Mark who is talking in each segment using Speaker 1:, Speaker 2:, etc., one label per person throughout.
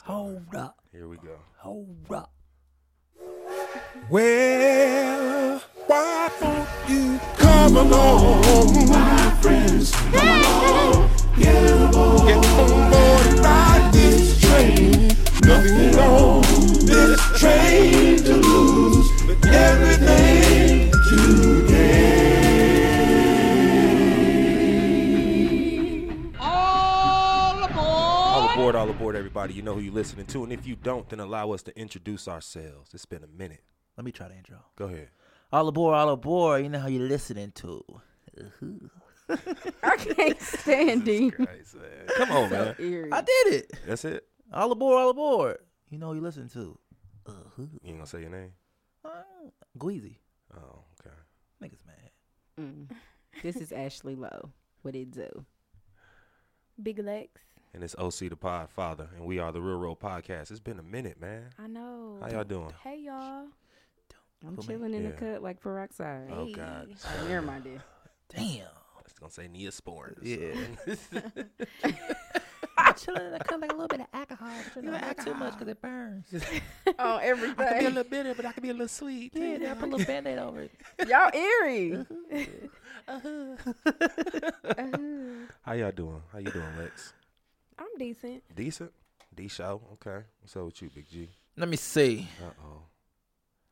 Speaker 1: Hold up.
Speaker 2: Here we go.
Speaker 1: Hold up.
Speaker 3: Well, why don't you come along, my friends? Come along, get on board and ride this train. Nothing on this train to lose, but everything to
Speaker 2: All aboard, all aboard, everybody. You know who you're listening to. And if you don't, then allow us to introduce ourselves. It's been a minute.
Speaker 1: Let me try the intro.
Speaker 2: Go ahead.
Speaker 1: All aboard, all aboard. You know how you're listening to.
Speaker 4: I can't stand him.
Speaker 2: Christ, man. Come on, man.
Speaker 4: Eerie.
Speaker 1: I did it.
Speaker 2: That's it.
Speaker 1: All aboard, all aboard. You know who you listen to. Uh-huh.
Speaker 2: You ain't gonna say your name?
Speaker 1: Uh, Gweezy.
Speaker 2: Oh, okay.
Speaker 1: Niggas mad.
Speaker 4: Mm. This is Ashley Lowe. What it do?
Speaker 5: Big legs.
Speaker 2: And it's OC the Pod Father, and we are the Real Road Podcast. It's been a minute, man.
Speaker 5: I know.
Speaker 2: How y'all doing?
Speaker 5: Hey y'all.
Speaker 4: I'm
Speaker 1: Put me-
Speaker 4: chilling in the
Speaker 2: Oh, Yeah.
Speaker 4: cut like peroxide.
Speaker 2: Oh God.
Speaker 4: Never mind it.
Speaker 1: Damn.
Speaker 2: I was gonna say Neosporin.
Speaker 1: I'm chilling. I cut like a little bit of alcohol. You don't act too much because it burns.
Speaker 4: Oh, everything.
Speaker 2: little bitter, but I could be a little sweet.
Speaker 1: Yeah, then I put a little band-aid over it.
Speaker 4: Y'all eerie.
Speaker 1: Uh-huh.
Speaker 2: Uh-huh. How y'all doing? How you doing, Lex?
Speaker 5: Mm, I'm decent.
Speaker 2: Decent. D show. Okay. What's up with you, Big G?
Speaker 1: Let me see.
Speaker 2: Uh oh.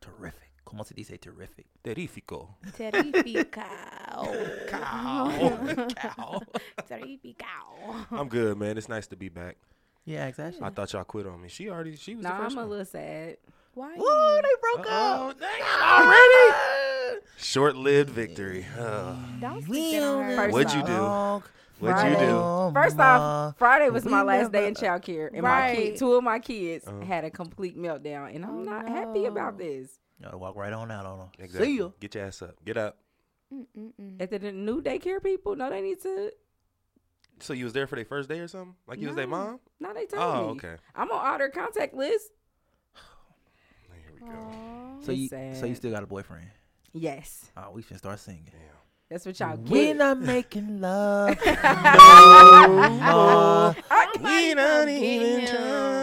Speaker 1: Terrific. Como se dice terrific?
Speaker 2: Terrifico.
Speaker 5: Terrifical.
Speaker 2: Cow. Cow.
Speaker 5: Terrifical.
Speaker 2: I'm good, man. It's nice to be back.
Speaker 1: Yeah, exactly.
Speaker 2: I thought y'all quit on me. She already. She was.
Speaker 4: No,
Speaker 2: the
Speaker 4: I'm
Speaker 2: first
Speaker 4: a
Speaker 2: one.
Speaker 4: little sad.
Speaker 5: Why?
Speaker 1: Woo, they broke
Speaker 2: Uh-oh.
Speaker 1: up.
Speaker 2: Already? Short-lived victory. Ugh.
Speaker 5: Don't
Speaker 1: We
Speaker 5: sleep on
Speaker 1: don't
Speaker 5: her.
Speaker 4: First
Speaker 2: What'd you
Speaker 4: off-
Speaker 2: do?
Speaker 1: Talk
Speaker 2: What'd you do?
Speaker 1: from
Speaker 4: First
Speaker 1: my-
Speaker 4: off, Friday was my
Speaker 1: we
Speaker 4: last day
Speaker 1: never-
Speaker 4: in child care, and my kid,
Speaker 5: Right.
Speaker 4: two of my kids
Speaker 2: Uh-huh.
Speaker 4: had a complete meltdown, and I'm
Speaker 5: Oh,
Speaker 4: not happy about
Speaker 5: no.
Speaker 4: this.
Speaker 1: You gotta walk right on out on them.
Speaker 2: Exactly.
Speaker 1: See ya.
Speaker 2: Get your ass up. Get up.
Speaker 5: Mm-mm-mm.
Speaker 4: At the the new daycare people, no, they need to.
Speaker 2: So you was there for their first day or something? Like you was their
Speaker 4: No.
Speaker 2: mom?
Speaker 4: No, they told
Speaker 2: Oh,
Speaker 4: me.
Speaker 2: okay.
Speaker 4: I'm on all their contact list.
Speaker 2: Here we go.
Speaker 5: Aw.
Speaker 1: So you, so you
Speaker 4: sad.
Speaker 1: still got a boyfriend?
Speaker 4: Yes,
Speaker 1: Oh, we should start singing.
Speaker 2: Damn.
Speaker 4: that's what y'all
Speaker 1: We're
Speaker 4: get.
Speaker 1: not making love no more.
Speaker 4: I-
Speaker 2: We not even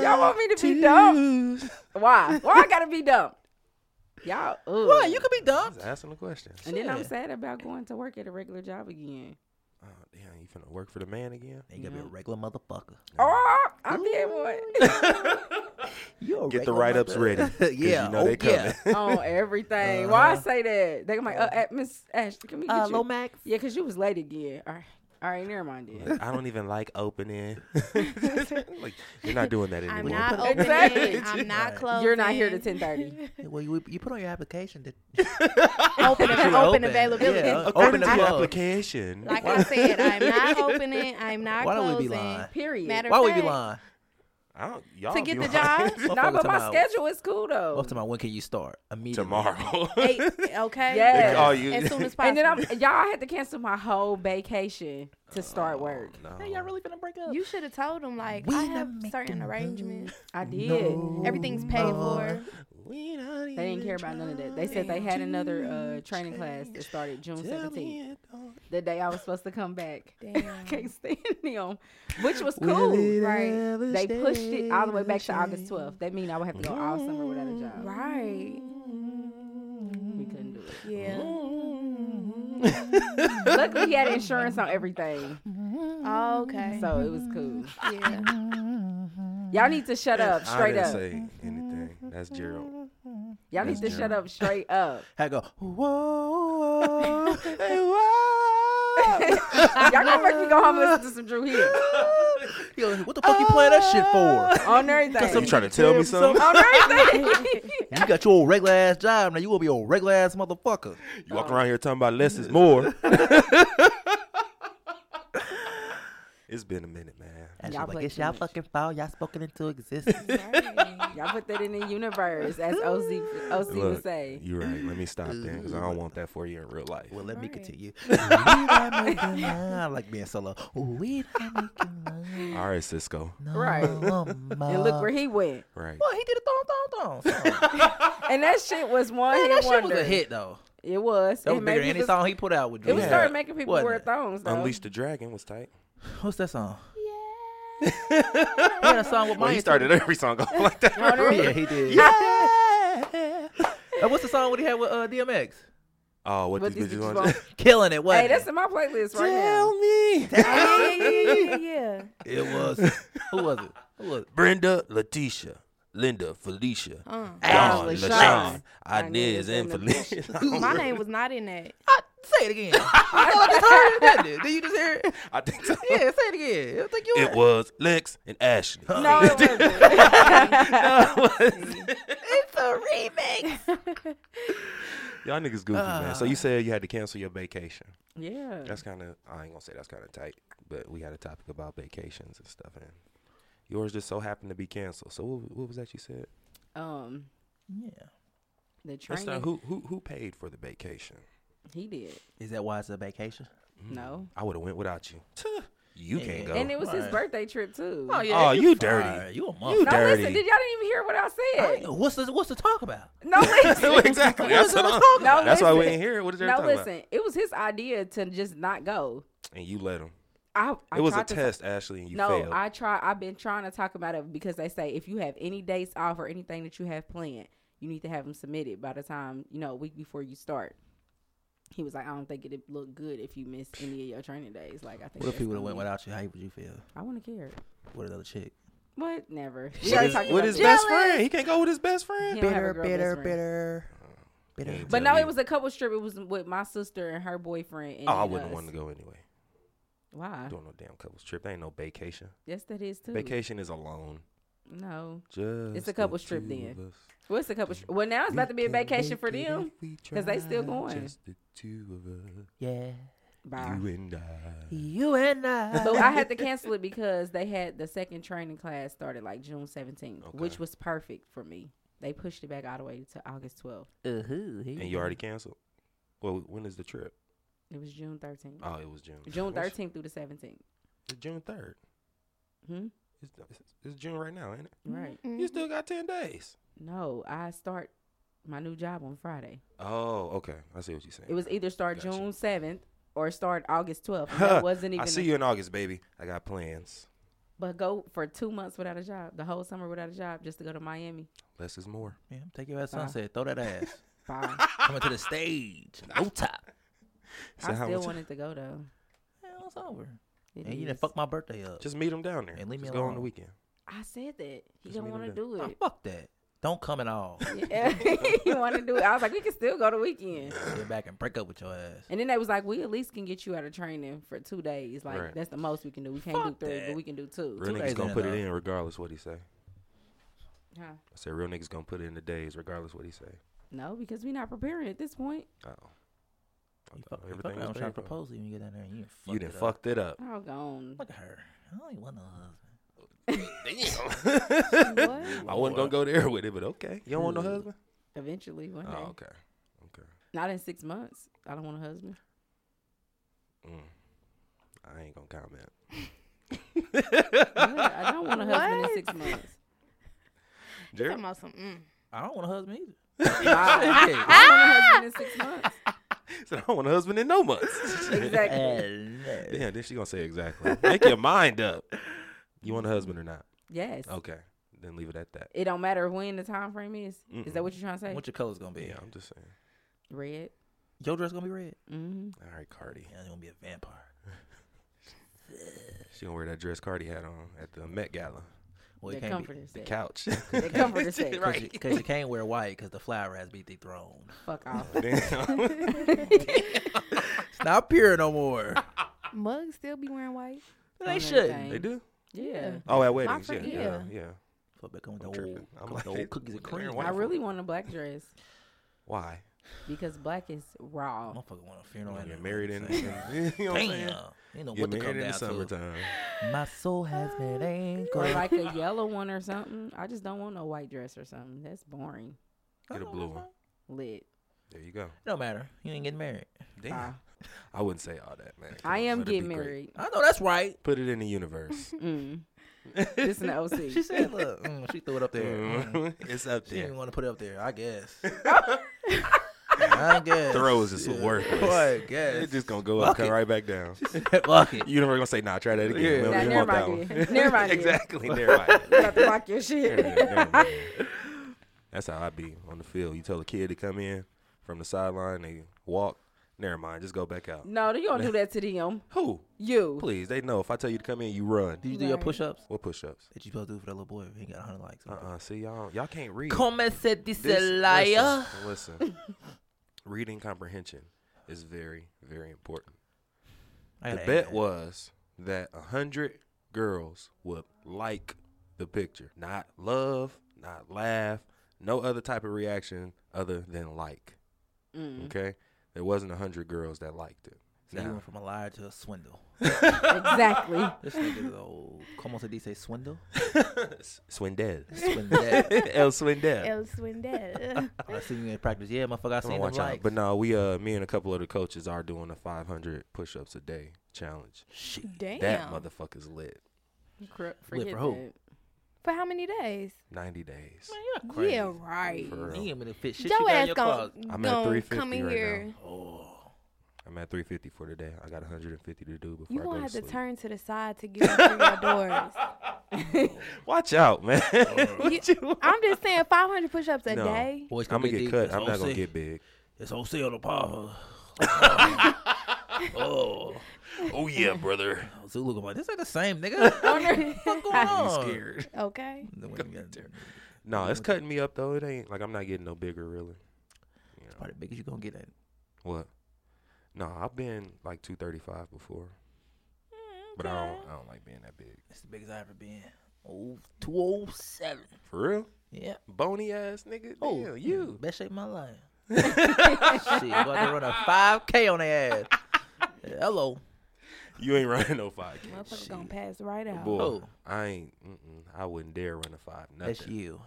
Speaker 4: y'all want me to be dumped? Why? Why I gotta be dumped? Y'all, ugh.
Speaker 1: What? You could be
Speaker 2: I was
Speaker 1: dumped.
Speaker 2: asking the question.
Speaker 4: and then I'm
Speaker 1: Yeah.
Speaker 4: sad about going to work at a regular job again.
Speaker 2: Oh, damn, you finna work for the man again?
Speaker 1: You gotta be a
Speaker 4: No.
Speaker 1: regular motherfucker.
Speaker 4: Oh, I did one
Speaker 1: You a
Speaker 2: Get the
Speaker 1: regular
Speaker 2: write-ups ready,
Speaker 1: mother-
Speaker 2: 'cause you
Speaker 1: yeah.
Speaker 2: know
Speaker 1: oh,
Speaker 2: they
Speaker 1: yeah.
Speaker 4: on everything. Why I
Speaker 1: Uh-huh.
Speaker 4: say that? They're like, uh, uh, Miss Ash, can we get
Speaker 1: Uh,
Speaker 4: you?
Speaker 1: Low Max.
Speaker 4: Yeah, because you was late again. All right. All right, never mind then.
Speaker 2: Like, I don't even like opening. like you're not doing that anymore.
Speaker 5: I'm not opening.
Speaker 4: Exactly.
Speaker 5: I'm not
Speaker 1: Right.
Speaker 5: closing.
Speaker 4: You're not here to 10:30.
Speaker 1: Yeah, Well, you, you put on your application to
Speaker 5: open,
Speaker 1: You
Speaker 5: open,
Speaker 1: open.
Speaker 5: availability.
Speaker 1: Yeah, uh,
Speaker 2: According
Speaker 1: Open
Speaker 2: to
Speaker 1: the
Speaker 2: your
Speaker 1: club.
Speaker 2: application.
Speaker 5: Like I said, I'm not opening. I'm not
Speaker 1: Why
Speaker 5: closing.
Speaker 1: don't we be lying?
Speaker 4: Period.
Speaker 5: Matter
Speaker 1: Why
Speaker 5: of
Speaker 1: would we be
Speaker 5: fact,
Speaker 1: lying?
Speaker 2: I don't, y'all
Speaker 5: To get
Speaker 2: be
Speaker 5: the job?
Speaker 2: lying.
Speaker 4: no,
Speaker 1: Motherfucker
Speaker 4: but my
Speaker 1: talking about-
Speaker 4: schedule is cool though.
Speaker 1: Most of my when can you start? Immediately.
Speaker 2: Tomorrow.
Speaker 5: Eight, okay.
Speaker 4: Yes.
Speaker 2: They call you.
Speaker 5: As soon as possible.
Speaker 4: And then I'm y'all had to cancel my whole vacation to
Speaker 1: Oh,
Speaker 4: start work.
Speaker 2: Oh, No.
Speaker 1: Hey, y'all really finna break up?
Speaker 5: You should have told them like
Speaker 1: We
Speaker 5: I
Speaker 1: not
Speaker 5: have
Speaker 1: making
Speaker 5: certain
Speaker 1: love.
Speaker 5: arrangements.
Speaker 4: I did.
Speaker 5: Everything's paid for.
Speaker 2: We not
Speaker 4: They didn't
Speaker 2: even
Speaker 4: care about none of that. They
Speaker 2: trying
Speaker 4: said they had
Speaker 2: to
Speaker 4: another uh, training class that started June
Speaker 2: tell me
Speaker 4: 17th,
Speaker 2: it don't-
Speaker 4: the day I was supposed to come back. I
Speaker 5: Damn.
Speaker 4: can't stand them, which was
Speaker 2: Will
Speaker 4: cool.
Speaker 2: it
Speaker 5: right.
Speaker 2: ever
Speaker 4: They pushed it all the way back to
Speaker 2: stay the
Speaker 4: August 12th. That means I would have to go all summer without
Speaker 1: Mm,
Speaker 4: a job.
Speaker 5: Right.
Speaker 4: We couldn't do it.
Speaker 5: Yeah.
Speaker 1: Mm.
Speaker 4: Luckily, he had insurance on everything,
Speaker 5: Oh, okay.
Speaker 4: so it was cool.
Speaker 5: yeah.
Speaker 4: Y'all need to shut up,
Speaker 2: I
Speaker 4: straight
Speaker 2: didn't
Speaker 4: up.
Speaker 2: say anything. That's Gerald.
Speaker 4: Y'all need to
Speaker 2: That's
Speaker 4: shut
Speaker 2: true.
Speaker 4: up, straight up.
Speaker 1: I go, whoa, whoa, hey, whoa.
Speaker 4: Y'all gonna make me go home and listen to some Drew Hill
Speaker 1: Yo, what the fuck you playing that shit for?
Speaker 4: on
Speaker 2: You
Speaker 4: everything.
Speaker 2: trying to tell me something?
Speaker 4: On everything.
Speaker 1: You got your old regular ass job, now you gonna be old regular ass motherfucker.
Speaker 2: You walking around here talking about less is more. it's been a minute, man.
Speaker 1: And
Speaker 4: Y'all
Speaker 1: she's like,
Speaker 4: play
Speaker 1: it's
Speaker 4: too
Speaker 1: y'all
Speaker 4: much.
Speaker 1: fucking fault, y'all spoken into existence.
Speaker 5: Right.
Speaker 4: Y'all put that in the universe, as OC OC would
Speaker 2: Look,
Speaker 4: say.
Speaker 2: you're right. Let me stop then, because I don't want that for you in real life.
Speaker 1: well, let me
Speaker 5: Right.
Speaker 1: continue. We not making love. I like being solo. We not making love.
Speaker 2: All right, Cisco.
Speaker 1: no
Speaker 4: Right.
Speaker 1: more.
Speaker 4: And look where he went.
Speaker 2: Right.
Speaker 1: Well, he did a thong thong thong. song.
Speaker 4: And that shit was one
Speaker 1: Man,
Speaker 4: hit
Speaker 1: that shit
Speaker 4: wonder.
Speaker 1: was a hit though.
Speaker 4: It was.
Speaker 1: That
Speaker 4: It
Speaker 1: was
Speaker 4: made
Speaker 1: bigger than
Speaker 4: people-
Speaker 1: any song he put out with.
Speaker 4: It was
Speaker 1: Drake.
Speaker 2: Yeah.
Speaker 4: starting making people
Speaker 1: Wasn't
Speaker 4: wear
Speaker 1: it?
Speaker 4: thongs though.
Speaker 2: Unleash the Dragon was tight.
Speaker 1: What's that song? He had a song with
Speaker 2: Well, he
Speaker 1: Maya,
Speaker 2: started every song off like that.
Speaker 1: too. Yeah, he did. Yeah. Uh, what's the song what he had with uh, DMX?
Speaker 2: Oh, what,
Speaker 4: What
Speaker 2: these
Speaker 4: these
Speaker 2: bitches
Speaker 4: bitches
Speaker 2: want?
Speaker 4: want.
Speaker 1: Killing it. What?
Speaker 4: Hey, that's in my playlist right now.
Speaker 2: Tell me,
Speaker 5: yeah, yeah, yeah, yeah,
Speaker 1: it was. Who was it? Who was it?
Speaker 2: Brenda, Letitia, Linda, Felicia,
Speaker 5: yeah. Uh,
Speaker 2: Dawn,
Speaker 4: Ashley,
Speaker 2: LaShawn,
Speaker 4: Shanks,
Speaker 2: Inez,
Speaker 4: Inez,
Speaker 2: and
Speaker 4: and
Speaker 2: Felicia.
Speaker 5: my name was not in that.
Speaker 1: I, say it again. I know I just heard it, didn't it. Did you just hear it?
Speaker 2: I think so.
Speaker 1: Yeah, say it again. I think you
Speaker 2: It was Lex and Ashley.
Speaker 4: No, it wasn't.
Speaker 1: It's a remix.
Speaker 2: Y'all niggas goofy, man. So you
Speaker 4: Uh.
Speaker 2: said you had to cancel your vacation.
Speaker 4: yeah.
Speaker 2: That's kind of I ain't gonna say that's kind of tight, but we had a topic about vacations and stuff, and yours just so happened to be canceled. So what, what was that you said?
Speaker 4: Um,
Speaker 1: Yeah.
Speaker 4: the
Speaker 2: Let's
Speaker 4: training.
Speaker 2: start- who who who paid for the vacation?
Speaker 4: He did.
Speaker 1: Is that why it's a vacation?
Speaker 2: Mm-hmm.
Speaker 4: No.
Speaker 2: I would have went without you. Tuh, You can't go.
Speaker 4: And it was his
Speaker 1: Right.
Speaker 4: birthday trip too.
Speaker 2: Oh, you dirty.
Speaker 1: fired. You a
Speaker 2: You
Speaker 4: no,
Speaker 1: motherfucker.
Speaker 2: dirty.
Speaker 4: listen, did y'all didn't even hear what I
Speaker 1: I
Speaker 4: said?
Speaker 1: ain't- What's the what's the talk about?
Speaker 4: No, listen.
Speaker 2: exactly. That's what I'm.
Speaker 4: about? No,
Speaker 2: that's why we
Speaker 4: listen.
Speaker 2: ain't here. What is
Speaker 4: no,
Speaker 2: everything
Speaker 4: listen. It was his idea to just not go.
Speaker 2: about? And you let him.
Speaker 4: I, I
Speaker 2: It was a
Speaker 4: tried to-
Speaker 2: test, Ashley, and you
Speaker 4: no,
Speaker 2: failed.
Speaker 4: I try. I've been trying to talk about it because they say if you have any dates off or anything that you have planned, you need to have them submitted by the time you know a week before you start. He was like, I don't think it'd look good if you miss any of your training days. Like, I think.
Speaker 1: What if he
Speaker 4: that's
Speaker 1: would have
Speaker 4: on
Speaker 1: went
Speaker 4: me.
Speaker 1: without you? How would you feel?
Speaker 4: I wouldn't care.
Speaker 1: With another chick?
Speaker 4: What? Never. We
Speaker 2: What
Speaker 4: already
Speaker 2: is-
Speaker 4: talked
Speaker 2: with
Speaker 4: about
Speaker 2: his
Speaker 4: that.
Speaker 2: best friend? He can't go with his best friend.
Speaker 4: He don't have a girl best friend.
Speaker 1: bitter,
Speaker 2: Yeah.
Speaker 4: But
Speaker 2: Tell
Speaker 4: no,
Speaker 2: me.
Speaker 4: it was a couple strip. It was with my sister and her boyfriend. And
Speaker 2: Oh, I
Speaker 4: and
Speaker 2: wouldn't
Speaker 4: us.
Speaker 2: want to go anyway.
Speaker 4: Why?
Speaker 2: Doing no damn couples trip. There ain't no vacation.
Speaker 4: Yes, that is too.
Speaker 2: Vacation is alone.
Speaker 4: No.
Speaker 2: Just
Speaker 4: a couple
Speaker 2: the
Speaker 4: strip
Speaker 2: two
Speaker 4: then.
Speaker 2: of us.
Speaker 4: Well, it's a couple. Stri- well, now it's about to be a
Speaker 2: We can
Speaker 4: vacation
Speaker 2: make
Speaker 4: for
Speaker 2: it if
Speaker 4: them.
Speaker 2: we
Speaker 4: 'cause they still
Speaker 2: try.
Speaker 4: going.
Speaker 2: Just the two of us.
Speaker 1: Yeah.
Speaker 4: Bye.
Speaker 2: You and I.
Speaker 1: You and I.
Speaker 4: so I had to cancel it because they had the second training class started like June 17th,
Speaker 2: Okay.
Speaker 4: which was perfect for me. They pushed it back all the way to August 12th.
Speaker 2: And you already canceled. Well, when is the trip?
Speaker 4: It was June 13th.
Speaker 2: Oh, it was June.
Speaker 4: June
Speaker 2: What's-
Speaker 4: 13th through the 17th.
Speaker 2: It's June third.
Speaker 4: Hmm?
Speaker 2: It's, it's- it's June right now, ain't it?
Speaker 4: Right.
Speaker 5: Mm-hmm.
Speaker 2: You still got ten days.
Speaker 4: No, I start my new job on Friday.
Speaker 2: Oh, okay. I see what you're saying.
Speaker 4: It was either start
Speaker 2: Gotcha.
Speaker 4: June 7th or start August 12th. and That wasn't even.
Speaker 2: I
Speaker 4: a-
Speaker 2: see you in August, baby. I got plans.
Speaker 4: But go for two months without a job, the whole summer without a job, just to go to Miami.
Speaker 2: Less is more.
Speaker 1: Yeah, take your ass sunset. Throw that ass.
Speaker 4: Bye.
Speaker 1: Coming to the stage. No top.
Speaker 2: So
Speaker 4: I
Speaker 2: how
Speaker 4: still
Speaker 2: much-
Speaker 4: wanted to go though.
Speaker 1: Hell, it's over.
Speaker 4: It
Speaker 1: And you didn't
Speaker 4: is.
Speaker 1: fuck my birthday up.
Speaker 2: Just meet them down there.
Speaker 1: And leave me
Speaker 2: Just go on the
Speaker 1: alone.
Speaker 2: weekend.
Speaker 4: I said that he
Speaker 2: Just
Speaker 4: didn't
Speaker 2: meet
Speaker 4: want to
Speaker 2: him
Speaker 4: do
Speaker 1: Ah,
Speaker 4: it.
Speaker 1: fuck that. Don't come at all.
Speaker 4: Yeah, he wanted to do it. I was like, we can still go to weekend.
Speaker 1: Get back and break up with your ass.
Speaker 4: And then they was like, we at least can get you out of training for two days. Like
Speaker 2: Right.
Speaker 4: that's the most we can do. We can't
Speaker 1: Fuck
Speaker 4: do three,
Speaker 1: that.
Speaker 4: but we can do two.
Speaker 2: Real
Speaker 1: Two
Speaker 2: niggas
Speaker 1: days
Speaker 2: gonna
Speaker 1: in,
Speaker 2: put it
Speaker 1: though.
Speaker 2: in regardless what he say.
Speaker 4: Huh.
Speaker 2: I said real niggas gonna put it in the days regardless what he say.
Speaker 4: No, because we're not preparing at this point.
Speaker 2: Oh,
Speaker 1: You fuck, you fuck
Speaker 2: everything
Speaker 1: around
Speaker 2: was
Speaker 1: trying
Speaker 2: paid
Speaker 1: to
Speaker 2: for.
Speaker 1: propose to you when you get down there and you done fucked
Speaker 2: you done
Speaker 1: it up.
Speaker 2: fucked it up.
Speaker 4: All gone.
Speaker 1: Look at her. I only want a husband.
Speaker 5: What?
Speaker 2: I wasn't gonna go there with it, but okay. You don't want no
Speaker 4: Cool.
Speaker 2: husband?
Speaker 4: Eventually, one day.
Speaker 2: Oh, okay, okay.
Speaker 4: Not in six months. I don't want a husband.
Speaker 2: Mm. I ain't gonna comment.
Speaker 4: What? I don't want a husband in
Speaker 5: What?
Speaker 4: six months.
Speaker 5: Talking
Speaker 2: Jared,
Speaker 5: about some. Mm.
Speaker 1: I don't want a husband either.
Speaker 4: Bye.
Speaker 1: Shit.
Speaker 4: I don't want a husband in six months.
Speaker 2: said I don't want a husband in no months.
Speaker 4: Exactly.
Speaker 1: Hell no.
Speaker 2: Damn, then she gonna say exactly. Make your mind up. You want a husband or not?
Speaker 4: Yes.
Speaker 2: Okay, then leave it at that.
Speaker 4: It don't matter when the time frame is. Is that what you're trying to say?
Speaker 1: What your color's gonna be?
Speaker 2: Yeah, I'm just saying.
Speaker 4: Red.
Speaker 1: Your dress gonna be red?
Speaker 4: Mm-hmm.
Speaker 2: All right, Cardi.
Speaker 1: Yeah, you gonna be a vampire.
Speaker 2: She gonna wear that dress Cardi had on at the Met Gala.
Speaker 1: Well,
Speaker 4: the
Speaker 1: you can't be,
Speaker 4: comforter
Speaker 2: The
Speaker 4: set.
Speaker 2: couch.
Speaker 4: the comforter set.
Speaker 1: cause you, 'cause you can't wear white because the flower has been dethroned.
Speaker 4: Fuck off.
Speaker 2: Damn.
Speaker 1: It's not pure no more.
Speaker 5: Mugs still be wearing white.
Speaker 1: they
Speaker 4: On
Speaker 1: shouldn't.
Speaker 4: everything.
Speaker 2: they do.
Speaker 4: Yeah.
Speaker 2: Oh, at weddings, yeah,
Speaker 5: friend-
Speaker 2: yeah, yeah.
Speaker 1: Fuck back on the
Speaker 2: I'm
Speaker 1: old,
Speaker 2: tripping. I'm
Speaker 1: come
Speaker 2: like,
Speaker 1: with the
Speaker 2: they-
Speaker 1: old cookies and
Speaker 2: they're wearing
Speaker 1: cream.
Speaker 2: white.
Speaker 4: I really want a black dress
Speaker 2: Why?
Speaker 4: because black is raw.
Speaker 1: Motherfucker want a funeral. and
Speaker 2: You're
Speaker 1: a
Speaker 2: married in.
Speaker 1: Damn.
Speaker 2: you know what I'm saying?
Speaker 1: You know
Speaker 2: You're
Speaker 1: what to
Speaker 2: married
Speaker 1: come
Speaker 2: in the
Speaker 1: down to.
Speaker 2: summertime.
Speaker 1: My soul has been
Speaker 4: Or
Speaker 1: anchored.
Speaker 4: like a yellow one or something. I just don't want no white dress or something. That's boring.
Speaker 2: Get a blue one.
Speaker 4: Lit.
Speaker 2: There you go.
Speaker 1: No matter. You ain't getting married.
Speaker 2: Damn. I wouldn't say all that, man. Come
Speaker 4: I
Speaker 2: Eh, on,
Speaker 4: am
Speaker 2: let it be
Speaker 4: getting
Speaker 2: great.
Speaker 4: married.
Speaker 1: I know that's right.
Speaker 2: Put it in the universe.
Speaker 4: Mm. This in the
Speaker 1: She
Speaker 4: OC.
Speaker 1: said, "Look,
Speaker 2: Mm-hmm.
Speaker 1: mm, she threw it up there. Mm.
Speaker 2: it's up
Speaker 1: She didn't
Speaker 2: there.
Speaker 1: want to put it up there. I guess." I guess.
Speaker 2: Throws is worthless.
Speaker 1: Boy, I
Speaker 2: It's
Speaker 1: guess.
Speaker 2: just gonna go up,
Speaker 1: Fuck
Speaker 2: come
Speaker 1: it.
Speaker 2: right back down.
Speaker 1: Fuck it.
Speaker 2: You never gonna say, nah, try that again.
Speaker 1: Yeah.
Speaker 2: We
Speaker 1: Nah,
Speaker 2: don't
Speaker 1: never
Speaker 2: want that
Speaker 4: mind
Speaker 2: one.
Speaker 4: then. Never mind then.
Speaker 2: exactly. Never mind.
Speaker 4: You about to rock your
Speaker 2: Never
Speaker 4: shit.
Speaker 2: mind, never mind. That's how I be on the field. You tell a kid to come in from the sideline, they walk. Never mind, just go back out.
Speaker 4: No, you don't do that to them.
Speaker 2: Who?
Speaker 4: You.
Speaker 2: Please, they know if I tell you to come in, you run.
Speaker 1: Did you do your
Speaker 5: Right.
Speaker 1: push ups?
Speaker 2: What push ups?
Speaker 1: That you supposed to do for that little boy? He ain't got 100 likes.
Speaker 2: Uh uh See y'all, y'all can't read.
Speaker 1: Come said this
Speaker 2: This-
Speaker 1: a liar.
Speaker 2: Listen, listen. reading comprehension is very, very important.
Speaker 1: I
Speaker 2: The
Speaker 1: gotta add
Speaker 2: bet
Speaker 1: that.
Speaker 2: was that a hundred girls would like the picture, not love, not laugh, no other type of reaction other than like.
Speaker 5: Mm-hmm.
Speaker 4: Mm.
Speaker 2: Okay, there wasn't a hundred girls that liked it.
Speaker 1: So you
Speaker 2: Now-
Speaker 1: went from a liar to a swindle.
Speaker 4: Exactly.
Speaker 1: This nigga's old. Como se dice swindle?
Speaker 2: Swindell,
Speaker 1: Swindle.
Speaker 2: El Swindell.
Speaker 5: El Swindell.
Speaker 1: I seen you in practice. Yeah, motherfucker, I
Speaker 2: I'ma
Speaker 1: seen him
Speaker 2: watch out.
Speaker 1: like.
Speaker 2: But no, we uh, me and a couple of the coaches are doing a 500 push-ups a day challenge.
Speaker 5: Damn.
Speaker 2: That motherfucker's lit.
Speaker 4: Cor-
Speaker 1: Wait,
Speaker 4: forget
Speaker 1: for who?
Speaker 4: that.
Speaker 5: For how many days?
Speaker 2: 90 days.
Speaker 5: Yeah, right.
Speaker 2: For real.
Speaker 1: He ain't gonna fit shit you
Speaker 5: Joe
Speaker 1: got in
Speaker 5: ass
Speaker 1: your
Speaker 5: gonna,
Speaker 1: closet.
Speaker 2: I'm at
Speaker 5: gonna
Speaker 2: 350
Speaker 5: come in
Speaker 2: right
Speaker 5: here.
Speaker 2: now. I'm at 350 for today. I got 150 to do before
Speaker 5: You
Speaker 2: I go
Speaker 5: gonna
Speaker 2: to
Speaker 5: have to
Speaker 2: sleep.
Speaker 5: turn to the side to get through your doors.
Speaker 2: Watch out, man.
Speaker 5: You- I'm just saying, 500 push-ups a
Speaker 2: No.
Speaker 5: day.
Speaker 1: Boy, it's
Speaker 2: I'm gonna
Speaker 1: be
Speaker 2: get
Speaker 1: deep.
Speaker 2: cut.
Speaker 1: It's
Speaker 2: I'm not gonna
Speaker 1: OC.
Speaker 2: get big.
Speaker 1: It's OC on the paw. oh,
Speaker 2: Oh yeah, brother.
Speaker 1: Zulu going. This ain't the same nigga.
Speaker 5: okay.
Speaker 1: Come on.
Speaker 2: Scared.
Speaker 1: Then we got-
Speaker 2: No, it's cutting me up though. It ain't like I'm not getting no bigger really. You know.
Speaker 1: Probably the biggest you gonna get. At.
Speaker 2: What? No, I've been like 235 before,
Speaker 1: Mm,
Speaker 2: but I don't. I don't like being that big.
Speaker 1: It's the biggest I ever been. Oh, 207.
Speaker 2: For real?
Speaker 1: Yeah.
Speaker 2: Bony ass nigga.
Speaker 1: Oh,
Speaker 2: Damn, you.
Speaker 1: Best shape of my life. Shit, about to run a 5K on their ass. Hello.
Speaker 2: You ain't running no five. K.
Speaker 5: Motherfucker gonna pass right out.
Speaker 2: Boy,
Speaker 1: Oh.
Speaker 2: I ain't. Mm-mm, I wouldn't dare run a five. Nothing.
Speaker 1: That's you.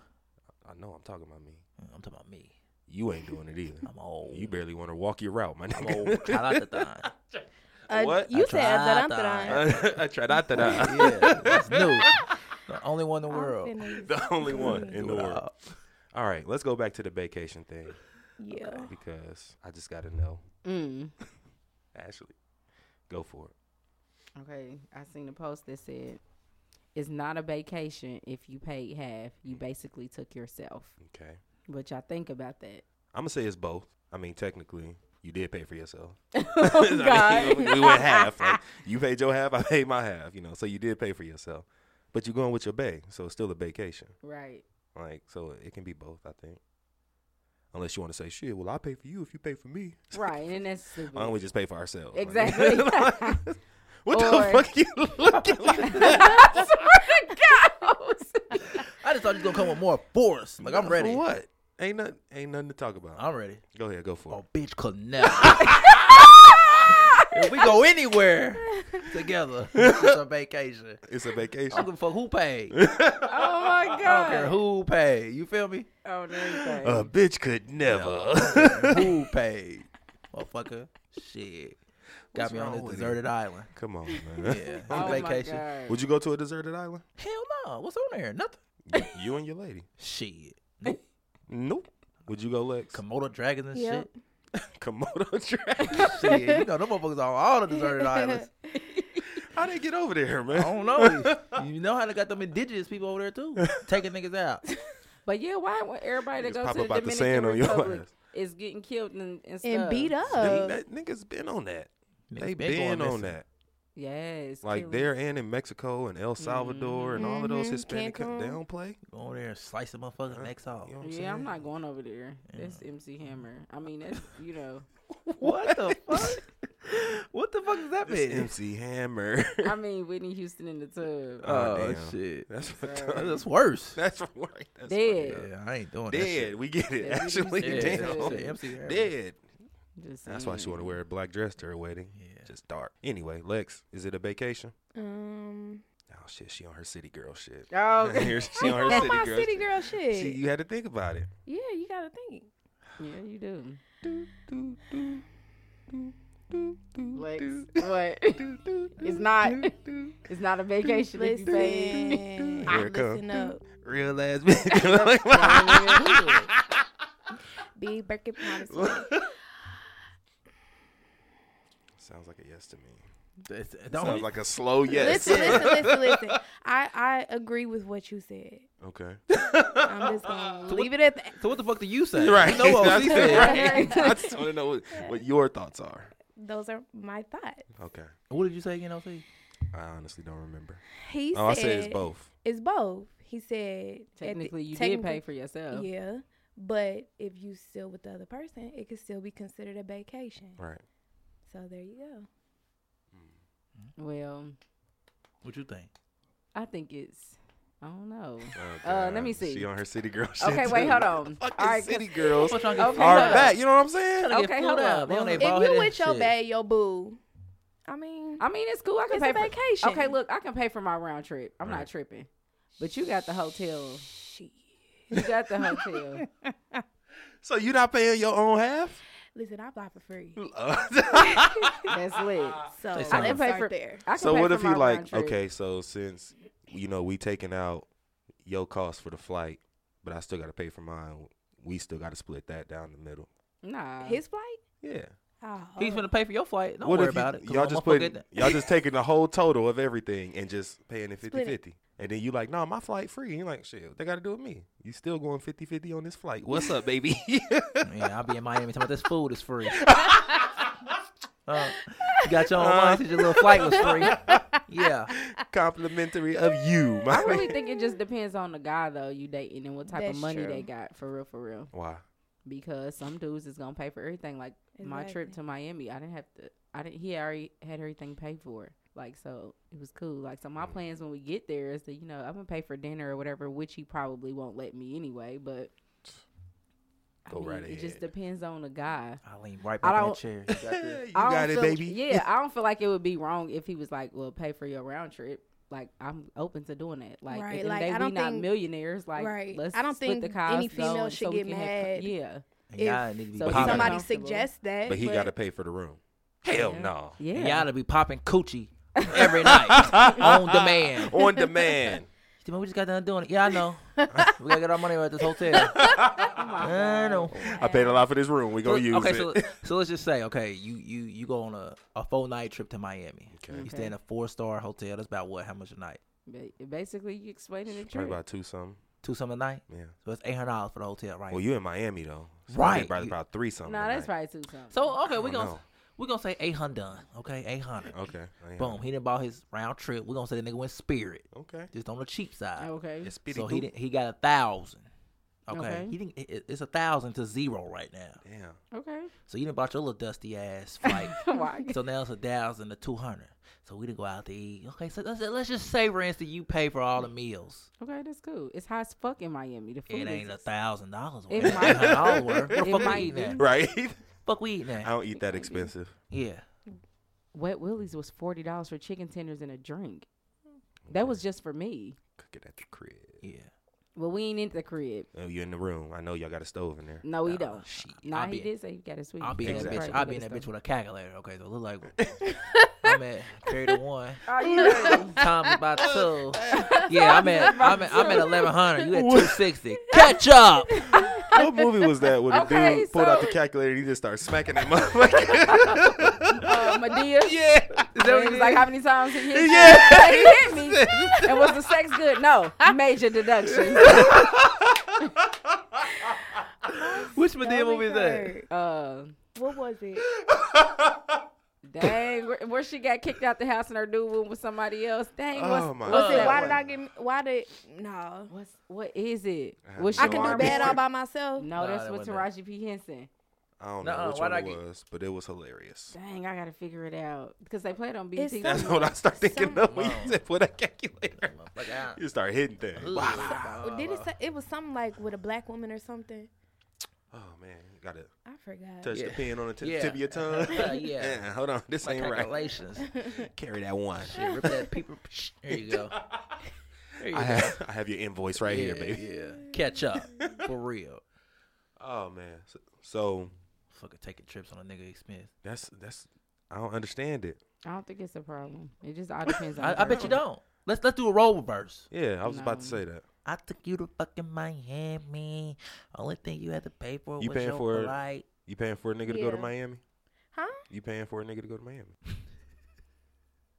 Speaker 2: I know. I'm talking about me.
Speaker 1: I'm talking about me.
Speaker 2: You ain't doing it either.
Speaker 1: I'm old.
Speaker 2: You barely want to walk your route, my
Speaker 1: I'm
Speaker 2: nigga.
Speaker 1: old. Triathlon.
Speaker 5: Uh,
Speaker 2: What?
Speaker 5: You
Speaker 1: I
Speaker 5: said
Speaker 1: tried
Speaker 5: Atalanta.
Speaker 1: that.
Speaker 2: I tried out that.
Speaker 1: yeah, it's new. The only one in the world.
Speaker 2: The only one in the
Speaker 1: Do it
Speaker 2: world.
Speaker 1: all.
Speaker 2: All right, let's go back to the vacation thing
Speaker 5: Yeah.
Speaker 2: because I just got to know.
Speaker 4: Mm.
Speaker 2: Ashley, go for it.
Speaker 4: Okay, I seen a post that said, "It's not a vacation if you paid half. You basically took yourself."
Speaker 2: Okay.
Speaker 4: What y'all think about that?
Speaker 2: I'm going to say it's both. I mean, technically, you did pay for yourself. I
Speaker 4: Oh
Speaker 2: mean,
Speaker 4: God!
Speaker 2: we we went half. Like, you paid your half, I paid my half, you know, so you did pay for yourself. But you're going with your bay, so it's still a vacation.
Speaker 4: right.
Speaker 2: Like, so it can be both, I think. Unless you want to say, shit, well, I pay for you if you pay for me.
Speaker 4: Right, and that's stupid.
Speaker 2: Why don't we just pay for ourselves? Like,
Speaker 4: Exactly.
Speaker 2: what
Speaker 4: Or-
Speaker 2: the fuck you looking like that?
Speaker 4: I swear to God.
Speaker 1: I just thought you was gonna come with more force. Like I'm
Speaker 2: For
Speaker 1: ready.
Speaker 2: what? Ain't nothing. Ain't nothing to talk about.
Speaker 1: I'm ready.
Speaker 2: go ahead. Go for
Speaker 1: Oh,
Speaker 2: it.
Speaker 1: bitch, connect. if we go anywhere together, it's a vacation.
Speaker 2: It's a
Speaker 1: I don't
Speaker 2: vacation.
Speaker 1: give a fuck who paid. I
Speaker 4: Oh my
Speaker 2: Uh,
Speaker 1: don't care
Speaker 4: God!
Speaker 1: who paid. You feel me?
Speaker 4: Oh, there you
Speaker 2: A
Speaker 4: go.
Speaker 2: bitch could never.
Speaker 1: Who paid? Motherfucker. Shit. Got
Speaker 2: What's
Speaker 1: me on
Speaker 2: wrong
Speaker 1: this
Speaker 2: with
Speaker 1: deserted island.
Speaker 2: Come on,
Speaker 1: Yeah.
Speaker 2: man.
Speaker 1: it's a
Speaker 4: Oh
Speaker 1: vacation.
Speaker 4: my God.
Speaker 2: Would you go to a deserted island?
Speaker 1: Hell no. What's on there? Nothing.
Speaker 2: You- you and your lady.
Speaker 1: Shit. Nope.
Speaker 2: Nope. Would you go, Lex?
Speaker 1: Komodo dragons and
Speaker 5: Yep.
Speaker 2: Komodo dragon.
Speaker 1: shit. Shit. You know, them motherfuckers on all the deserted islands.
Speaker 2: How they get over there,
Speaker 1: I
Speaker 2: man?
Speaker 1: don't know. You know how they got them indigenous people over there too, taking niggas out.
Speaker 4: But yeah, why would everybody that
Speaker 2: Niggas
Speaker 4: goes
Speaker 2: pop
Speaker 4: to the
Speaker 2: up out the
Speaker 4: Dominican
Speaker 2: sand on your
Speaker 4: Republic
Speaker 2: ass.
Speaker 4: is getting killed and, and stuff?
Speaker 5: And beat up.
Speaker 2: They- that niggas been on that.
Speaker 1: Niggas
Speaker 2: They
Speaker 1: been going
Speaker 2: been on
Speaker 1: missing.
Speaker 2: that.
Speaker 4: Yes.
Speaker 2: Like
Speaker 4: killing.
Speaker 2: there and in Mexico and El Salvador and all of those
Speaker 4: Mm-hmm.
Speaker 5: Mhm.
Speaker 2: Hispanic
Speaker 5: Cancun.
Speaker 2: countries. They don't play.
Speaker 1: Go over there and slice the motherfucker's
Speaker 2: Uh,
Speaker 1: necks off.
Speaker 2: You know what
Speaker 4: Yeah, I'm
Speaker 2: saying?
Speaker 4: not going over there. That's MC Hammer. I mean, that's you know.
Speaker 1: What the fuck? What the fuck does that
Speaker 2: This
Speaker 1: mean?
Speaker 2: MC Hammer.
Speaker 4: I mean, Whitney Houston in the
Speaker 2: Oh,
Speaker 4: tub.
Speaker 1: Oh,
Speaker 2: damn.
Speaker 1: shit.
Speaker 2: That's what
Speaker 1: That's worse.
Speaker 2: That's right. That's
Speaker 4: Dead.
Speaker 1: Yeah, I ain't doing
Speaker 2: Dead. We get it.
Speaker 4: Yeah, we
Speaker 2: Actually,
Speaker 1: that
Speaker 4: get it.
Speaker 1: shit.
Speaker 4: Dead.
Speaker 1: Yeah,
Speaker 2: damn.
Speaker 1: that shit, MC Hammer.
Speaker 2: Dead.
Speaker 4: Just
Speaker 2: That's why she
Speaker 4: saying.
Speaker 2: want to wear a black dress to her wedding.
Speaker 1: Yeah.
Speaker 2: Just dark. Anyway, Lex, is it a vacation?
Speaker 5: Um,
Speaker 2: Oh shit, she on her city girl shit.
Speaker 4: Oh, okay.
Speaker 2: Here she on her
Speaker 5: on
Speaker 2: city
Speaker 5: my
Speaker 2: girl.
Speaker 5: city
Speaker 2: shit.
Speaker 5: girl shit.
Speaker 2: See, you had to think about it.
Speaker 5: yeah, you gotta think.
Speaker 4: yeah, you do. Lex,
Speaker 2: do,
Speaker 4: what? It's not. It's not a vacation if you pay.
Speaker 5: Listen,
Speaker 2: Here it come.
Speaker 5: listen up.
Speaker 2: Real ass bitch.
Speaker 4: Yeah,
Speaker 5: Big Birkin promise.
Speaker 2: Sounds like a yes to me.
Speaker 1: It's- it
Speaker 3: Sounds
Speaker 1: don't-
Speaker 3: like a slow yes.
Speaker 5: Listen, listen, listen, listen. I, I agree with what you said.
Speaker 2: Okay.
Speaker 5: I'm just gonna leave it at that.
Speaker 1: so what the fuck do you say?
Speaker 2: Right.
Speaker 1: You know what
Speaker 2: That's
Speaker 1: she said.
Speaker 2: right. I just want to know what, what your thoughts are.
Speaker 5: Those are my thoughts.
Speaker 2: Okay.
Speaker 1: What did you say again, LC?
Speaker 2: I honestly don't remember.
Speaker 5: He
Speaker 2: oh, I
Speaker 5: said
Speaker 2: said it's both.
Speaker 5: It's both. He said at the-
Speaker 4: Technically, you did
Speaker 5: technically-
Speaker 4: pay for yourself.
Speaker 5: Yeah, but if you still with the other person, it could still be considered a vacation.
Speaker 2: Right.
Speaker 5: So there you go.
Speaker 4: Well,
Speaker 1: What you think?
Speaker 4: I think it's. I don't know.
Speaker 2: Oh,
Speaker 4: Uh, let
Speaker 2: God.
Speaker 4: me see.
Speaker 2: She on her city girl shit.
Speaker 4: Okay, wait,
Speaker 2: too.
Speaker 4: hold on.
Speaker 2: Fucking
Speaker 4: All right, 'cause-
Speaker 2: city girls
Speaker 1: What y'all get
Speaker 4: Okay,
Speaker 1: fooled
Speaker 2: are
Speaker 4: hold
Speaker 1: up?
Speaker 4: up.
Speaker 2: back. You know what I'm saying?
Speaker 1: Tryna get
Speaker 4: Okay,
Speaker 1: fooled
Speaker 4: hold up.
Speaker 1: They on their
Speaker 4: If
Speaker 1: bald
Speaker 5: if
Speaker 1: head
Speaker 5: you with
Speaker 1: ass
Speaker 5: your
Speaker 1: shit.
Speaker 5: bae, your boo, I mean,
Speaker 4: I mean, it's cool. I can
Speaker 5: It's a
Speaker 4: pay
Speaker 5: vacation.
Speaker 4: For, okay, look, I can pay for my round trip. I'm not
Speaker 2: Right.
Speaker 4: tripping. But you got the hotel.
Speaker 5: shit.
Speaker 4: You got the hotel.
Speaker 2: So you not paying your own half?
Speaker 5: Listen, I fly for free.
Speaker 4: That's lit.
Speaker 5: So
Speaker 1: They
Speaker 5: let's
Speaker 1: sound-
Speaker 4: I can pay
Speaker 5: start
Speaker 4: for.
Speaker 5: there.
Speaker 4: I can
Speaker 2: so
Speaker 4: pay
Speaker 2: what
Speaker 4: for
Speaker 2: if he
Speaker 4: my round
Speaker 2: like,
Speaker 4: trip.
Speaker 2: okay, so since you know we taking out your cost for the flight, but I still got to pay for mine. We still got to split that down the middle.
Speaker 4: Nah.
Speaker 5: His flight?
Speaker 2: Yeah.
Speaker 5: Oh,
Speaker 1: He's gonna pay for your flight. Don't
Speaker 2: What
Speaker 1: worry
Speaker 2: if you-
Speaker 1: about it. 'cause
Speaker 2: Y'all
Speaker 1: I'm
Speaker 2: just
Speaker 1: gonna
Speaker 2: putting,
Speaker 1: forget
Speaker 2: y'all just taking the whole total of everything and just paying it 50
Speaker 5: Split it.
Speaker 2: 50. And then you like, no, my flight free. And you're like, shit, what they got to do with me. You still going 50 50 on this flight. What's up, baby?
Speaker 1: that. yeah, I'll be in Miami. Talking about this food is free. Uh, you got your own money since your little flight was free. Yeah,
Speaker 2: Complimentary of you. My
Speaker 4: I really think it just depends on the guy though you dating and what type
Speaker 5: That's
Speaker 4: of money
Speaker 5: true.
Speaker 4: they got for real, for real.
Speaker 2: Why?
Speaker 4: Because some dudes is gonna pay for everything. Like my trip
Speaker 5: Exactly.
Speaker 4: to Miami, I didn't have to. I didn't. He already had everything paid for. Like so, it was cool. Like so, my
Speaker 2: Mm.
Speaker 4: plans when we get there is that you know I'm gonna pay for dinner or whatever, which he probably won't let me anyway. But I
Speaker 2: Go
Speaker 4: mean,
Speaker 2: right
Speaker 4: it just
Speaker 2: ahead.
Speaker 4: depends on the guy.
Speaker 1: I lean right
Speaker 4: I
Speaker 1: back in
Speaker 4: don't-
Speaker 1: that chair. You got this.
Speaker 2: you
Speaker 4: I
Speaker 2: got
Speaker 4: don't
Speaker 2: it,
Speaker 4: feel-
Speaker 2: baby.
Speaker 4: Yeah, I don't feel like it would be wrong if he was like, "Well, pay for your round trip." Like I'm open to doing that. Like,
Speaker 5: Right,
Speaker 4: at the
Speaker 5: like,
Speaker 4: end of the
Speaker 5: I
Speaker 4: day, we
Speaker 5: don't
Speaker 4: not
Speaker 5: think-
Speaker 4: millionaires. Like,
Speaker 5: right.
Speaker 4: let's
Speaker 5: I don't
Speaker 4: split the
Speaker 5: think any
Speaker 4: cost,
Speaker 5: female
Speaker 4: though,
Speaker 5: should
Speaker 4: so we
Speaker 5: get
Speaker 4: can have-
Speaker 5: mad
Speaker 4: yeah,
Speaker 1: And
Speaker 5: If
Speaker 1: y'all need to be
Speaker 4: so-
Speaker 1: popping.
Speaker 5: Somebody
Speaker 4: Comfortable.
Speaker 5: suggests that,
Speaker 2: But he got to pay for the room. Hell no.
Speaker 1: And
Speaker 4: yeah.
Speaker 1: Y'all to be popping coochie every night on demand.
Speaker 2: On demand.
Speaker 1: See, man, we just got done doing it. Yeah, I know. we gotta get our money right at this hotel.
Speaker 2: Oh
Speaker 1: I know.
Speaker 2: I paid a lot for this room. We gonna use
Speaker 1: okay,
Speaker 2: it.
Speaker 1: so so let's just say, okay, you you you go on a, a four night trip to Miami.
Speaker 2: Okay.
Speaker 1: You stay in a four star hotel. That's about what? How much a night?
Speaker 4: Ba- Basically, you explaining the
Speaker 2: Probably
Speaker 4: trip.
Speaker 2: about two something.
Speaker 1: Two something a night.
Speaker 2: Yeah.
Speaker 1: So it's eight hundred dollars for the hotel, right?
Speaker 2: Well, you in Miami though. So
Speaker 1: Right.
Speaker 2: I think Probably about three something.
Speaker 4: nah, that's
Speaker 2: right.
Speaker 4: probably too something.
Speaker 1: so okay, we
Speaker 2: don't
Speaker 1: gonna
Speaker 2: know.
Speaker 1: we gonna say eight hundred. Okay, eight hundred.
Speaker 2: Okay. I ain't-
Speaker 1: Boom. He didn't bought his round trip. We are gonna say the nigga went Spirit,
Speaker 2: Okay.
Speaker 1: just on the cheap side.
Speaker 4: okay.
Speaker 1: So he didn't, he got a thousand. Okay.
Speaker 4: Okay.
Speaker 1: He didn't. it- It's a thousand to zero right now.
Speaker 2: Damn.
Speaker 4: Okay.
Speaker 1: So you didn't bought your little dusty ass flight.
Speaker 4: Why?
Speaker 1: so now it's a thousand to two hundred. So we didn't go out to eat. Okay. So let's, let's just say, for instance, you pay for all the meals.
Speaker 4: Okay, that's cool. It's hot as fuck in Miami. The food
Speaker 1: It ain't a
Speaker 4: is
Speaker 1: thousand dollars
Speaker 4: It
Speaker 1: worth. It's
Speaker 4: might-
Speaker 1: $800 worth. What the
Speaker 4: it
Speaker 1: fuck we
Speaker 4: might
Speaker 1: eating at?
Speaker 4: be.
Speaker 2: Right.
Speaker 1: Fuck we eating
Speaker 2: I
Speaker 1: at?
Speaker 2: don't eat that expensive.
Speaker 1: Yeah.
Speaker 4: Wet Willie's was forty dollars for chicken tenders and a drink. That was just for me.
Speaker 2: Cook it at the crib.
Speaker 1: Yeah.
Speaker 4: Well, we ain't into the crib.
Speaker 2: Oh, you in the room. I know y'all got a stove in there.
Speaker 4: No, we
Speaker 1: Oh,
Speaker 4: don't.
Speaker 1: shit.
Speaker 4: Nah,
Speaker 1: I'll
Speaker 4: he
Speaker 1: be-
Speaker 4: did say you got a sweet.
Speaker 1: I'll be in that
Speaker 2: Exactly.
Speaker 1: bitch.
Speaker 2: Right,
Speaker 1: I'll be in that bitch with a calculator. Okay, so it look like I'm at carry the one.
Speaker 4: Are you
Speaker 1: Times by two. Yeah, I'm at I'm at, I'm at eleven hundred. You at two sixty. Catch up.
Speaker 2: what movie was that when the
Speaker 4: Okay,
Speaker 2: dude pulled out the
Speaker 4: so-
Speaker 2: calculator and he just started smacking that motherfucker?
Speaker 4: uh, Medea?
Speaker 2: yeah.
Speaker 4: And he was like, how many times he hit you?
Speaker 2: Yeah.
Speaker 4: He hit me. And was the sex good? No. Major deduction.
Speaker 1: Which Medea movie is that?
Speaker 5: Hurt.
Speaker 4: Uh,
Speaker 5: What was it?
Speaker 4: dang. Where, where she got kicked out the house and her dude went with somebody else. Dang. What's,
Speaker 2: Oh, my
Speaker 4: what's
Speaker 5: Was it
Speaker 4: that
Speaker 5: why
Speaker 4: one?
Speaker 5: did I get? Why did no?
Speaker 4: What's, what is it?
Speaker 2: I have
Speaker 4: What's
Speaker 2: no
Speaker 5: I
Speaker 4: your
Speaker 5: can do
Speaker 4: arm
Speaker 5: bad
Speaker 4: for?
Speaker 5: all by myself.
Speaker 4: No,
Speaker 1: Nah,
Speaker 4: that's
Speaker 1: that
Speaker 4: with
Speaker 1: wasn't
Speaker 4: Taraji P. Henson.
Speaker 2: I don't know
Speaker 1: Nuh-uh,
Speaker 2: which one
Speaker 1: why'd I
Speaker 2: it
Speaker 1: get-
Speaker 2: was, but it was hilarious.
Speaker 4: Dang, I gotta figure it out because they played on
Speaker 5: It's
Speaker 4: BT.
Speaker 2: That's what I start thinking of when you
Speaker 1: Wow.
Speaker 2: said put a calculator.
Speaker 1: Like, ah.
Speaker 2: You start hitting things.
Speaker 1: Ooh.
Speaker 2: Wow.
Speaker 5: Or Did it? Say, it was something like with a black woman or something.
Speaker 2: Oh man, you gotta
Speaker 5: I forgot.
Speaker 2: touch the
Speaker 1: Yeah.
Speaker 2: pen on the tip,
Speaker 1: Yeah.
Speaker 2: tip of your tongue.
Speaker 1: Yeah, yeah.
Speaker 2: Hold on, this
Speaker 1: My
Speaker 2: ain't right.
Speaker 1: calculations.
Speaker 2: Carry that one.
Speaker 1: Shit, rip that paper. There you go. There you
Speaker 2: I
Speaker 1: go.
Speaker 2: have, I have your invoice right here,
Speaker 1: Yeah,
Speaker 2: baby.
Speaker 1: Yeah. Catch up. For real.
Speaker 2: Oh man, so, so
Speaker 1: Fucking taking trips on a nigga expense.
Speaker 2: that's that's I don't understand it.
Speaker 4: I don't think it's a problem. It just all depends on.
Speaker 1: I,
Speaker 4: the
Speaker 1: I bet you
Speaker 4: person.
Speaker 1: don't. Let's let's do a role reverse.
Speaker 2: Yeah, I was about to
Speaker 4: No.
Speaker 2: say that.
Speaker 1: I took you to fucking Miami. Only thing you had to pay for
Speaker 2: You
Speaker 1: was
Speaker 2: paying
Speaker 1: your
Speaker 2: for it?
Speaker 1: flight.
Speaker 2: You paying for a nigga to go to
Speaker 5: Yeah.
Speaker 2: Miami?
Speaker 5: Huh?
Speaker 2: You paying for a nigga to go to Miami?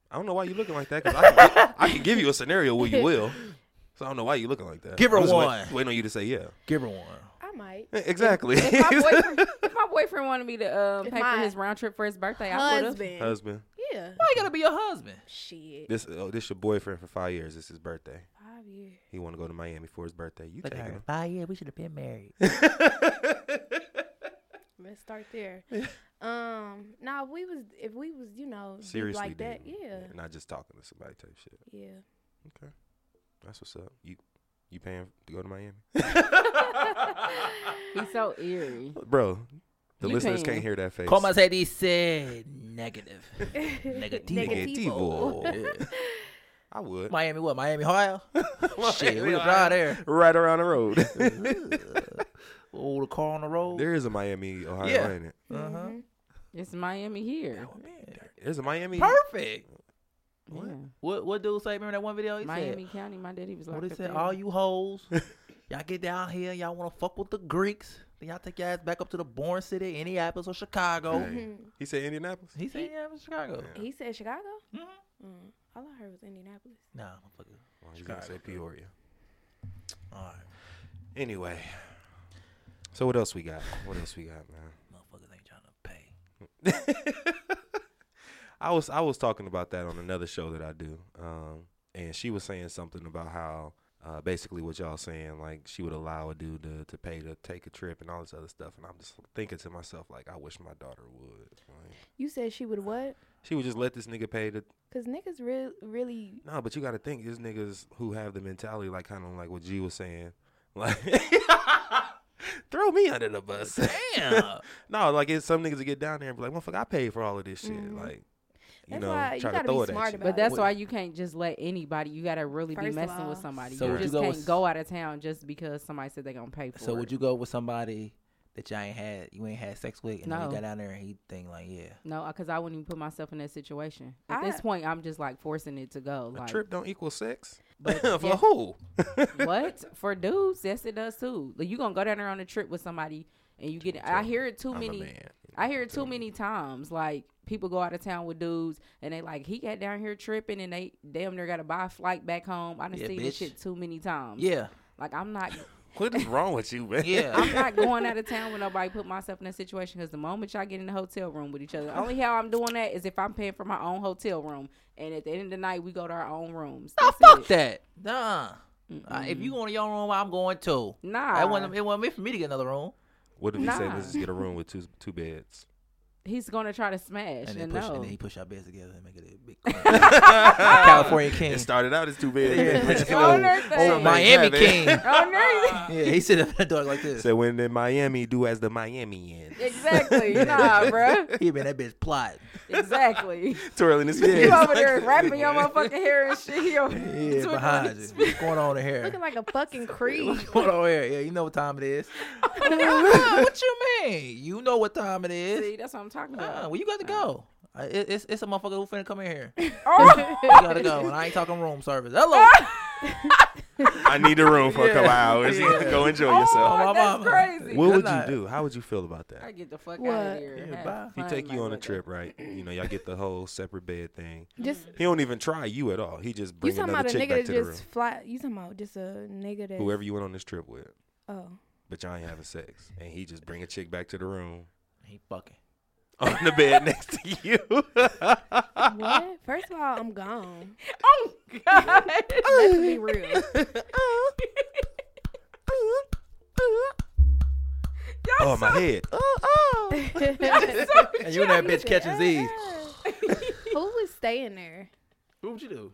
Speaker 2: I don't know why you looking like that. Cause I, can gi- I can give you a scenario where you will. So I don't know why you looking like that.
Speaker 1: Give her
Speaker 2: I'm just wait-
Speaker 1: one.
Speaker 2: waiting on you to say yeah.
Speaker 1: Give her one.
Speaker 5: I might.
Speaker 2: Eh, Exactly.
Speaker 4: If my boyfriend, if my boyfriend wanted me to um,
Speaker 5: If
Speaker 4: pay for
Speaker 5: my
Speaker 4: his round trip for his birthday, I would have.
Speaker 5: Husband.
Speaker 2: Husband,
Speaker 5: Yeah.
Speaker 1: Why you gotta be your husband?
Speaker 5: Shit.
Speaker 2: this oh, this your boyfriend for five years. It's his birthday.
Speaker 5: Five years.
Speaker 2: He want to go to Miami for his birthday. You
Speaker 1: Look at
Speaker 2: taking
Speaker 1: her.
Speaker 2: him?
Speaker 1: Five years. We should have been married.
Speaker 5: Let's start there. um, nah, we was if we was you know deep
Speaker 2: Seriously,
Speaker 5: like that,
Speaker 2: dating.
Speaker 5: yeah,
Speaker 2: Not just talking to somebody type shit.
Speaker 5: yeah.
Speaker 2: Okay, that's what's up. You you paying to go to Miami,
Speaker 4: He's so eerie.
Speaker 2: bro? The
Speaker 4: You
Speaker 2: listeners
Speaker 4: paying.
Speaker 2: can't hear that face.
Speaker 1: Como se dice? Negative. Negativo.
Speaker 5: Negative.
Speaker 2: Negativo. I would.
Speaker 1: Miami, what? Miami, Ohio? Shit,
Speaker 2: Miami,
Speaker 1: we could drive
Speaker 2: Ohio.
Speaker 1: there.
Speaker 2: Right around the road.
Speaker 1: Ugh. Oh, the car on the road.
Speaker 2: there is a Miami, Ohio,
Speaker 1: Yeah.
Speaker 2: ain't it?
Speaker 1: Uh-huh.
Speaker 5: Mm-hmm.
Speaker 4: It's Miami here.
Speaker 2: There's a Miami.
Speaker 1: Perfect.
Speaker 2: What?
Speaker 4: Yeah.
Speaker 1: What what dude say? Remember that one video? He
Speaker 4: Miami
Speaker 1: Said,
Speaker 4: County, my daddy was like,
Speaker 1: what he said? All you hoes, y'all get down here. Y'all want to fuck with the Greeks. Then y'all take your ass back up to the born city, Indianapolis or Chicago.
Speaker 2: Hey. He said Indianapolis.
Speaker 1: He oh, said, yeah, it was Chicago.
Speaker 5: Mm-hmm. He said Chicago.
Speaker 1: Mhm.
Speaker 5: Mm, all I heard was Indianapolis.
Speaker 1: Nah, motherfucker.
Speaker 2: Well, he's gonna say Peoria.
Speaker 1: All right.
Speaker 2: Anyway. So what else we got? What else we got, man?
Speaker 1: Motherfuckers ain't trying to pay.
Speaker 2: I was I was talking about that on another show that I do, um, and she was saying something about how uh, basically what y'all saying, like she would allow a dude to, to pay to take a trip and all this other stuff, and I'm just thinking to myself like I wish my daughter would. Like,
Speaker 5: You said she would what?
Speaker 2: she would just let this nigga pay the
Speaker 5: Cause niggas real really
Speaker 2: no, but you got to think there's niggas who have the mentality like kind of like what G was saying, like throw me under the bus.
Speaker 1: Damn.
Speaker 2: no, like it's some niggas that get down there and be like, motherfucker, I paid for all of this shit.
Speaker 4: Mm-hmm.
Speaker 2: Like, you
Speaker 5: That's
Speaker 2: know,
Speaker 5: why you
Speaker 2: try to
Speaker 5: gotta be
Speaker 2: throw it
Speaker 5: smart
Speaker 2: at you.
Speaker 5: about
Speaker 4: But that's
Speaker 1: What-
Speaker 4: why you can't just let anybody. You gotta really be
Speaker 5: First of
Speaker 4: messing with
Speaker 5: all.
Speaker 4: somebody.
Speaker 1: So
Speaker 4: you
Speaker 1: would you
Speaker 4: just
Speaker 1: go
Speaker 4: can't
Speaker 1: with-
Speaker 4: go out of town just because somebody said they're gonna pay for
Speaker 1: so
Speaker 4: it.
Speaker 1: would you go with somebody that y'all ain't had, you ain't had sex with, and then
Speaker 4: No.
Speaker 1: you got down there and he think like, yeah.
Speaker 4: No, because I wouldn't even put myself in that situation. At
Speaker 5: I-
Speaker 4: this point, I'm just like forcing it to go.
Speaker 2: A
Speaker 4: Like
Speaker 2: trip don't equal sex.
Speaker 4: But-
Speaker 2: for
Speaker 4: yeah.
Speaker 2: who?
Speaker 4: what for dudes? Yes, it does too. Like you gonna go down there on a trip with somebody and you get. I hear it too
Speaker 2: I'm a
Speaker 4: many.
Speaker 2: man.
Speaker 4: I hear it too many times. Like people go out of town with dudes and they like he got down here tripping and they damn near got to buy a flight back home. I done
Speaker 1: Yeah,
Speaker 4: seen this
Speaker 1: bitch.
Speaker 4: shit too many times.
Speaker 1: Yeah.
Speaker 4: Like I'm not.
Speaker 2: What is wrong with you, man?
Speaker 1: Yeah.
Speaker 4: I'm not going out of town with nobody. Put myself in that situation because the moment y'all get in the hotel room with each other, only how I'm doing that is if I'm paying for my own hotel room, and at the end of the night we go to our own rooms.
Speaker 1: Nah,
Speaker 4: That's
Speaker 1: Oh, fuck
Speaker 4: it.
Speaker 1: that. Nah. Uh, if you going to your room, I'm going too.
Speaker 4: Nah,
Speaker 1: It wasn't, it wasn't meant for me to get another room.
Speaker 2: What if he say
Speaker 4: Nah.
Speaker 2: let's just get a room with two two beds?
Speaker 4: he's gonna try to smash
Speaker 1: And then,
Speaker 4: and,
Speaker 1: push,
Speaker 4: no.
Speaker 1: and then he push our beds together and make it a big California King.
Speaker 2: It started out as two
Speaker 1: Yeah.
Speaker 2: beds.
Speaker 4: On their thing.
Speaker 1: Oh, Miami
Speaker 2: Have it.
Speaker 1: King.
Speaker 4: Oh, no.
Speaker 1: yeah, he sit up in the dark like this.
Speaker 2: So when in Miami, do as the Miamians.
Speaker 4: exactly. Nah, bruh.
Speaker 1: He been that bitch plot.
Speaker 4: Exactly.
Speaker 2: Twirling his
Speaker 4: You
Speaker 2: fingers.
Speaker 4: over there wrapping your motherfucking hair and shit. He over
Speaker 1: Yeah, behind you. What's going on in here?
Speaker 5: looking like a fucking creep.
Speaker 1: What's going on here? Yeah, you know what time it is. what you mean? You know what time it
Speaker 4: See,
Speaker 1: is.
Speaker 4: that's what I'm talking
Speaker 1: Uh,
Speaker 4: about.
Speaker 1: well, you got to go. Uh, it- it's, it's a motherfucker who finna come in here. You
Speaker 4: Oh.
Speaker 1: gotta go, and I ain't talking room service. Hello,
Speaker 2: I need a room for a couple hours.
Speaker 1: Yeah.
Speaker 2: Go enjoy
Speaker 1: Oh,
Speaker 2: yourself.
Speaker 1: my
Speaker 4: that's
Speaker 1: mama.
Speaker 4: crazy.
Speaker 2: What
Speaker 1: good
Speaker 2: would you
Speaker 1: night.
Speaker 2: do? How would you feel about
Speaker 4: I
Speaker 2: that?
Speaker 4: get the fuck
Speaker 5: What?
Speaker 4: out of here.
Speaker 1: Yeah,
Speaker 4: Have
Speaker 1: bye.
Speaker 2: He
Speaker 4: fun,
Speaker 2: take
Speaker 4: my
Speaker 2: you on a
Speaker 4: nigga.
Speaker 2: trip, right? You know, y'all get the whole separate bed thing.
Speaker 5: just
Speaker 2: He don't even try you at all. He just
Speaker 5: you
Speaker 2: bring
Speaker 5: talking
Speaker 2: another
Speaker 5: about a
Speaker 2: chick
Speaker 5: nigga
Speaker 2: back
Speaker 5: that
Speaker 2: to the room.
Speaker 5: just fly? You talking about just a nigga that
Speaker 2: Whoever you went on this trip with,
Speaker 5: Oh,
Speaker 2: but y'all ain't having sex, and he just bring a chick back to the room
Speaker 1: He fucking.
Speaker 2: on the bed next to you.
Speaker 5: what? First of all, I'm gone.
Speaker 4: Oh God!
Speaker 5: Let's be real.
Speaker 2: oh my head!
Speaker 1: And you and that bitch catching Z's.
Speaker 5: Who was staying there?
Speaker 1: What would you do?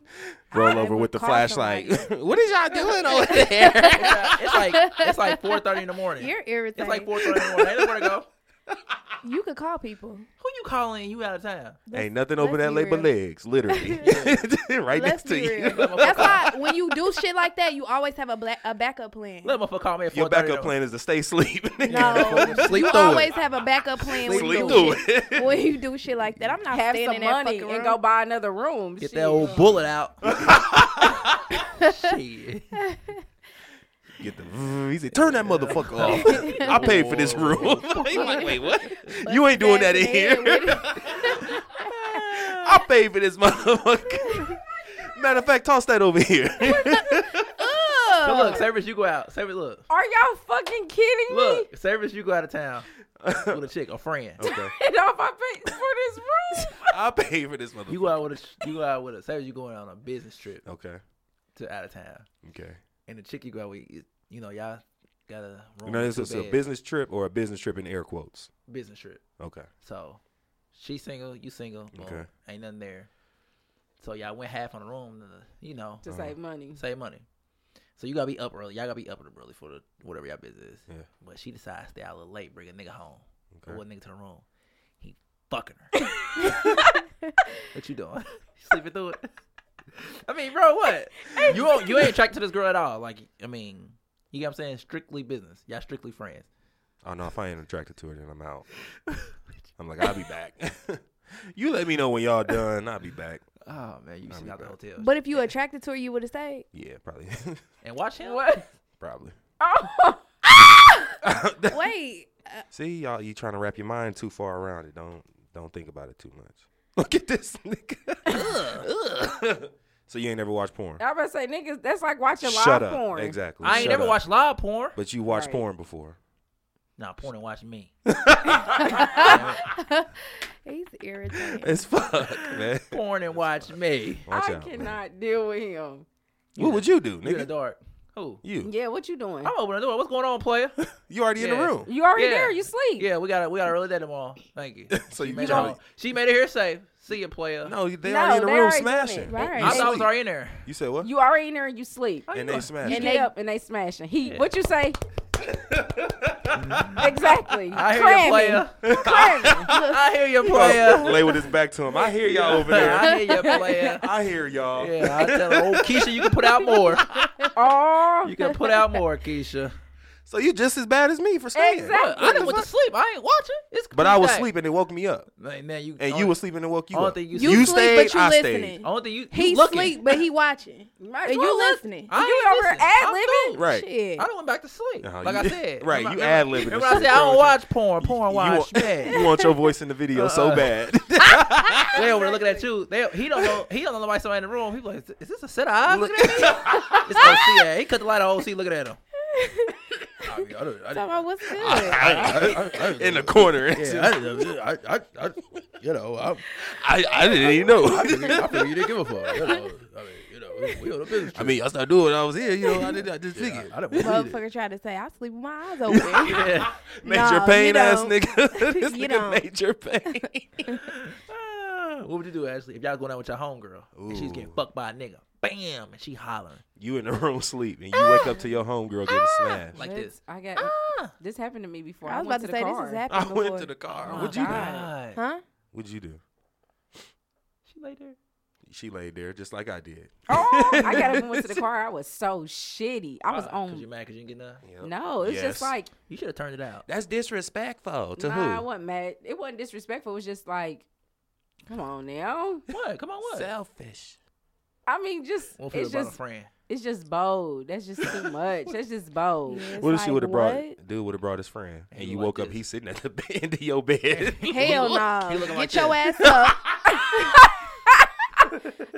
Speaker 2: Roll
Speaker 5: I
Speaker 2: over
Speaker 5: would
Speaker 2: with the
Speaker 5: call
Speaker 2: flashlight. what is y'all doing over there?
Speaker 1: It's like it's like four thirty in the morning.
Speaker 5: You're
Speaker 1: it's
Speaker 5: irritating.
Speaker 1: like four thirty in the morning. Ain't nowhere to go.
Speaker 5: you could call people.
Speaker 1: Who you calling? You out of town?
Speaker 2: Ain't nothing over
Speaker 5: let's
Speaker 2: that
Speaker 5: be
Speaker 2: late but
Speaker 5: real.
Speaker 2: legs, literally, right
Speaker 5: Let's
Speaker 2: next to
Speaker 5: be real.
Speaker 2: you.
Speaker 5: That's why when you do shit like that, you always have a black, a backup plan.
Speaker 1: Let motherfucker call me at
Speaker 2: Your
Speaker 1: four thirty.
Speaker 2: backup plan is to stay asleep.
Speaker 5: no,
Speaker 1: Sleep
Speaker 5: you
Speaker 1: through it.
Speaker 5: always have a backup plan when
Speaker 2: Sleep
Speaker 5: you,
Speaker 2: through
Speaker 5: do
Speaker 2: it.
Speaker 5: shit, when you do shit like that. I'm not
Speaker 4: Have
Speaker 5: staying
Speaker 4: some
Speaker 5: in that
Speaker 4: money
Speaker 5: fucking room.
Speaker 4: and go buy another room.
Speaker 1: Get
Speaker 4: Shit.
Speaker 1: that old bullet out. Shit.
Speaker 2: Get the. He said, "Turn that motherfucker off." I paid for this room. He like, wait, what? you ain't doing that in here. I paid for this motherfucker. Matter of fact, toss that over here.
Speaker 1: So look, service, you go out. Service, look.
Speaker 4: Are y'all fucking kidding me?
Speaker 1: Look, service, you go out of town with a chick, a friend.
Speaker 2: okay,
Speaker 4: And all my pay for this room.
Speaker 2: I paid for this motherfucker.
Speaker 1: You go out with a, you go out with a service. You going out on a business trip
Speaker 2: Okay,
Speaker 1: to out of town,
Speaker 2: okay.
Speaker 1: and the chick you go out with, is- you know, y'all got a room
Speaker 2: You know,
Speaker 1: with
Speaker 2: this is
Speaker 1: two
Speaker 2: a
Speaker 1: beds.
Speaker 2: business trip or a business trip in air quotes.
Speaker 1: business trip.
Speaker 2: Okay,
Speaker 1: So she single, you single. Boom.
Speaker 2: Okay.
Speaker 1: Ain't nothing there. So y'all went half on the room, uh, you know,
Speaker 4: To save money.
Speaker 1: save money. So you gotta be up early. Y'all gotta be up early for the whatever y'all business is.
Speaker 2: Yeah.
Speaker 1: But she decides to stay out a little late, bring a nigga home.
Speaker 2: Okay.
Speaker 1: Okay. What nigga to the room? He fucking her. what you doing? Sleeping through it. I mean, bro, what? you ain't- you ain't attracted to this girl at all. Like, I mean, you know what I'm saying? Strictly business. Y'all strictly friends. Oh,
Speaker 2: Oh no, if I ain't attracted to her, then I'm out. I'm like, I'll be back. you let me know when y'all done. I'll be back.
Speaker 1: Oh man, you
Speaker 2: I'll
Speaker 1: see
Speaker 2: be
Speaker 1: out the
Speaker 2: back.
Speaker 1: hotel.
Speaker 5: But if you attracted to her, you would have stayed.
Speaker 2: Yeah, probably.
Speaker 1: and watch him.
Speaker 4: What?
Speaker 2: probably.
Speaker 4: Oh,
Speaker 5: Wait, uh,
Speaker 2: See, y'all, you trying to wrap your mind too far around it. Don't don't think about it too much. Look at this nigga. so you ain't never watched porn?
Speaker 4: I about to say niggas. That's like watching
Speaker 2: Shut
Speaker 4: live
Speaker 2: up.
Speaker 4: porn.
Speaker 2: Exactly.
Speaker 1: I ain't
Speaker 2: Shut
Speaker 1: never
Speaker 2: up.
Speaker 1: watched live porn.
Speaker 2: But you watched
Speaker 4: Right.
Speaker 2: porn before.
Speaker 1: Nah, porn and watch me.
Speaker 5: he's irritating.
Speaker 2: It's fuck, man.
Speaker 1: porn and watch me.
Speaker 2: Watch
Speaker 4: I
Speaker 2: out, man.
Speaker 4: cannot deal with him.
Speaker 2: What would you do,
Speaker 1: You in the
Speaker 2: nigga?
Speaker 1: dark. Who?
Speaker 2: You.
Speaker 4: Yeah, what you doing?
Speaker 1: I'm opening the door. What's going on, player?
Speaker 2: You already in the
Speaker 1: Yeah.
Speaker 2: room.
Speaker 4: Oh, You already
Speaker 1: Yeah.
Speaker 4: there? You sleep?
Speaker 1: yeah, we got a, we got a early day tomorrow. Thank you.
Speaker 2: So
Speaker 1: she,
Speaker 2: you
Speaker 1: made it
Speaker 2: tryna-
Speaker 1: home. she made it here safe. See you, player.
Speaker 2: No, they
Speaker 4: No,
Speaker 2: already in the
Speaker 4: they
Speaker 2: room
Speaker 4: already done it.
Speaker 2: smashing.
Speaker 1: I
Speaker 5: Right.
Speaker 2: You
Speaker 1: thought I was
Speaker 2: sleep.
Speaker 1: already in there.
Speaker 2: You said what?
Speaker 4: You already in there and you sleep.
Speaker 2: and they smashing.
Speaker 4: You get up and they smashing. He,
Speaker 1: Yeah.
Speaker 4: what you say? exactly.
Speaker 1: I hear you,
Speaker 4: Cramming.
Speaker 1: player.
Speaker 4: Cramming.
Speaker 1: I hear you,
Speaker 2: Oh,
Speaker 1: player.
Speaker 2: Lay with his back to him. I hear y'all over there.
Speaker 1: I hear you, player.
Speaker 2: I hear y'all.
Speaker 1: Yeah, I tell her, oh, Keisha, you can put out more.
Speaker 4: Oh,
Speaker 1: You can put out more, Keisha.
Speaker 2: So you just as bad as me for staying.
Speaker 4: Exactly.
Speaker 1: I just went to sleep. I ain't watching. It's
Speaker 2: But I was
Speaker 1: Tuesday.
Speaker 2: sleeping and it woke me up.
Speaker 1: Man, man, you
Speaker 2: And
Speaker 1: only-
Speaker 2: you were sleeping and woke you
Speaker 1: only
Speaker 2: up.
Speaker 1: thing you
Speaker 5: You,
Speaker 1: you
Speaker 5: sleep,
Speaker 2: stayed,
Speaker 5: but you
Speaker 2: I stayed.
Speaker 5: listening.
Speaker 1: only thing Oh, you
Speaker 5: He
Speaker 1: you looking.
Speaker 5: sleep, but he watching.
Speaker 4: Might
Speaker 5: Are
Speaker 4: as
Speaker 5: you
Speaker 4: well listen.
Speaker 5: listening?
Speaker 1: I
Speaker 4: You
Speaker 1: ain't
Speaker 4: over
Speaker 1: listening.
Speaker 4: ad
Speaker 1: I'm
Speaker 4: libbing?
Speaker 1: through.
Speaker 2: Right.
Speaker 5: Shit.
Speaker 1: I done went back to sleep.
Speaker 2: Uh-huh,
Speaker 1: like
Speaker 2: you-
Speaker 1: I said.
Speaker 2: right,
Speaker 1: Remember-
Speaker 2: you ad-libbing
Speaker 1: Remember,
Speaker 2: this
Speaker 1: I said
Speaker 2: shit,
Speaker 1: I don't
Speaker 2: bro.
Speaker 1: watch porn. Porn watch
Speaker 2: you, want, you
Speaker 1: me.
Speaker 2: want your voice in the video so
Speaker 1: Uh-uh.
Speaker 2: bad.
Speaker 1: They over there looking at you. They, he don't know. He don't know why somebody in the room. He like, is this a set of eyes looking at me? it's OCA. He cut the light on OC looking at him. I mean, I don't- I didn't-
Speaker 5: Talking about what's good.
Speaker 2: in the corner.
Speaker 1: yeah, I didn't- I- I- I- you know, I'm-
Speaker 2: I, I didn't even know.
Speaker 1: I figured you didn't give a fuck. You know, I mean, you know, we- we on a business
Speaker 2: I mean, I started doing it when I was here. You know, I didn't. I just figured.
Speaker 1: I didn't believe it.
Speaker 5: Motherfucker tried to say I sleep with my eyes open.
Speaker 1: Yeah.
Speaker 2: Major
Speaker 5: you
Speaker 2: pain ass
Speaker 5: don't.
Speaker 2: nigga. this
Speaker 5: You
Speaker 2: nigga
Speaker 5: don't.
Speaker 2: major pain.
Speaker 1: Ah, What would you do, Ashley, if y'all going out with your homegirl and she's getting
Speaker 2: Ooh.
Speaker 1: fucked by a nigga? Bam, and she hollering
Speaker 2: You in the room sleep and you wake up to your homegirl
Speaker 4: Ah,
Speaker 2: getting smashed.
Speaker 1: like
Speaker 4: That's-
Speaker 1: this.
Speaker 4: I got
Speaker 1: Oh
Speaker 4: this happened to me before.
Speaker 5: Ah. I was
Speaker 4: went
Speaker 5: about to
Speaker 4: the
Speaker 5: say
Speaker 4: car.
Speaker 5: this has happened
Speaker 2: I
Speaker 5: before.
Speaker 2: went to the car.
Speaker 1: Oh,
Speaker 2: What'd you do?
Speaker 1: God.
Speaker 5: Huh?
Speaker 2: What'd you do?
Speaker 1: She lay there.
Speaker 2: She laid there just like I did.
Speaker 4: Oh, I got up and went to the car. I was so shitty. I was
Speaker 1: Why? Ah, 'Cause you
Speaker 4: on.
Speaker 1: mad because you didn't get nothing?
Speaker 2: Yep.
Speaker 4: No, it's
Speaker 2: Yes.
Speaker 4: just like
Speaker 1: You should have turned it out.
Speaker 2: that's disrespectful to
Speaker 4: nah, I
Speaker 2: who?
Speaker 4: wasn't mad. It wasn't disrespectful. It was just like, come on now.
Speaker 1: What? Come on, what?
Speaker 2: Selfish.
Speaker 4: I mean, just
Speaker 1: One for
Speaker 4: it's
Speaker 1: the bottom
Speaker 4: just
Speaker 1: friend.
Speaker 4: it's just bold. That's just too much. That's just bold.
Speaker 5: Yeah, it's
Speaker 2: What if she
Speaker 5: like,
Speaker 2: would have brought
Speaker 5: what?
Speaker 2: dude would have brought his friend and,
Speaker 1: he
Speaker 2: you
Speaker 1: like
Speaker 2: woke up
Speaker 1: this.
Speaker 2: he's sitting at the end of your bed.
Speaker 5: Hell nah.
Speaker 1: He looking like
Speaker 5: Get your
Speaker 1: this.
Speaker 5: ass up.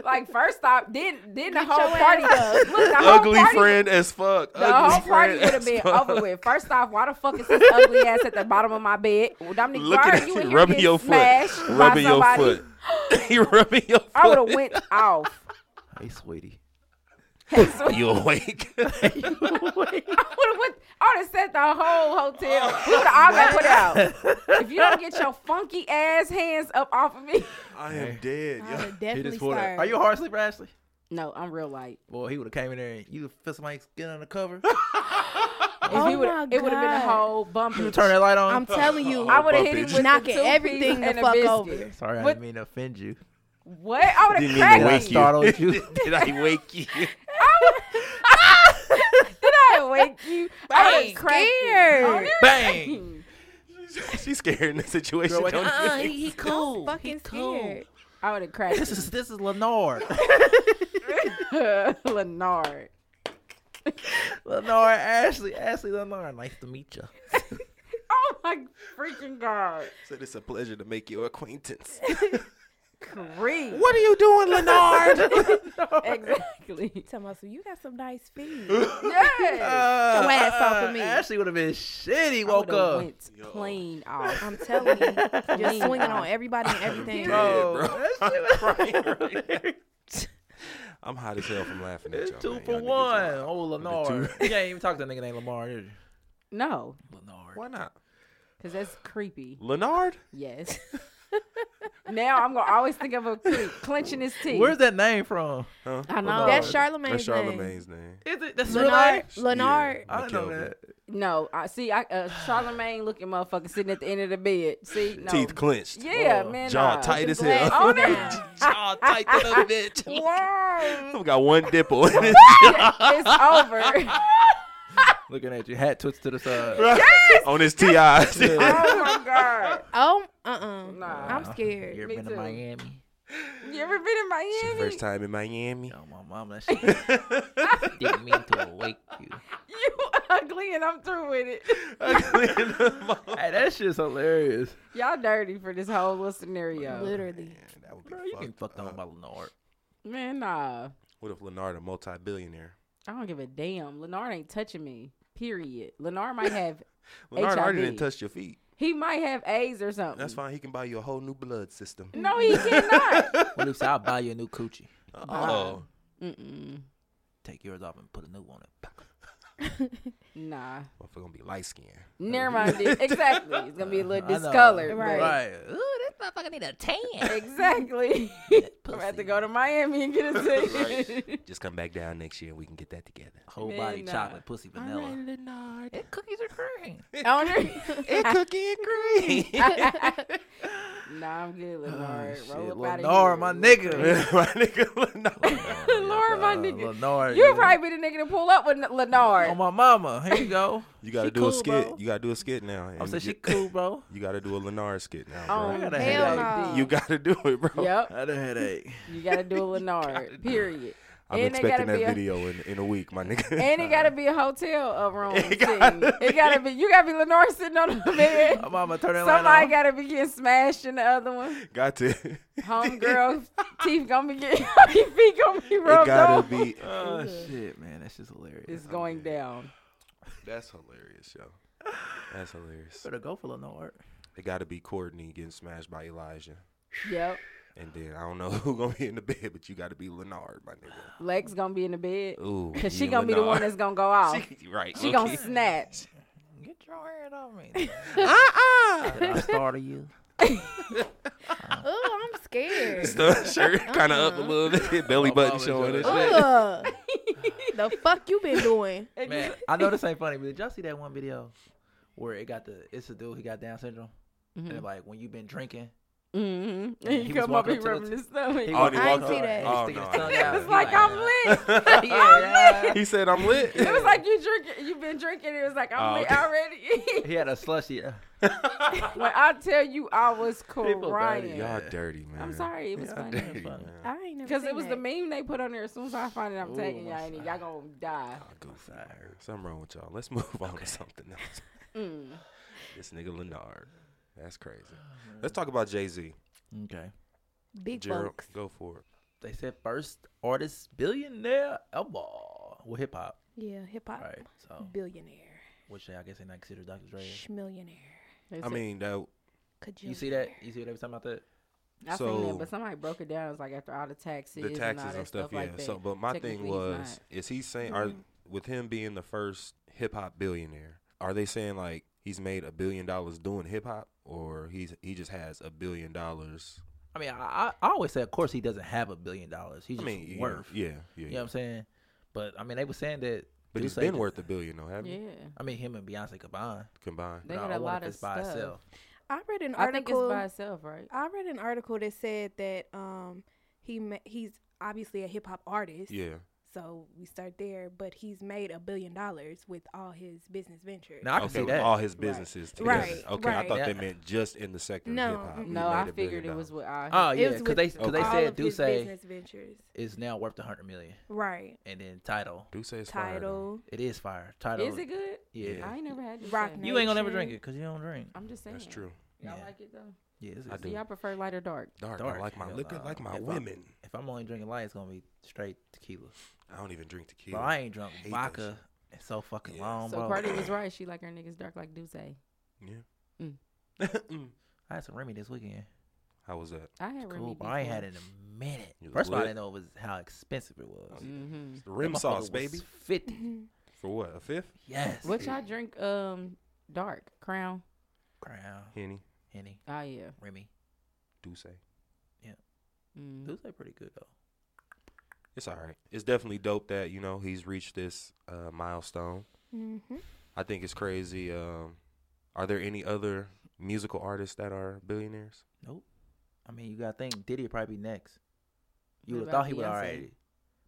Speaker 4: Like first off, then then the
Speaker 5: Get
Speaker 4: whole
Speaker 5: your
Speaker 4: party
Speaker 5: ass
Speaker 4: look the whole
Speaker 2: Ugly
Speaker 4: party,
Speaker 2: friend as fuck.
Speaker 4: The
Speaker 2: Ugly
Speaker 4: whole party
Speaker 2: friend
Speaker 4: would have
Speaker 2: as
Speaker 4: been
Speaker 2: fuck.
Speaker 4: over with. First off, why the fuck is this ugly ass at the bottom of my bed? Well, Dominique, why
Speaker 2: Looking
Speaker 4: are
Speaker 2: at
Speaker 4: you in
Speaker 2: you,
Speaker 4: here
Speaker 2: rubbing
Speaker 4: getting
Speaker 2: your foot,
Speaker 4: smashed by
Speaker 2: rubbing your
Speaker 4: somebody?
Speaker 2: foot. He rubbing your foot.
Speaker 4: I would have went off.
Speaker 1: Hey, sweetie.
Speaker 2: You awake?
Speaker 4: I would have went. I would have set the whole hotel. We would have all got put out. If you don't get your funky ass hands up off of me,
Speaker 2: I am dead.
Speaker 5: I
Speaker 2: yo.
Speaker 5: would definitely
Speaker 1: Are you a hard sleeper, Ashley?
Speaker 4: no, I'm real light.
Speaker 1: Boy, he would have came in there and you feel somebody skin on the cover.
Speaker 4: If
Speaker 5: Oh
Speaker 4: he would,
Speaker 5: my
Speaker 4: it would have been a
Speaker 5: God.
Speaker 4: whole bump.
Speaker 1: you turn that light on.
Speaker 5: I'm telling you,
Speaker 4: I would have hit him
Speaker 2: Bumpage.
Speaker 4: with
Speaker 5: Knocking
Speaker 4: the two
Speaker 5: everything
Speaker 4: piece
Speaker 5: the
Speaker 4: and a
Speaker 5: fuck
Speaker 4: biscuit.
Speaker 5: over.
Speaker 1: Sorry, I
Speaker 4: What-
Speaker 1: didn't mean to offend you.
Speaker 4: What? I would
Speaker 2: Didn't
Speaker 4: have
Speaker 2: mean to wake
Speaker 1: Did I
Speaker 4: cracked him.
Speaker 2: you.
Speaker 1: startle you?
Speaker 2: Did I wake you?
Speaker 4: Did I wake you? I would
Speaker 1: Bang.
Speaker 4: have cracked you.
Speaker 5: Scared.
Speaker 1: Bang.
Speaker 2: She's scared in the situation.
Speaker 1: Girl, wait,
Speaker 2: don't you
Speaker 1: uh-uh,
Speaker 2: think?
Speaker 1: he
Speaker 5: I'm
Speaker 1: cool.
Speaker 5: fucking scared.
Speaker 4: I would have cracked
Speaker 1: This
Speaker 4: him.
Speaker 1: is this is Lenore.
Speaker 4: Lenard.
Speaker 1: Lenore Ashley, Ashley Lenore, nice to meet you.
Speaker 4: Oh my freaking god,
Speaker 2: Said it's a pleasure to make your acquaintance.
Speaker 4: Creep.
Speaker 1: What are you doing, Leonard?
Speaker 4: Exactly.
Speaker 5: Tell me, so you got some nice feet.
Speaker 4: Yes.
Speaker 5: Your ass off of me.
Speaker 1: Uh, Ashley would have been shit. He
Speaker 4: I
Speaker 1: woke
Speaker 4: would've
Speaker 1: up.
Speaker 4: Went
Speaker 2: Yo.
Speaker 4: clean off.
Speaker 5: I'm telling you, just
Speaker 4: Clean
Speaker 5: swinging
Speaker 4: off.
Speaker 5: on everybody and everything.
Speaker 2: Bro.
Speaker 1: That shit was-
Speaker 2: I'm crying right now. I'm hot as hell from laughing at
Speaker 1: It's
Speaker 2: y'all.
Speaker 1: two
Speaker 2: man.
Speaker 1: for
Speaker 2: Y'all niggas
Speaker 1: one.
Speaker 2: wild.
Speaker 1: Oh,
Speaker 2: two.
Speaker 1: Lenore. You can't even talk to a nigga named Lamar. did you?
Speaker 4: No,
Speaker 1: Lenore.
Speaker 2: Why not?
Speaker 4: because that's creepy.
Speaker 2: Leonard?
Speaker 4: Yes. now I'm gonna always think of a creep clenching his teeth.
Speaker 1: Where's that name from?
Speaker 2: Huh?
Speaker 4: I know.
Speaker 1: Lenard.
Speaker 5: That's Charlemagne's
Speaker 2: That's
Speaker 5: name.
Speaker 2: Charlemagne's name.
Speaker 1: Is it? That's
Speaker 5: Lenard. Lenard.
Speaker 1: I didn't know
Speaker 2: McKelvey.
Speaker 1: that.
Speaker 4: No, I see. I uh, Charlemagne looking motherfucker sitting at the end of the bed. See, no.
Speaker 2: Teeth clenched.
Speaker 4: Yeah,
Speaker 1: Oh.
Speaker 4: man.
Speaker 2: Jaw
Speaker 4: nah.
Speaker 2: tight as
Speaker 5: Glass
Speaker 2: hell.
Speaker 4: Oh, no.
Speaker 5: down.
Speaker 1: Jaw tight to the bitch.
Speaker 2: I've got one dimple in his jaw.
Speaker 4: It's over.
Speaker 1: Looking at you, hat twist to the side.
Speaker 2: On his TIs.
Speaker 4: oh my god.
Speaker 5: Oh, uh-uh.
Speaker 4: Nah.
Speaker 5: I'm scared.
Speaker 1: You ever
Speaker 4: Me
Speaker 1: been
Speaker 4: too.
Speaker 1: to Miami?
Speaker 4: You ever been in Miami?
Speaker 2: First time in Miami.
Speaker 1: Oh my mom, that shit didn't mean to awake you.
Speaker 4: You ugly and I'm through with it.
Speaker 1: Hey, that shit's hilarious.
Speaker 4: Y'all dirty for this whole little scenario.
Speaker 5: Literally.
Speaker 1: Bro, you can fuck on by Lenore.
Speaker 4: Man, nah.
Speaker 2: What if Leonard a multi-billionaire?
Speaker 4: I don't give a damn. Lenard ain't touching me. Period. Lenard might have
Speaker 2: Leonard already didn't
Speaker 4: HIV.
Speaker 2: touch your feet.
Speaker 4: he might have AIDS or something.
Speaker 2: That's fine. He can buy you a whole new blood system.
Speaker 4: No, he cannot.
Speaker 1: Well, Lucy, I'll buy you a new coochie.
Speaker 2: Oh,
Speaker 4: Mm-mm.
Speaker 1: Take yours off and put a new one in.
Speaker 4: Nah.
Speaker 2: motherfucker gonna be light skinned.
Speaker 4: Never mind. it. Exactly. It's gonna be a little
Speaker 1: I know.
Speaker 4: discolored.
Speaker 5: Right.
Speaker 4: Right.
Speaker 1: Right. Ooh, this motherfucker need a tan.
Speaker 4: Exactly. I'm gonna have to go to Miami and get a tan.
Speaker 2: Just come back down next year and we can get that together.
Speaker 1: Whole body
Speaker 4: Man, nah.
Speaker 1: chocolate, pussy vanilla.
Speaker 2: Leonard.
Speaker 1: It cookies are green.
Speaker 4: Owner.
Speaker 2: It cookie and cream.
Speaker 4: nah, I'm good, Lenard.
Speaker 1: Shit,
Speaker 4: Roll up outta
Speaker 1: Lenore,
Speaker 4: here.
Speaker 1: my nigga.
Speaker 2: My nigga Leonard.
Speaker 4: Lenore, my nigga.
Speaker 1: Oh, Lenore.
Speaker 4: You
Speaker 1: nigga.
Speaker 4: probably be the nigga to pull up with
Speaker 1: On
Speaker 4: Lenard.
Speaker 1: Oh, my mama. Here you go.
Speaker 2: You gotta
Speaker 1: She
Speaker 2: do
Speaker 1: cool,
Speaker 2: a skit.
Speaker 1: bro.
Speaker 2: You gotta do a skit now.
Speaker 1: I'm
Speaker 2: and
Speaker 1: saying she
Speaker 2: you-
Speaker 1: cool, bro.
Speaker 2: You gotta do a Leonard skit now,
Speaker 4: Oh,
Speaker 2: bro.
Speaker 1: I got a
Speaker 5: Hell
Speaker 1: headache.
Speaker 5: no.
Speaker 2: You gotta do it, bro.
Speaker 4: Yep,
Speaker 1: I had a headache.
Speaker 4: you gotta do a Lenard. Period.
Speaker 2: I'm
Speaker 4: And they
Speaker 2: expecting
Speaker 4: gotta
Speaker 2: that
Speaker 4: be a-
Speaker 2: video in, in a week, my nigga.
Speaker 4: And it gotta be a hotel uh, room.
Speaker 2: It
Speaker 4: It
Speaker 2: gotta
Speaker 4: gotta, it gotta be. You gotta be Lenore sitting on the bed.
Speaker 1: My mama turned it
Speaker 4: Somebody
Speaker 1: on.
Speaker 4: gotta be getting smashed in the other one.
Speaker 2: Got to. It
Speaker 4: Homegirl teeth gonna be getting your feet gonna be rubbed
Speaker 2: gotta
Speaker 4: off.
Speaker 2: be.
Speaker 1: Oh shit, man, that's just hilarious.
Speaker 4: It's going down.
Speaker 2: That's hilarious, yo. That's hilarious.
Speaker 1: Better go for Lenore.
Speaker 2: It gotta be Courtney getting smashed by Elijah,
Speaker 4: Yep.
Speaker 2: and then I don't know who gonna be in the bed, but you gotta be Leonard, my nigga.
Speaker 4: Lex gonna be in the bed.
Speaker 2: Ooh,
Speaker 4: Cause she
Speaker 2: you
Speaker 4: gonna be the one
Speaker 2: Leonard.
Speaker 4: that's gonna go off.
Speaker 2: She, right.
Speaker 4: She gonna snatch.
Speaker 1: Get your hand on me.
Speaker 4: Uh-uh.
Speaker 2: Uh
Speaker 1: Did I startle you?
Speaker 5: Oh, I'm scared.
Speaker 2: uh Shirt kind of up a little
Speaker 4: Uh-huh.
Speaker 2: bit, belly
Speaker 1: My
Speaker 2: button
Speaker 1: mama
Speaker 2: showing and
Speaker 1: showed
Speaker 2: shit.
Speaker 5: Ugh. the fuck you been doing?
Speaker 1: Man, I know this ain't funny, but did y'all see that one video where it got the it's a dude he got Down syndrome and it, like when you've been drinking,
Speaker 4: Mm-hmm.
Speaker 1: Yeah,
Speaker 4: And
Speaker 1: he
Speaker 4: you
Speaker 1: was
Speaker 4: come up,
Speaker 1: walking
Speaker 4: he
Speaker 1: up to the
Speaker 4: rubbing
Speaker 1: t-
Speaker 4: his stomach.
Speaker 1: he
Speaker 2: Oh, and
Speaker 1: walked
Speaker 2: he
Speaker 5: I
Speaker 1: up
Speaker 5: ain't
Speaker 1: to
Speaker 5: see
Speaker 1: her
Speaker 5: that.
Speaker 1: and he
Speaker 2: Oh,
Speaker 1: sticking his
Speaker 2: no,
Speaker 1: tongue
Speaker 2: I
Speaker 1: out.
Speaker 4: it was
Speaker 1: He
Speaker 4: like I'm lit.
Speaker 1: yeah, yeah.
Speaker 2: He said, "I'm lit."
Speaker 4: It was like you drinking. You've been drinking. It was like I'm
Speaker 2: Oh,
Speaker 4: lit
Speaker 2: okay.
Speaker 4: already.
Speaker 1: He had a slushy. uh,
Speaker 4: when I tell you, I was
Speaker 1: People dirty,
Speaker 4: crying.
Speaker 2: Y'all dirty, man.
Speaker 4: I'm sorry, it was
Speaker 2: Y'all
Speaker 4: funny.
Speaker 2: dirty,
Speaker 1: Funny.
Speaker 2: man.
Speaker 5: I ain't never
Speaker 4: Because it
Speaker 5: seen
Speaker 4: was the
Speaker 5: that.
Speaker 4: meme they put on there. As soon as I find it, I'm
Speaker 1: Ooh,
Speaker 4: taking
Speaker 1: my
Speaker 4: y'all in it. Y'all gonna die.
Speaker 2: Y'all goofy, man. Something wrong with y'all. Let's move on to something else.
Speaker 4: Mm.
Speaker 2: This nigga Leonard. That's crazy. Let's talk about Jay Z.
Speaker 1: Okay.
Speaker 5: big
Speaker 2: Gerald,
Speaker 5: folks.
Speaker 2: go for it.
Speaker 1: They said first artist billionaire ever with hip hop,
Speaker 5: Yeah, hip
Speaker 4: Uh,
Speaker 5: hop
Speaker 1: right? So,
Speaker 5: billionaire,
Speaker 1: which I guess they not consider Dr. Dre.
Speaker 5: schmillionaire,
Speaker 4: They
Speaker 2: I
Speaker 4: said-
Speaker 2: mean, that
Speaker 5: cajillionaire.
Speaker 1: You see that? You see what they was talking about that?
Speaker 4: I seen
Speaker 2: so-
Speaker 4: it, but somebody broke it down. It was like after all the taxes,
Speaker 2: the
Speaker 4: and, all
Speaker 2: taxes
Speaker 4: that
Speaker 2: and stuff,
Speaker 4: like
Speaker 2: yeah.
Speaker 4: that.
Speaker 2: so, but my thing
Speaker 4: Technically, he's
Speaker 2: was,
Speaker 4: not. Mm-hmm.
Speaker 2: is he saying, are with him being the first hip hop billionaire, are they saying like he's made a billion dollars doing hip hop, or he's he just has a billion dollars?
Speaker 1: I mean, I, I I always say, of course, he doesn't have a billion dollars. He's
Speaker 2: I
Speaker 1: just
Speaker 2: mean, you know,
Speaker 1: worth.
Speaker 2: Yeah, yeah.
Speaker 1: You know what I'm saying? But I mean, they were saying that.
Speaker 2: But
Speaker 1: do
Speaker 2: he's
Speaker 1: say
Speaker 2: been
Speaker 1: that-
Speaker 2: worth a billion though, haven't he?
Speaker 4: yeah,
Speaker 1: I mean, him and Beyonce combined.
Speaker 2: Combined.
Speaker 4: they
Speaker 1: but I
Speaker 4: got a
Speaker 1: don't want
Speaker 4: lot
Speaker 1: if
Speaker 4: of
Speaker 1: it's by
Speaker 4: stuff.
Speaker 1: itself.
Speaker 5: I read an
Speaker 4: I think it's
Speaker 5: article.
Speaker 4: by
Speaker 5: I,
Speaker 4: itself, right?
Speaker 5: read an article that said that um he ma- he's obviously a hip hop artist.
Speaker 2: Yeah.
Speaker 5: So we start there, but he's made a billion dollars with all his business ventures.
Speaker 1: Now I can
Speaker 2: okay,
Speaker 1: see
Speaker 2: with
Speaker 1: that.
Speaker 2: all his businesses together.
Speaker 5: Right,
Speaker 2: Okay, I
Speaker 5: right.
Speaker 2: thought they
Speaker 1: Yeah.
Speaker 2: meant just in the sector of
Speaker 5: No,
Speaker 2: hip hop.
Speaker 5: mm-mm.
Speaker 2: he
Speaker 4: No,
Speaker 2: made
Speaker 4: I
Speaker 2: a billion
Speaker 4: figured it was
Speaker 2: dollars.
Speaker 4: with I.
Speaker 1: oh
Speaker 5: It
Speaker 1: yeah,
Speaker 5: was
Speaker 1: because
Speaker 5: with
Speaker 1: they because they
Speaker 5: all
Speaker 1: said
Speaker 5: of his
Speaker 1: Duce
Speaker 5: business ventures.
Speaker 1: is now worth a hundred million,
Speaker 5: Right.
Speaker 1: and then title
Speaker 2: Do say it's fire, though.
Speaker 5: Title.
Speaker 1: it is fire. Title
Speaker 4: Is it good?
Speaker 1: Yeah.
Speaker 2: Yeah.
Speaker 4: I ain't never had this.
Speaker 5: Rock
Speaker 4: shit.
Speaker 5: Nation.
Speaker 1: You ain't gonna never drink it because you don't drink.
Speaker 4: I'm just saying.
Speaker 2: That's true.
Speaker 4: Y'all
Speaker 1: Yeah.
Speaker 4: like it though?
Speaker 1: Yeah, it's,
Speaker 2: I
Speaker 1: it's-
Speaker 4: Do y'all prefer light or dark?
Speaker 2: Dark.
Speaker 1: Dark.
Speaker 2: I like my
Speaker 1: Hell
Speaker 2: liquor
Speaker 1: no.
Speaker 2: like my
Speaker 1: If I-
Speaker 2: women.
Speaker 1: if I'm only drinking light, it's gonna be straight tequila.
Speaker 2: I don't even drink tequila.
Speaker 1: But I ain't drunk
Speaker 2: Hate that
Speaker 1: vodka in so fucking
Speaker 2: Yeah.
Speaker 1: long,
Speaker 4: So
Speaker 1: bro.
Speaker 4: Cardi was right. She like her niggas dark like Duce.
Speaker 2: Yeah.
Speaker 4: Mm.
Speaker 2: Mm.
Speaker 1: I had some Remy this weekend.
Speaker 2: How was that?
Speaker 4: I had
Speaker 1: It's
Speaker 4: Remy
Speaker 1: cool, but I ain't
Speaker 4: before.
Speaker 1: had it in a minute.
Speaker 2: You was
Speaker 1: First of all, I
Speaker 2: lit?
Speaker 1: didn't know it was how expensive it was.
Speaker 2: Oh,
Speaker 1: That
Speaker 4: Mhm.
Speaker 2: The rim
Speaker 1: motherfucker
Speaker 2: sauce,
Speaker 1: was
Speaker 2: baby.
Speaker 1: Fifty.
Speaker 2: For what? A fifth?
Speaker 1: Yes.
Speaker 4: What y'all drink? Um, dark Crown.
Speaker 1: Crown,
Speaker 2: Henny.
Speaker 1: Henny,
Speaker 4: Oh yeah.
Speaker 1: Remy.
Speaker 2: Douce.
Speaker 4: Mm.
Speaker 1: Those are pretty good though.
Speaker 2: It's all right. It's definitely dope that you know he's reached this uh, milestone.
Speaker 5: Mm-hmm.
Speaker 2: I think it's crazy. Um, are there any other musical artists that are billionaires?
Speaker 1: I mean, you gotta think Diddy would probably be next. You
Speaker 4: What
Speaker 1: would have
Speaker 4: about
Speaker 1: thought he would
Speaker 4: Beyonce?
Speaker 1: already.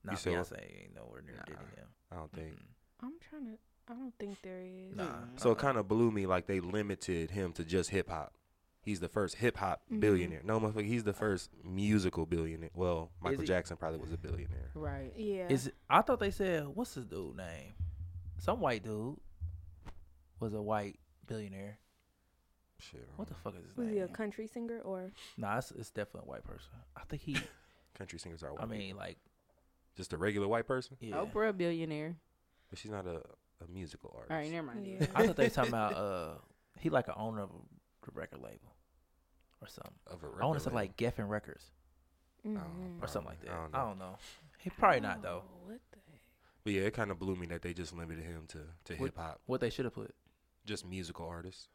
Speaker 1: Nah,
Speaker 2: You said what?
Speaker 1: Beyonce ain't nowhere near
Speaker 4: Nah.
Speaker 1: Diddy now.
Speaker 2: I don't think.
Speaker 1: Mm-mm.
Speaker 5: I'm trying to. I don't think there is.
Speaker 1: Nah.
Speaker 4: Mm.
Speaker 2: So it
Speaker 1: uh-uh.
Speaker 2: kind of blew me like they limited him to just hip hop. He's the first hip hop
Speaker 5: Mhm.
Speaker 2: billionaire. No, motherfucker, he's the first musical billionaire. Well, Michael
Speaker 1: he-
Speaker 2: Jackson probably was a billionaire.
Speaker 4: Right.
Speaker 5: Yeah.
Speaker 1: Is it- I thought they said what's his dude name? Some white dude was a white billionaire.
Speaker 2: Shit. I don't
Speaker 1: What the
Speaker 2: know.
Speaker 1: fuck is his
Speaker 5: was he a
Speaker 1: name?
Speaker 5: country singer or?
Speaker 1: Nah, it's, it's definitely a white person. I think he.
Speaker 2: Country singers are white.
Speaker 1: I mean, like,
Speaker 2: just a regular white person,
Speaker 1: yeah.
Speaker 4: Oprah a billionaire.
Speaker 2: but she's not a, a musical artist.
Speaker 4: All right, never mind.
Speaker 5: Yeah.
Speaker 1: I thought they talking about uh, he like a owner of a record label or something.
Speaker 2: Of a
Speaker 1: I want to say
Speaker 2: record
Speaker 1: like Geffen Records
Speaker 5: Mhm.
Speaker 1: or something like
Speaker 2: Probably.
Speaker 1: that. I
Speaker 2: I
Speaker 1: don't
Speaker 2: don't
Speaker 1: know.
Speaker 2: know.
Speaker 1: He probably not though.
Speaker 5: Oh, What the heck?
Speaker 2: But yeah, it kind of blew me that they just limited him to, to
Speaker 1: What-
Speaker 2: hip hop,
Speaker 1: What they should have put.
Speaker 2: just musical artists.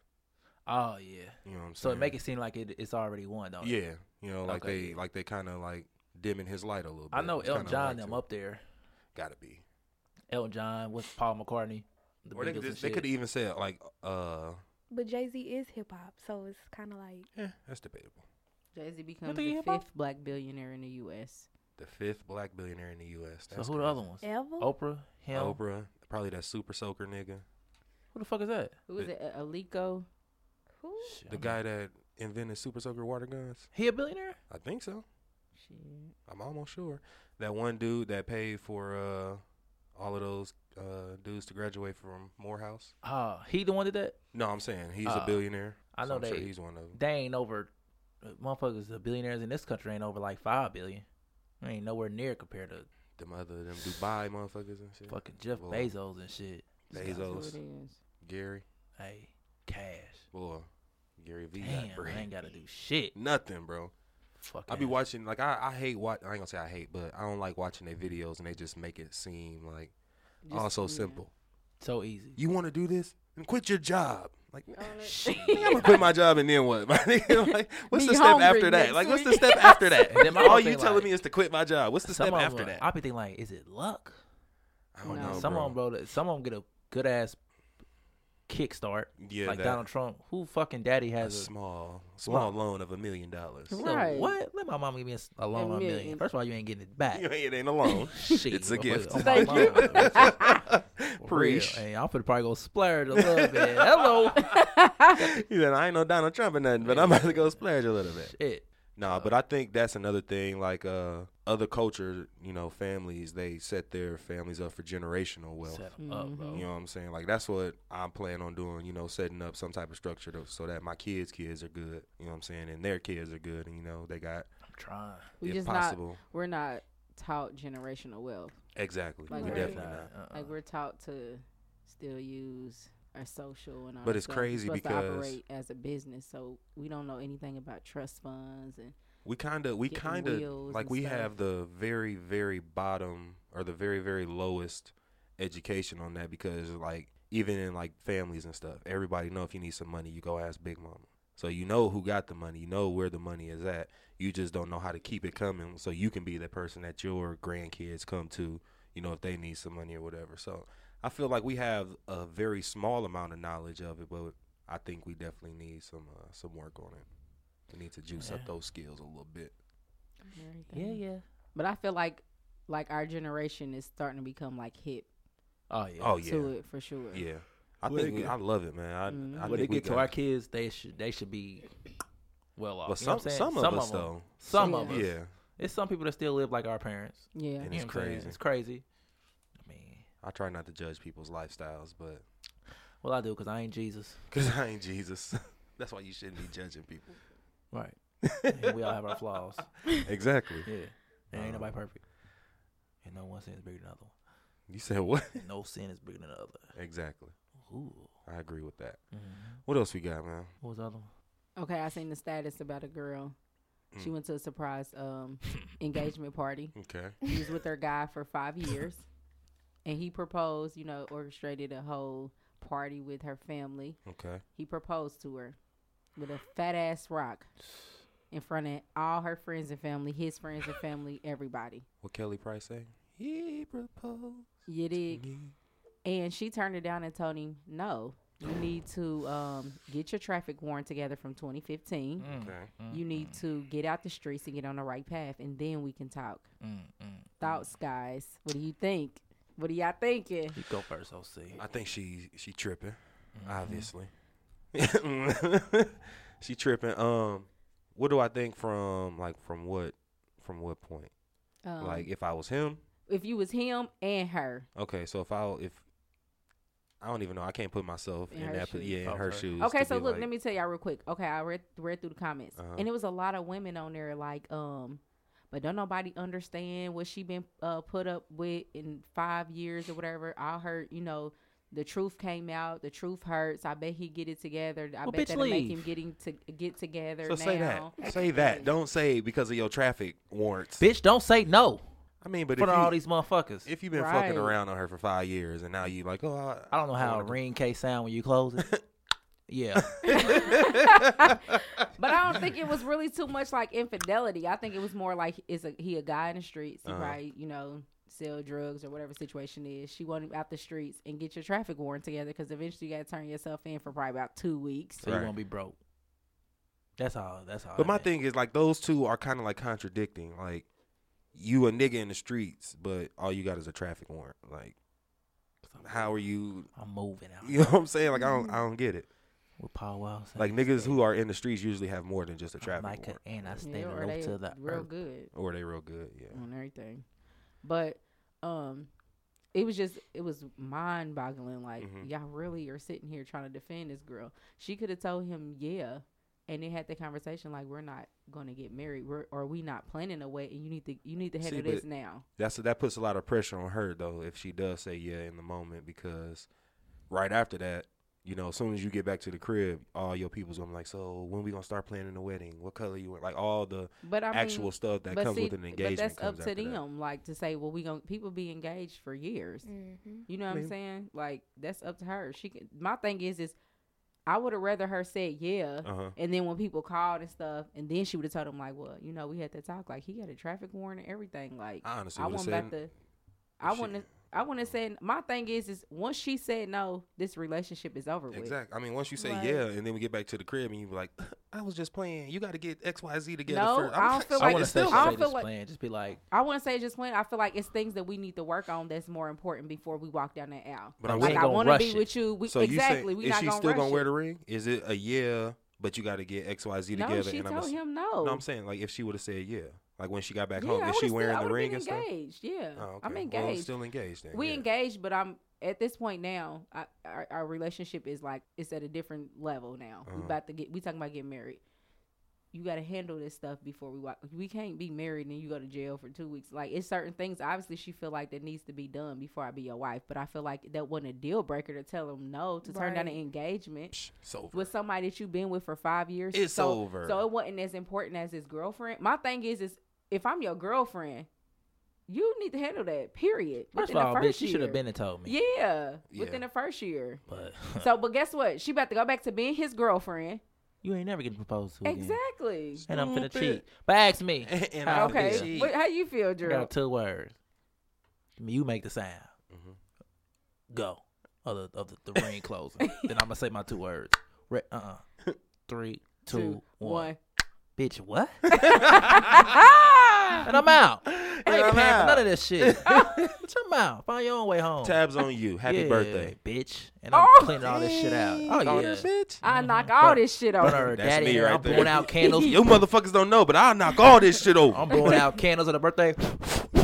Speaker 1: Oh yeah.
Speaker 2: You know what I'm saying?
Speaker 1: So it make it seem like it, it's already won though.
Speaker 2: Yeah, you know, like
Speaker 1: Okay,
Speaker 2: they
Speaker 1: yeah.
Speaker 2: like they kind of like dimming his light a little bit.
Speaker 1: I know
Speaker 2: It's
Speaker 1: Elton
Speaker 2: kinda
Speaker 1: John
Speaker 2: like
Speaker 1: them
Speaker 2: to-
Speaker 1: up there.
Speaker 2: Gotta be.
Speaker 1: Elton John with Paul McCartney. The
Speaker 2: or they could
Speaker 1: Beatles and
Speaker 2: just- they
Speaker 1: shit.
Speaker 2: could even say like, uh,
Speaker 5: But Jay Z is hip hop, so it's kind of like
Speaker 2: yeah, that's debatable.
Speaker 4: Jay Z becomes
Speaker 1: think he
Speaker 4: the
Speaker 1: hip-hop?
Speaker 4: fifth black billionaire in the U.S.
Speaker 2: The fifth black billionaire in the U.S.
Speaker 1: So
Speaker 2: That's
Speaker 1: who the
Speaker 2: crazy.
Speaker 1: other ones?
Speaker 5: Elva.
Speaker 1: Oprah, him.
Speaker 2: Oprah, probably that super soaker nigga,
Speaker 1: Who the fuck is that?
Speaker 4: Who is it? A- Aliko.
Speaker 5: Who?
Speaker 1: Shit,
Speaker 2: the
Speaker 1: I'm-
Speaker 2: guy that invented super soaker water guns.
Speaker 1: He a billionaire?
Speaker 2: I think so.
Speaker 4: Shit.
Speaker 2: I'm almost sure that one dude that paid for uh, all of those uh, dudes to graduate from Morehouse.
Speaker 1: Uh, he the one that did that?
Speaker 2: No, I'm saying he's
Speaker 1: Uh,
Speaker 2: a billionaire.
Speaker 1: I
Speaker 2: so
Speaker 1: know
Speaker 2: I'm sure
Speaker 1: they-
Speaker 2: he's one of them.
Speaker 1: They ain't over. Motherfuckers, the billionaires in this country ain't over like five billion. I ain't nowhere near compared to
Speaker 2: Them other them Dubai motherfuckers and shit.
Speaker 1: fucking Jeff
Speaker 2: Well,
Speaker 1: Bezos and shit.
Speaker 4: That's who
Speaker 2: Bezos,
Speaker 4: it is.
Speaker 2: Gary,
Speaker 1: Hey, cash.
Speaker 2: boy, Gary V.
Speaker 1: Damn,
Speaker 2: got
Speaker 1: I
Speaker 2: bread.
Speaker 1: ain't gotta do shit.
Speaker 2: Nothing, bro.
Speaker 1: Fuck.
Speaker 2: I be
Speaker 1: ass.
Speaker 2: watching like I, I hate watch. I ain't gonna say I hate, but I don't like watching their videos and they just make it seem like
Speaker 4: Just-
Speaker 2: all so
Speaker 4: yeah.
Speaker 2: simple.
Speaker 1: so easy.
Speaker 2: You want to do this and quit your job. Like
Speaker 4: Own it.
Speaker 1: Shit.
Speaker 2: I'm gonna quit my job and then what? My nigga, like, what's
Speaker 4: Be
Speaker 2: the step
Speaker 4: hungry
Speaker 2: after that?
Speaker 4: next
Speaker 2: Like, what's the
Speaker 4: week.
Speaker 2: step after that?
Speaker 1: And then my whole
Speaker 2: All you
Speaker 1: thing,
Speaker 2: telling
Speaker 1: like,
Speaker 2: me is to quit my job. What's the step
Speaker 1: of 'em
Speaker 2: after
Speaker 1: are-
Speaker 2: that?
Speaker 1: I be thinking like, is it luck?
Speaker 2: I don't
Speaker 4: No.
Speaker 2: know.
Speaker 1: some
Speaker 2: bro.
Speaker 1: of them, bro. that- Some of them get a good ass kickstart,
Speaker 2: yeah,
Speaker 1: like
Speaker 2: that,
Speaker 1: Donald Trump. Who fucking daddy
Speaker 2: a
Speaker 1: has a,
Speaker 2: small, small loan of a million dollars.
Speaker 1: So
Speaker 4: Right.
Speaker 1: What? Let my mom give me a s- a loan on a million.
Speaker 4: million.
Speaker 1: First of all, you ain't getting it back.
Speaker 2: You ain't- It ain't a loan.
Speaker 1: Shit,
Speaker 2: It's a
Speaker 1: motherfucker,
Speaker 2: gift.
Speaker 1: on my
Speaker 4: Thank
Speaker 1: mom,
Speaker 4: you.
Speaker 1: bro. For real.
Speaker 2: Preach.
Speaker 1: Hey, I'm finna probably go splurge a little bit. Hello.
Speaker 2: He said, I ain't no Donald Trump or nothing, but I'm about to go splurge a little bit.
Speaker 1: Shit.
Speaker 2: Nah, but I think that's another thing. Like uh, other culture, you know, families they set their families up for generational wealth.
Speaker 1: Set 'em up, bro.
Speaker 2: You
Speaker 4: Oh.
Speaker 2: know what I'm saying? Like that's what I'm planning on doing. You know, setting up some type of structure to, so that my kids' kids are good. You know what I'm saying? And their kids are good. And you know, they got
Speaker 1: I'm trying.
Speaker 4: We
Speaker 2: if
Speaker 4: just not.
Speaker 2: possible.
Speaker 4: We're not taught generational wealth.
Speaker 2: exactly.
Speaker 4: Like,
Speaker 2: we
Speaker 4: right.
Speaker 2: definitely
Speaker 1: Nah,
Speaker 2: not.
Speaker 1: uh-uh.
Speaker 4: Like we're taught to still use our social and all.
Speaker 2: But
Speaker 4: that
Speaker 2: it's
Speaker 4: stuff.
Speaker 2: crazy
Speaker 4: We're supposed to
Speaker 2: because-
Speaker 4: operate as a business, so we don't know anything about trust funds and
Speaker 2: We kind of we
Speaker 4: Getting
Speaker 2: kind of
Speaker 4: wheels
Speaker 2: like
Speaker 4: and
Speaker 2: we
Speaker 4: stuff.
Speaker 2: have the very very bottom or the very very lowest education on that because like even in like families and stuff, everybody know if you need some money, you go ask Big Mama. So you know who got the money, you know where the money is at. You just don't know how to keep it coming so you can be the person that your grandkids come to, you know, if they need some money or whatever. So I feel like we have a very small amount of knowledge of it, but I think we definitely need some uh, some work on it. We need to juice
Speaker 1: Yeah.
Speaker 2: up those skills a little bit.
Speaker 4: everything.
Speaker 1: Yeah, yeah.
Speaker 4: But I feel like like our generation is starting to become like hip
Speaker 1: Oh yeah.
Speaker 2: Oh yeah,
Speaker 4: to it for sure.
Speaker 2: yeah. I
Speaker 1: Well,
Speaker 2: think
Speaker 1: it
Speaker 2: we,
Speaker 1: get-
Speaker 2: I love it, man. I,
Speaker 4: Mhm.
Speaker 2: I
Speaker 1: when it
Speaker 2: think we
Speaker 1: get to
Speaker 2: got-
Speaker 1: our kids, they should they should be well off.
Speaker 2: But
Speaker 1: You
Speaker 2: some
Speaker 1: know what I'm saying?
Speaker 2: some of us
Speaker 1: 'em.
Speaker 2: though,
Speaker 1: Some
Speaker 4: Yeah.
Speaker 1: of us.
Speaker 2: yeah.
Speaker 1: It's some people that still live like our parents.
Speaker 4: Yeah.
Speaker 2: And
Speaker 1: You
Speaker 2: it's
Speaker 1: know what I'm saying?
Speaker 2: crazy.
Speaker 1: It's crazy. I mean,
Speaker 2: I try not to judge people's lifestyles, but
Speaker 1: well, I do because I ain't Jesus.
Speaker 2: because I ain't Jesus, that's why you shouldn't be judging people.
Speaker 1: Right. we all have our flaws.
Speaker 2: exactly.
Speaker 1: Yeah.
Speaker 2: Um,
Speaker 1: And ain't nobody perfect. And no one sin is bigger than another one.
Speaker 2: You said what?
Speaker 1: And no sin is bigger than the other.
Speaker 2: Exactly.
Speaker 1: Ooh.
Speaker 2: I agree with that.
Speaker 1: Mhm.
Speaker 2: What else we got, man?
Speaker 1: What was the other one?
Speaker 4: Okay, I seen the status about a girl. She
Speaker 2: Mm.
Speaker 4: went to a surprise um, engagement party.
Speaker 2: Okay.
Speaker 4: She was with her guy for five years, and he proposed. You know, orchestrated a whole party with her family.
Speaker 2: Okay.
Speaker 4: He proposed to her with a fat ass rock in front of all her friends and family, his friends and family, everybody.
Speaker 2: What Kelly Price say? He proposed. to
Speaker 4: You dig?
Speaker 2: me.
Speaker 4: And she turned it down and told him, "No, you need to um, get your traffic warrant together from 2015."
Speaker 2: Okay.
Speaker 4: You need to get out the streets and get on the right path, and then we can talk.
Speaker 1: Mm-mm.
Speaker 4: Thoughts, guys. What do you think? What are y'all thinking?
Speaker 1: You go first, OC.
Speaker 2: I think she she tripping, Mm-hmm.
Speaker 1: Mhm.
Speaker 2: obviously. she tripping. Um, what do I think from like from what from what point?
Speaker 4: Um,
Speaker 2: like if I was him,
Speaker 4: if you was him and her,
Speaker 2: okay. So if I if I don't even know, I can't put myself
Speaker 4: In
Speaker 2: in
Speaker 4: her
Speaker 2: that. po-
Speaker 4: shoes.
Speaker 2: Yeah, in
Speaker 1: Oh,
Speaker 2: her
Speaker 1: sorry.
Speaker 2: shoes.
Speaker 4: okay.
Speaker 2: to
Speaker 4: So
Speaker 2: be
Speaker 4: look,
Speaker 2: like-
Speaker 4: let me tell y'all real quick. Okay, I read read through the comments,
Speaker 2: Uh-huh.
Speaker 4: and it was a lot of women on there like, um, but don't nobody understand what she been uh, put up with in five years or whatever. I heard, you know. The truth came out. The truth hurts. I bet he get it together. I
Speaker 1: Well,
Speaker 4: bet
Speaker 1: bitch,
Speaker 4: that'll make
Speaker 1: leave.
Speaker 4: him getting to get together.
Speaker 2: So
Speaker 4: now.
Speaker 2: say that. Say that. Don't say because of your traffic warrants.
Speaker 1: Bitch, don't say no
Speaker 2: I mean, but
Speaker 1: in front
Speaker 2: if
Speaker 1: of
Speaker 2: you,
Speaker 1: all these motherfuckers.
Speaker 2: if you've been
Speaker 4: Right.
Speaker 2: fucking around on her for five years and now you like, oh, I,
Speaker 1: I don't know how a
Speaker 2: wanna go-
Speaker 1: ring case sound when you close it. yeah.
Speaker 4: But I don't think it was really too much like infidelity. I think it was more like is a he a guy in the streets. He
Speaker 2: Uh-huh.
Speaker 4: probably you know sell drugs or whatever situation is. She wanted out the streets and get your traffic warrant together because eventually you got to turn yourself in for probably about two weeks.
Speaker 1: So
Speaker 2: Right.
Speaker 1: you won't be broke. That's all. That's all.
Speaker 2: But
Speaker 1: I
Speaker 2: my
Speaker 1: think.
Speaker 2: thing is like those two are kind of like contradicting. Like you a nigga in the streets, but all you got is a traffic warrant. Like how are you?
Speaker 1: I'm moving out.
Speaker 2: You know what I'm saying? Like I don't, I don't get it.
Speaker 1: With Paul Wild said,
Speaker 2: Like niggas who are in the streets usually have more than just a
Speaker 1: "I'm
Speaker 2: traffic
Speaker 1: Micah,
Speaker 2: warrant,
Speaker 1: and I
Speaker 4: Yeah,
Speaker 1: stayed
Speaker 4: or
Speaker 1: low
Speaker 4: they
Speaker 1: to the
Speaker 4: real
Speaker 1: earth.
Speaker 4: good
Speaker 2: or they real good. Yeah.
Speaker 4: on everything. But um, it was just it was mind boggling. Like
Speaker 2: Mhm.
Speaker 4: y'all really are sitting here trying to defend this girl. She could have told him yeah. And they had the conversation like we're not going to get married, we're, or we not planning a way, and you need to you need to
Speaker 2: See,
Speaker 4: handle
Speaker 2: but
Speaker 4: this now.
Speaker 2: That's that puts a lot of pressure on her though if she does say yeah in the moment because right after that, you know, as soon as you get back to the crib, all your people's gonna be like, so when we gonna start planning the wedding? What color you want? Like all the
Speaker 4: But I mean,
Speaker 2: actual stuff that
Speaker 4: but
Speaker 2: comes
Speaker 4: see,
Speaker 2: with an engagement.
Speaker 4: But that's
Speaker 2: comes
Speaker 4: up to
Speaker 2: after
Speaker 4: them,
Speaker 2: that.
Speaker 4: like to say, well, we gonna people be engaged for years.
Speaker 5: Mm-hmm.
Speaker 4: You know what
Speaker 2: mean-
Speaker 4: I'm saying? Like that's up to her. She can. My thing is, is I would have rather her said yeah,
Speaker 2: Uh-huh.
Speaker 4: and then when people called and stuff, and then she would have told them like, well, you know, we had to talk. Like he got a traffic warrant and everything. Like
Speaker 2: I honestly
Speaker 4: I
Speaker 2: would've
Speaker 4: want back
Speaker 2: said-
Speaker 4: the. I
Speaker 2: she-
Speaker 4: want to. I want to say my thing is is once she said no, this relationship is over with.
Speaker 2: Exactly. I mean, once you say
Speaker 5: Right.
Speaker 2: yeah, and then we get back to the crib, and you be like, "I was just playing. You got to get X, Y, Z together."
Speaker 4: No,
Speaker 2: first. I'm
Speaker 4: I don't feel
Speaker 1: I
Speaker 4: like
Speaker 1: want
Speaker 2: it's
Speaker 1: to say,
Speaker 2: still
Speaker 4: I
Speaker 1: say
Speaker 4: don't feel
Speaker 1: this
Speaker 4: like-
Speaker 1: plan. Just be like,
Speaker 4: I want to say just when I feel like it's things that we need to work on that's more important before we walk down that aisle.
Speaker 2: But I
Speaker 4: like
Speaker 2: ain't
Speaker 4: I
Speaker 1: gonna
Speaker 4: wanna
Speaker 1: rush
Speaker 4: be
Speaker 1: it.
Speaker 4: with you. We,
Speaker 2: so
Speaker 4: exactly.
Speaker 2: you
Speaker 4: we
Speaker 2: say, is
Speaker 4: not
Speaker 2: she
Speaker 4: gonna
Speaker 2: still
Speaker 4: rush
Speaker 2: gonna wear
Speaker 4: it.
Speaker 2: the ring? Is it a yeah, but you got to get X, Y, Z
Speaker 4: no,
Speaker 2: together?
Speaker 4: she
Speaker 2: and
Speaker 4: told
Speaker 2: I'm
Speaker 4: him
Speaker 2: no.
Speaker 4: no.
Speaker 2: I'm saying like if she would have said yeah, like when she got back
Speaker 4: yeah,
Speaker 2: home,
Speaker 4: I
Speaker 2: is she
Speaker 4: would've
Speaker 2: wearing
Speaker 4: still, I
Speaker 2: the
Speaker 4: would've
Speaker 2: ring
Speaker 4: been
Speaker 2: and stuff?
Speaker 4: engaged. Yeah,
Speaker 2: Oh, okay.
Speaker 4: I'm
Speaker 2: Well,
Speaker 4: engaged.
Speaker 2: still engaged. Then.
Speaker 4: we
Speaker 2: yeah.
Speaker 4: engaged, but I'm at this point now. I, our, our relationship is like it's at a different level now. We
Speaker 2: Uh-huh.
Speaker 4: about to get. We talking about getting married. You got to handle this stuff before we walk. We can't be married and you go to jail for two weeks. Like it's certain things. Obviously, she feel like that needs to be done before I be your wife. But I feel like that wasn't a deal breaker to tell him no to turn down an
Speaker 5: Right.
Speaker 4: engagement
Speaker 2: Psh, It's over.
Speaker 4: with somebody that you've been with for five years.
Speaker 2: It's
Speaker 4: so,
Speaker 2: over.
Speaker 4: So it wasn't as important as his girlfriend. My thing is, is if I'm your girlfriend, you need to handle that. Period.
Speaker 1: first of
Speaker 4: Within the
Speaker 1: all, bitch,
Speaker 4: first
Speaker 1: she should have
Speaker 4: year.
Speaker 1: been and told me.
Speaker 4: Yeah,
Speaker 2: Yeah.
Speaker 4: within the first year.
Speaker 1: But
Speaker 4: So, but guess what? She about to go back to being his girlfriend.
Speaker 1: you ain't never getting proposed to again.
Speaker 4: Exactly.
Speaker 1: And I'm finna
Speaker 2: Stupid.
Speaker 1: cheat. But ask me.
Speaker 2: And, and I
Speaker 1: How did
Speaker 2: okay.
Speaker 4: Okay.
Speaker 2: She,
Speaker 4: What, how you feel,
Speaker 1: I
Speaker 4: Drew?
Speaker 1: got two words. You make the sound.
Speaker 2: Mhm.
Speaker 1: Go. Of the, of the, the ring closing. then I'm gonna say my two words. Re- uh-uh. Three, two, one. bitch, what? and I'm out. I ain't
Speaker 2: And I'm
Speaker 1: paying for
Speaker 2: out.
Speaker 1: none of this shit. Shut your mouth. Find your own way home.
Speaker 2: Tabs on you. Happy
Speaker 1: Yeah,
Speaker 2: birthday.
Speaker 1: bitch. And I'm
Speaker 4: Oh.
Speaker 1: cleaning all this shit out.
Speaker 2: Dang,
Speaker 1: Oh
Speaker 2: call
Speaker 1: yeah.
Speaker 2: that bitch.
Speaker 4: I
Speaker 1: Mm-hmm.
Speaker 4: knock all this shit
Speaker 1: Burn
Speaker 4: over.
Speaker 1: her
Speaker 2: That's
Speaker 1: daddy.
Speaker 2: me
Speaker 1: and
Speaker 2: right
Speaker 1: I'm
Speaker 2: there.
Speaker 1: blowing out candles.
Speaker 2: You motherfuckers don't know, but I'll knock all this shit over.
Speaker 1: I'm blowing out candles at her birthday.
Speaker 4: you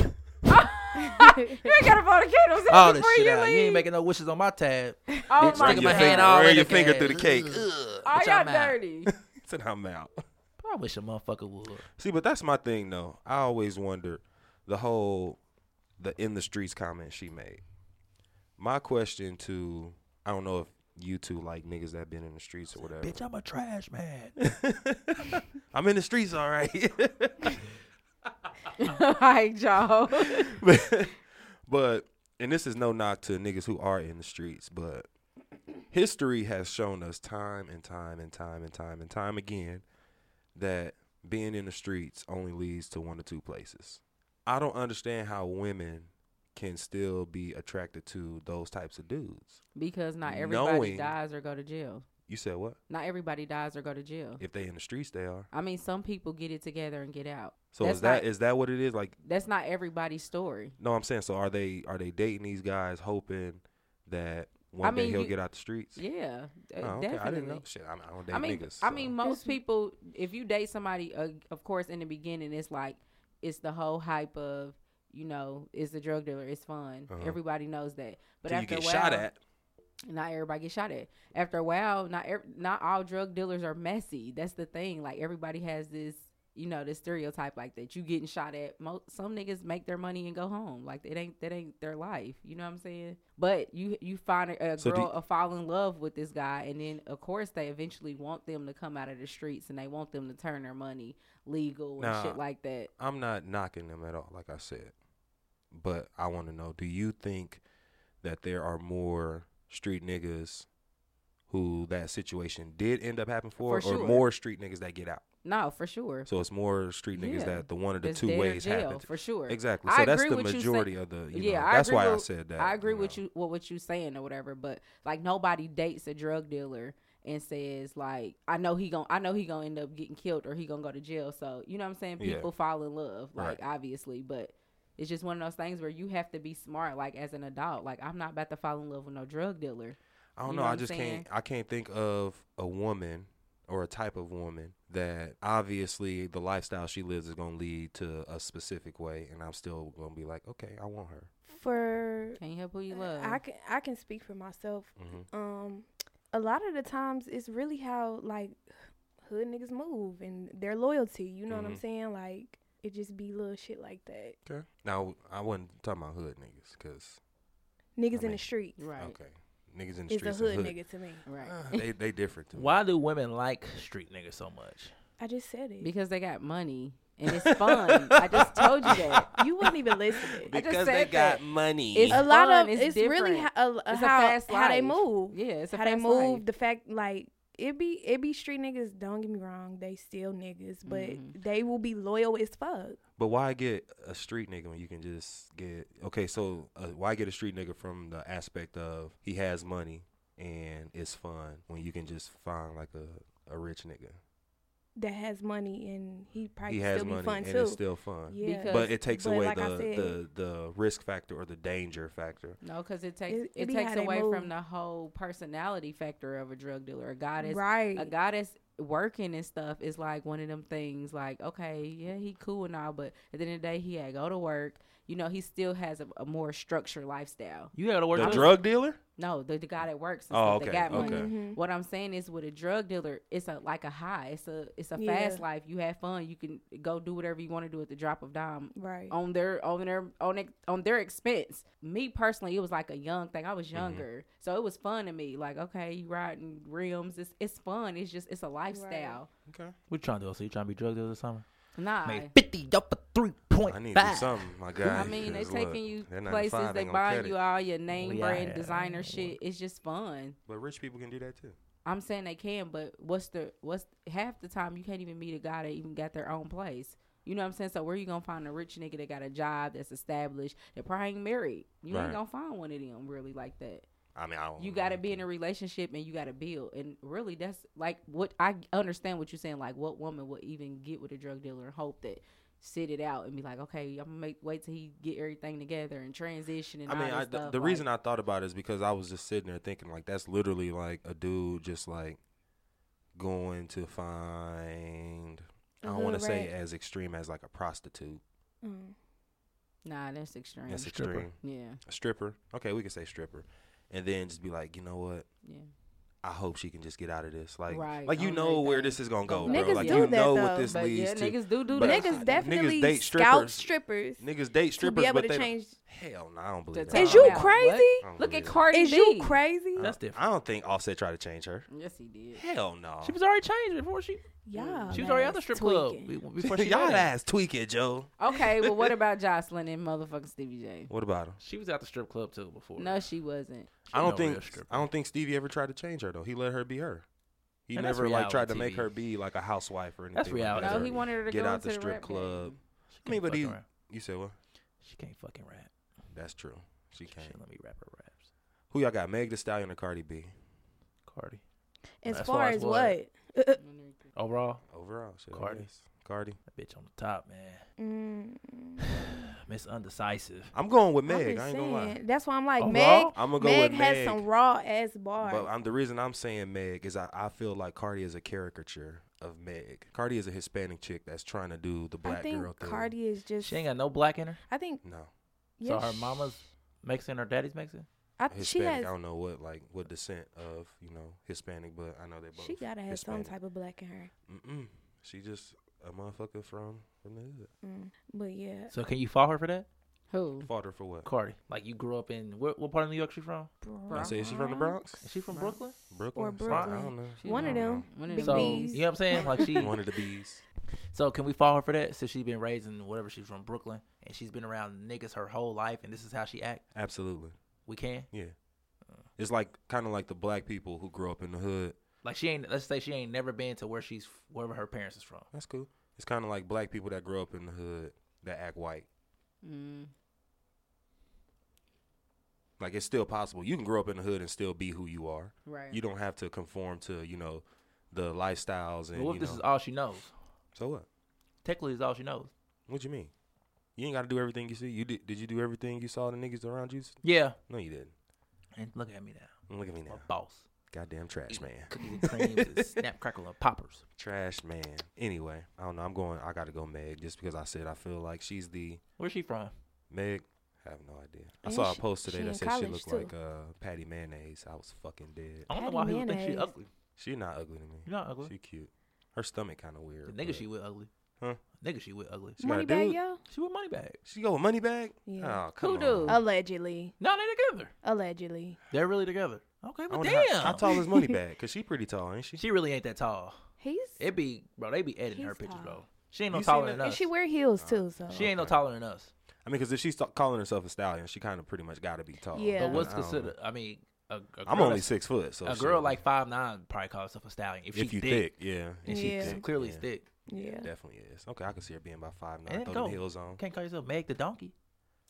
Speaker 4: ain't gotta blow the candles out
Speaker 1: All this
Speaker 4: before
Speaker 1: shit
Speaker 4: you
Speaker 1: out. You ain't
Speaker 4: leave.
Speaker 1: making no wishes on my tab.
Speaker 4: Oh
Speaker 1: bitch,
Speaker 4: my
Speaker 2: Run
Speaker 1: stick my
Speaker 2: your
Speaker 4: god.
Speaker 1: hand
Speaker 2: finger-
Speaker 1: all
Speaker 2: run
Speaker 1: in
Speaker 2: your
Speaker 1: the
Speaker 2: finger
Speaker 1: gas.
Speaker 2: through the cake.
Speaker 1: Ugh.
Speaker 2: Ugh.
Speaker 4: Are
Speaker 1: Bitch,
Speaker 4: y'all
Speaker 1: I'm out.
Speaker 4: dirty?
Speaker 2: Said I'm out.
Speaker 1: I wish a motherfucker would.
Speaker 2: See, but that's my thing though. I always wonder the whole the in the streets comment she made. My question to I don't know if you two like niggas that been in the streets or whatever.
Speaker 1: Bitch, I'm a trash man.
Speaker 2: I'm in the streets, all right.
Speaker 4: like y'all.
Speaker 2: but, but and this is no knock to niggas who are in the streets, but history has shown us time and time and time and time and time again that being in the streets only leads to one or two places. I don't understand how women can still be attracted to those types of dudes.
Speaker 4: Because not everybody
Speaker 2: Knowing-
Speaker 4: dies or go to jail.
Speaker 2: You said what?
Speaker 4: Not everybody dies or go to jail.
Speaker 2: If they in the streets, they are.
Speaker 4: I mean, some people get it together and get out.
Speaker 2: So
Speaker 4: That's
Speaker 2: is that is
Speaker 4: not-
Speaker 2: that what it is? Like
Speaker 4: That's not everybody's story.
Speaker 2: no, I'm saying so. Are they are they dating these guys hoping that one
Speaker 4: I
Speaker 2: day
Speaker 4: mean,
Speaker 2: he'll
Speaker 4: you-
Speaker 2: get out the streets?
Speaker 4: Yeah,
Speaker 2: Oh,
Speaker 4: uh,
Speaker 2: okay.
Speaker 4: definitely.
Speaker 2: I didn't know. Shit, I, mean, I don't date
Speaker 4: I mean,
Speaker 2: niggas.
Speaker 4: I
Speaker 2: so.
Speaker 4: mean, most people, if you date somebody, uh, of course, in the beginning, it's like it's the whole hype of you know, it's the drug dealer, it's fun.
Speaker 2: Uh-huh.
Speaker 4: Everybody knows that. But
Speaker 2: Till you
Speaker 4: after
Speaker 2: get
Speaker 4: a while,
Speaker 2: shot at.
Speaker 4: not everybody gets shot at. After a while, not ev- not all drug dealers are messy. That's the thing. Like everybody has this, you know, this stereotype like that. You getting shot at. Most some niggas make their money and go home. Like it ain't that ain't their life. You know what I'm saying? But you you find a, a
Speaker 2: So do
Speaker 4: girl
Speaker 2: you-
Speaker 4: uh, fall in love with this guy, and then of course they eventually want them to come out of the streets and they want them to turn their money legal and
Speaker 2: Nah.
Speaker 4: shit like that.
Speaker 2: I'm not knocking them at all, like I said. But I want to know: Do you think that there are more street niggas who that situation did end up happening for,
Speaker 4: For
Speaker 2: or
Speaker 4: sure.
Speaker 2: more street niggas that get out?
Speaker 4: No, for sure.
Speaker 2: So it's more street niggas
Speaker 4: Yeah.
Speaker 2: that the one of the
Speaker 4: That's
Speaker 2: two
Speaker 4: dead or
Speaker 2: ways
Speaker 4: jail,
Speaker 2: happened.
Speaker 4: for sure.
Speaker 2: Exactly.
Speaker 4: I
Speaker 2: So that's
Speaker 4: agree
Speaker 2: the
Speaker 4: with you say-
Speaker 2: majority of the. uh, You
Speaker 4: yeah,
Speaker 2: know,
Speaker 4: I
Speaker 2: that's
Speaker 4: agree
Speaker 2: why I
Speaker 4: with-
Speaker 2: said that.
Speaker 4: I agree with
Speaker 2: know.
Speaker 4: you what what you saying or whatever, but like nobody dates a drug dealer and says like I know he going I know he going to end up getting killed or he going to go to jail. So, you know what I'm saying?
Speaker 2: Yeah.
Speaker 4: People fall in love
Speaker 2: Right.
Speaker 4: like obviously, but it's just one of those things where you have to be smart like as an adult. Like I'm not about to fall in love with no drug dealer.
Speaker 2: I don't
Speaker 4: You
Speaker 2: know.
Speaker 4: know what
Speaker 2: I
Speaker 4: I'm
Speaker 2: just
Speaker 4: saying?
Speaker 2: can't. I can't think of a woman or a type of woman that obviously the lifestyle she lives is going to lead to a specific way, and I'm still going to be like, okay, I want her.
Speaker 5: For
Speaker 4: Can't help who you love.
Speaker 5: Uh, I can I can speak for myself.
Speaker 2: Mhm.
Speaker 5: Um, a lot of the times it's really how like hood niggas move and their loyalty. You know what I'm
Speaker 2: Mhm.
Speaker 5: saying? Like it just be little shit like that.
Speaker 2: Okay. Now I wasn't talking about hood niggas, cause
Speaker 5: Niggas in
Speaker 2: mean,
Speaker 5: the street
Speaker 4: right.
Speaker 2: okay, niggas in the
Speaker 5: is a
Speaker 2: streets
Speaker 5: hood,
Speaker 2: and
Speaker 5: nigga to me.
Speaker 4: Right.
Speaker 2: Ah, they they different. To me.
Speaker 1: Why do women like street niggas so much?
Speaker 5: I just said it.
Speaker 4: Because they got money and it's fun. I just told you that.
Speaker 5: you wouldn't even listen.
Speaker 4: I just said that.
Speaker 2: money.
Speaker 4: It's-
Speaker 5: a lot
Speaker 4: fun,
Speaker 5: of
Speaker 4: it's
Speaker 5: it's, really how,
Speaker 4: different.
Speaker 5: a, a
Speaker 4: It's a
Speaker 5: how,
Speaker 4: fast
Speaker 5: how they
Speaker 4: life.
Speaker 5: move.
Speaker 4: Yeah, it's a
Speaker 5: how they
Speaker 4: fast
Speaker 5: move.
Speaker 4: life.
Speaker 5: The fact like it be it be street niggas. Don't get me wrong, they still niggas, but
Speaker 4: Mm-hmm.
Speaker 5: they will be loyal as fuck.
Speaker 2: but why get a street nigga when you can just get okay? So uh, why get a street nigga from the aspect of he has money and it's fun when you can just find like a a rich nigga.
Speaker 5: That has money and he probably
Speaker 2: he has
Speaker 5: still be
Speaker 2: money
Speaker 5: fun
Speaker 2: and
Speaker 5: too.
Speaker 2: it's still fun.
Speaker 5: yeah,
Speaker 4: Because-
Speaker 2: But it takes
Speaker 5: But
Speaker 2: away
Speaker 5: like I
Speaker 2: the,
Speaker 5: said-
Speaker 2: the the risk factor or the danger factor.
Speaker 4: No, because it takes
Speaker 5: It-
Speaker 4: it,
Speaker 5: it be
Speaker 4: takes
Speaker 5: how they
Speaker 4: away
Speaker 5: move.
Speaker 4: from the whole personality factor of a drug dealer. A guy that's
Speaker 5: right.
Speaker 4: a guy that's working and stuff is like one of them things. Like, okay, yeah, he cool and all, but at the end of the day, he had to go to work. You know, he still has a, a more structured lifestyle.
Speaker 1: You gotta work.
Speaker 2: The
Speaker 1: with-
Speaker 2: drug dealer?
Speaker 4: No, the, the guy that works and
Speaker 2: Oh,
Speaker 4: stuff
Speaker 2: okay,
Speaker 4: that got money.
Speaker 2: okay.
Speaker 5: Mhm.
Speaker 4: What I'm saying is, with a drug dealer, it's a like a high. It's a it's a
Speaker 5: Yeah.
Speaker 4: fast life. You have fun. You can go do whatever you want to do at the drop of dime
Speaker 5: Right.
Speaker 1: Oh.
Speaker 4: on their on their on ex- on their expense. Me personally, it was like a young thing. I was
Speaker 2: Mm-hmm.
Speaker 4: younger, so it was fun to me. Like, okay, you riding rims, it's it's fun. It's just it's a lifestyle.
Speaker 2: Okay.
Speaker 1: What you trying to do? So you trying to be drug dealers or something?
Speaker 4: Nah,
Speaker 1: Made fifty up a three point
Speaker 2: I need to do
Speaker 1: five.
Speaker 2: something, my guy.
Speaker 4: I mean, they
Speaker 2: 'cause look,
Speaker 4: taking you
Speaker 2: they're nine to
Speaker 4: places.
Speaker 2: five,
Speaker 4: they
Speaker 2: ain't gonna
Speaker 4: buying
Speaker 2: cut it.
Speaker 4: you all your name
Speaker 1: Well, yeah,
Speaker 4: brand
Speaker 1: yeah.
Speaker 4: designer shit. It's just fun.
Speaker 2: But rich people can do that too.
Speaker 4: I'm saying they can, but what's the what's half the time you can't even meet a guy that even got their own place. You know what I'm saying? So where you gonna find a rich nigga that got a job that's established that probably ain't married? You
Speaker 2: Right.
Speaker 4: ain't gonna find one of them really like that.
Speaker 2: I mean, I don't.
Speaker 4: you
Speaker 2: know.
Speaker 4: got to be in a relationship and you got to build and really that's like what i understand what you're saying like what woman would even get with a drug dealer and hope that sit it out and be like okay i'm gonna make wait till he get everything together and transition and
Speaker 2: I mean,
Speaker 4: all
Speaker 2: I,
Speaker 4: this
Speaker 2: the,
Speaker 4: stuff.
Speaker 2: the
Speaker 4: like,
Speaker 2: reason I thought about it is because I was just sitting there thinking, like, that's literally like a dude just like going to find. I
Speaker 5: A
Speaker 2: I don't want to
Speaker 5: hood
Speaker 2: say
Speaker 5: rat.
Speaker 2: as extreme as like a prostitute.
Speaker 5: Mm.
Speaker 4: nah that's extreme
Speaker 2: That's
Speaker 1: stripper.
Speaker 2: extreme.
Speaker 4: yeah
Speaker 2: A stripper. Okay, we could say stripper, and then just be like, you know what?
Speaker 4: yeah
Speaker 2: I hope she can just get out of this. Like,
Speaker 4: Right,
Speaker 2: like you
Speaker 4: on
Speaker 2: know where
Speaker 4: anything.
Speaker 2: this is gonna go, bro.
Speaker 5: Niggas
Speaker 2: Like
Speaker 5: do
Speaker 2: you
Speaker 5: that,
Speaker 2: know what
Speaker 5: though,
Speaker 2: this
Speaker 4: but
Speaker 2: leads
Speaker 4: yeah
Speaker 2: to.
Speaker 4: niggas do do
Speaker 2: But-
Speaker 4: that
Speaker 5: Niggas definitely
Speaker 2: date
Speaker 5: scout
Speaker 2: strippers.
Speaker 5: strippers
Speaker 2: Niggas date
Speaker 5: to
Speaker 2: strippers,
Speaker 5: be able
Speaker 2: but
Speaker 5: to
Speaker 2: they don't-
Speaker 5: change.
Speaker 2: hell no, I don't believe
Speaker 4: To
Speaker 2: that.
Speaker 4: turn
Speaker 5: Is you
Speaker 4: out.
Speaker 5: crazy?
Speaker 2: I don't
Speaker 4: look
Speaker 2: believe
Speaker 4: at
Speaker 2: that.
Speaker 4: Cardi
Speaker 5: Is
Speaker 4: B
Speaker 5: you crazy?
Speaker 1: That's different.
Speaker 2: I don't think Offset tried to change her.
Speaker 4: yes he did
Speaker 2: Hell no.
Speaker 1: She was already changed before she.
Speaker 5: Yeah,
Speaker 1: she was already at the strip club
Speaker 5: tweaking.
Speaker 1: be- before she
Speaker 2: y'all
Speaker 1: got it.
Speaker 2: ass tweaking, Joe.
Speaker 4: okay well what about jocelyn and motherfucking stevie j
Speaker 2: What about him?
Speaker 1: She was at the strip club too before.
Speaker 4: no she wasn't
Speaker 2: I don't
Speaker 1: no real
Speaker 2: think
Speaker 1: stripper.
Speaker 2: I don't think Stevie ever tried to change her though. He let her be her. He
Speaker 1: And that's
Speaker 2: never like tried to
Speaker 1: reality
Speaker 2: make
Speaker 1: TV.
Speaker 2: her be like a housewife or anything.
Speaker 1: That's
Speaker 2: like
Speaker 1: reality.
Speaker 2: that,
Speaker 4: no
Speaker 2: or
Speaker 4: he wanted her to
Speaker 2: get
Speaker 4: go
Speaker 2: out
Speaker 4: into
Speaker 2: the strip
Speaker 4: rap game.
Speaker 2: club.
Speaker 1: She
Speaker 2: I mean,
Speaker 1: can't
Speaker 2: but
Speaker 1: fucking
Speaker 2: he-
Speaker 1: rap.
Speaker 2: You said what?
Speaker 1: She can't fucking rap.
Speaker 2: That's true. She
Speaker 1: She
Speaker 2: can't.
Speaker 1: let me rap her raps.
Speaker 2: Who y'all got? Meg The Stallion or Cardi B?
Speaker 1: Cardi.
Speaker 5: As
Speaker 1: That's
Speaker 5: far
Speaker 1: why
Speaker 5: as
Speaker 1: it's
Speaker 5: what?
Speaker 1: what? Overall,
Speaker 2: Overall, shit, I
Speaker 1: Cardi.
Speaker 2: guess. Cardi.
Speaker 1: that bitch on the top, man.
Speaker 5: Mm.
Speaker 1: Miss Undecisive.
Speaker 2: I'm going with
Speaker 5: I'm
Speaker 2: Meg.
Speaker 5: just
Speaker 2: I ain't gonna lie.
Speaker 5: saying. That's why I'm
Speaker 1: Oh,
Speaker 5: like Meg.
Speaker 1: Overall?
Speaker 2: I'm gonna go
Speaker 5: Meg
Speaker 2: with
Speaker 5: has
Speaker 2: Meg.
Speaker 5: some raw ass bars.
Speaker 2: But I'm, the reason I'm saying Meg is I, I feel like Cardi is a caricature of Meg. Cardi is a Hispanic chick that's trying to do the
Speaker 5: I
Speaker 2: black girl
Speaker 5: think
Speaker 2: thing.
Speaker 5: Cardi is just.
Speaker 1: She ain't got no black in her.
Speaker 5: I think.
Speaker 2: no,
Speaker 5: Yeah,
Speaker 1: so her
Speaker 5: sh-
Speaker 1: mama's Mexican, her daddy's Mexican.
Speaker 5: I, she
Speaker 2: Hispanic.
Speaker 5: has.
Speaker 2: I don't know what like what descent of you know Hispanic, but I know they both.
Speaker 5: She gotta have
Speaker 2: Hispanic.
Speaker 5: some type of black in her.
Speaker 2: Mm-mm. She just a motherfucker from from the hood.
Speaker 5: Mm. But yeah,
Speaker 1: So can you fault her for that?
Speaker 5: Mm.
Speaker 4: who
Speaker 2: Fought her for what?
Speaker 1: Cardi. Like you grew up in where, what part of New York she from?
Speaker 2: I say is she from the Bronx,
Speaker 1: Is she from
Speaker 4: Bronx.
Speaker 1: Brooklyn?
Speaker 2: Brooklyn,
Speaker 5: Or
Speaker 2: So, I
Speaker 5: Brooklyn.
Speaker 2: don't know.
Speaker 1: She-
Speaker 5: One of
Speaker 2: I don't
Speaker 5: them.
Speaker 4: One of
Speaker 5: Big
Speaker 1: so
Speaker 4: them
Speaker 5: B's.
Speaker 1: you know what I'm saying? Like she
Speaker 2: know. One of the bees.
Speaker 1: So can we fault her for that? Since she's been raised in whatever she's from Brooklyn and she's been around niggas her whole life and this is how she act.
Speaker 2: Absolutely.
Speaker 1: We can.
Speaker 2: Yeah.
Speaker 1: Uh.
Speaker 2: It's like kind of like the black people who grew up in the hood.
Speaker 1: Like she ain't let's say she ain't never been to where she's wherever her parents is from.
Speaker 2: That's cool. It's kind of like black people that grow up in the hood that act white.
Speaker 4: Mm.
Speaker 2: Like it's still possible. You can grow up in the hood and still be who you are.
Speaker 4: Right.
Speaker 2: You don't have to conform to you know the lifestyles and
Speaker 1: But what
Speaker 2: you
Speaker 1: if this
Speaker 2: know.
Speaker 1: is all she knows?
Speaker 2: so what?
Speaker 1: Technically, it's all she knows.
Speaker 2: What you mean? You ain't got to do everything you see. You did? Did you do everything you saw the niggas around you? s-
Speaker 1: Yeah.
Speaker 2: No, you didn't.
Speaker 1: And look at me now,
Speaker 2: Look at me
Speaker 1: my
Speaker 2: now.
Speaker 1: boss.
Speaker 2: Goddamn trash man.
Speaker 1: Cookies and creams, and snap crackle and poppers.
Speaker 2: Trash man. Anyway, I don't know. I'm going. I got to go Meg just because I said I feel like she's the
Speaker 1: Where's she from?
Speaker 2: Meg. I have no idea. I
Speaker 5: And
Speaker 2: saw a
Speaker 5: she-
Speaker 2: post today
Speaker 5: she in
Speaker 2: that said she
Speaker 5: college,
Speaker 2: looked
Speaker 5: too.
Speaker 2: like uh, Patty Mayonnaise. I was fucking dead.
Speaker 1: I don't know
Speaker 5: Patty
Speaker 1: why people think she
Speaker 5: mayonnaise.
Speaker 1: ugly.
Speaker 2: She not ugly to me.
Speaker 1: She not ugly.
Speaker 2: She cute. Her stomach kind of weird.
Speaker 1: The nigga
Speaker 2: but-
Speaker 1: she with ugly.
Speaker 2: Huh?
Speaker 1: Nigga she with ugly.
Speaker 2: got a
Speaker 5: Moneybagg
Speaker 2: dude.
Speaker 5: yo.
Speaker 1: She with money bag.
Speaker 2: She go with money bag.
Speaker 5: Yeah.
Speaker 2: Oh, come
Speaker 4: Who
Speaker 2: on.
Speaker 4: do?
Speaker 5: Allegedly,
Speaker 1: No, they together.
Speaker 5: allegedly.
Speaker 1: They're really together. Okay,
Speaker 2: I
Speaker 1: but
Speaker 2: wonder
Speaker 1: damn.
Speaker 2: How, how tall is money bag? Cause she pretty tall, ain't she?
Speaker 1: She really ain't that tall.
Speaker 5: He's.
Speaker 1: It be bro, they be editing her
Speaker 5: She's
Speaker 1: pictures,
Speaker 5: tall.
Speaker 1: bro. She ain't no
Speaker 2: You seen
Speaker 1: taller
Speaker 2: that-
Speaker 1: than
Speaker 5: And
Speaker 1: us.
Speaker 5: she wear
Speaker 2: Uh,
Speaker 5: heels too, so.
Speaker 1: She ain't no
Speaker 2: Okay.
Speaker 1: taller than us.
Speaker 2: I mean, because if she's t- calling herself a stallion, she kind of pretty much got to be tall.
Speaker 5: Yeah.
Speaker 1: But
Speaker 5: I
Speaker 1: what's
Speaker 2: don't know.
Speaker 1: considered? I mean, a, a girl
Speaker 2: I'm only
Speaker 1: that's-
Speaker 2: six foot, so
Speaker 1: a
Speaker 2: shit.
Speaker 1: girl like five nine probably calls herself a stallion if,
Speaker 2: if
Speaker 1: she
Speaker 2: you
Speaker 1: thick.
Speaker 2: thick, yeah,
Speaker 1: And
Speaker 5: Yeah.
Speaker 1: she's clearly
Speaker 2: yeah.
Speaker 1: thick.
Speaker 5: yeah.
Speaker 2: definitely is. Okay, I can see her being about five
Speaker 1: And
Speaker 2: nine.
Speaker 1: it
Speaker 2: Throw them
Speaker 1: go.
Speaker 2: heels on.
Speaker 1: Can't call yourself Meg the donkey.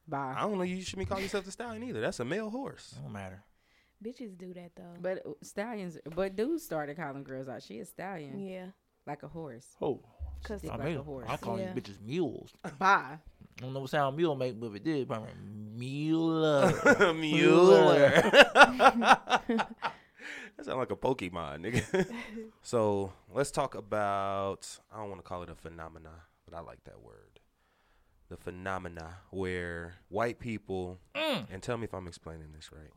Speaker 4: Bye.
Speaker 2: I don't know. You shouldn't be calling yourself the stallion either. That's a male horse.
Speaker 1: Don't matter.
Speaker 5: Bitches do that though.
Speaker 4: But uh, stallions, but dudes started calling girls out. She a stallion,
Speaker 5: Yeah.
Speaker 4: like a horse.
Speaker 1: Oh,
Speaker 5: Cause
Speaker 4: Thick
Speaker 1: I
Speaker 4: like
Speaker 1: mean,
Speaker 4: a horse.
Speaker 1: I call
Speaker 5: Yeah.
Speaker 1: these bitches mules. I
Speaker 4: Bye.
Speaker 1: don't know what sound mule make, but if it did, probably mule.
Speaker 2: Mueller. That sound like a Pokemon, nigga. so let's talk about. I don't want to call it a phenomena, but I like that word. The phenomena where white people, and tell me if I'm explaining this right.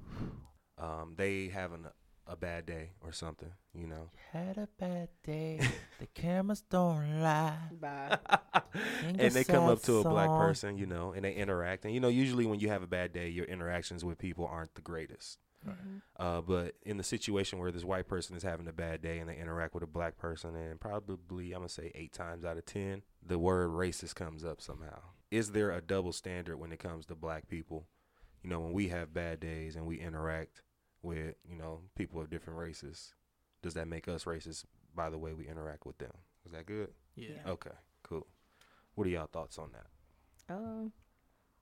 Speaker 2: Um, they having a, a bad day or something, you know.
Speaker 1: Had a bad day. The cameras don't lie.
Speaker 4: Bye.
Speaker 1: Sing
Speaker 2: and they come
Speaker 1: sad
Speaker 2: up to a black
Speaker 1: song.
Speaker 2: person, you know, and they interact. And you know, usually when you have a bad day, your interactions with people aren't the greatest.
Speaker 1: Mm-hmm.
Speaker 2: Uh, but in the situation where this white person is having a bad day and they interact with a black person, and probably I'm gonna say eight times out of ten, the word racist comes up somehow. Is there a double standard when it comes to black people? You know, when we have bad days and we interact with you know people of different races, does that make us racist by the way we interact with them? Is that good?
Speaker 1: Yeah.
Speaker 2: Okay, cool. What are y'all thoughts on that?
Speaker 4: Um,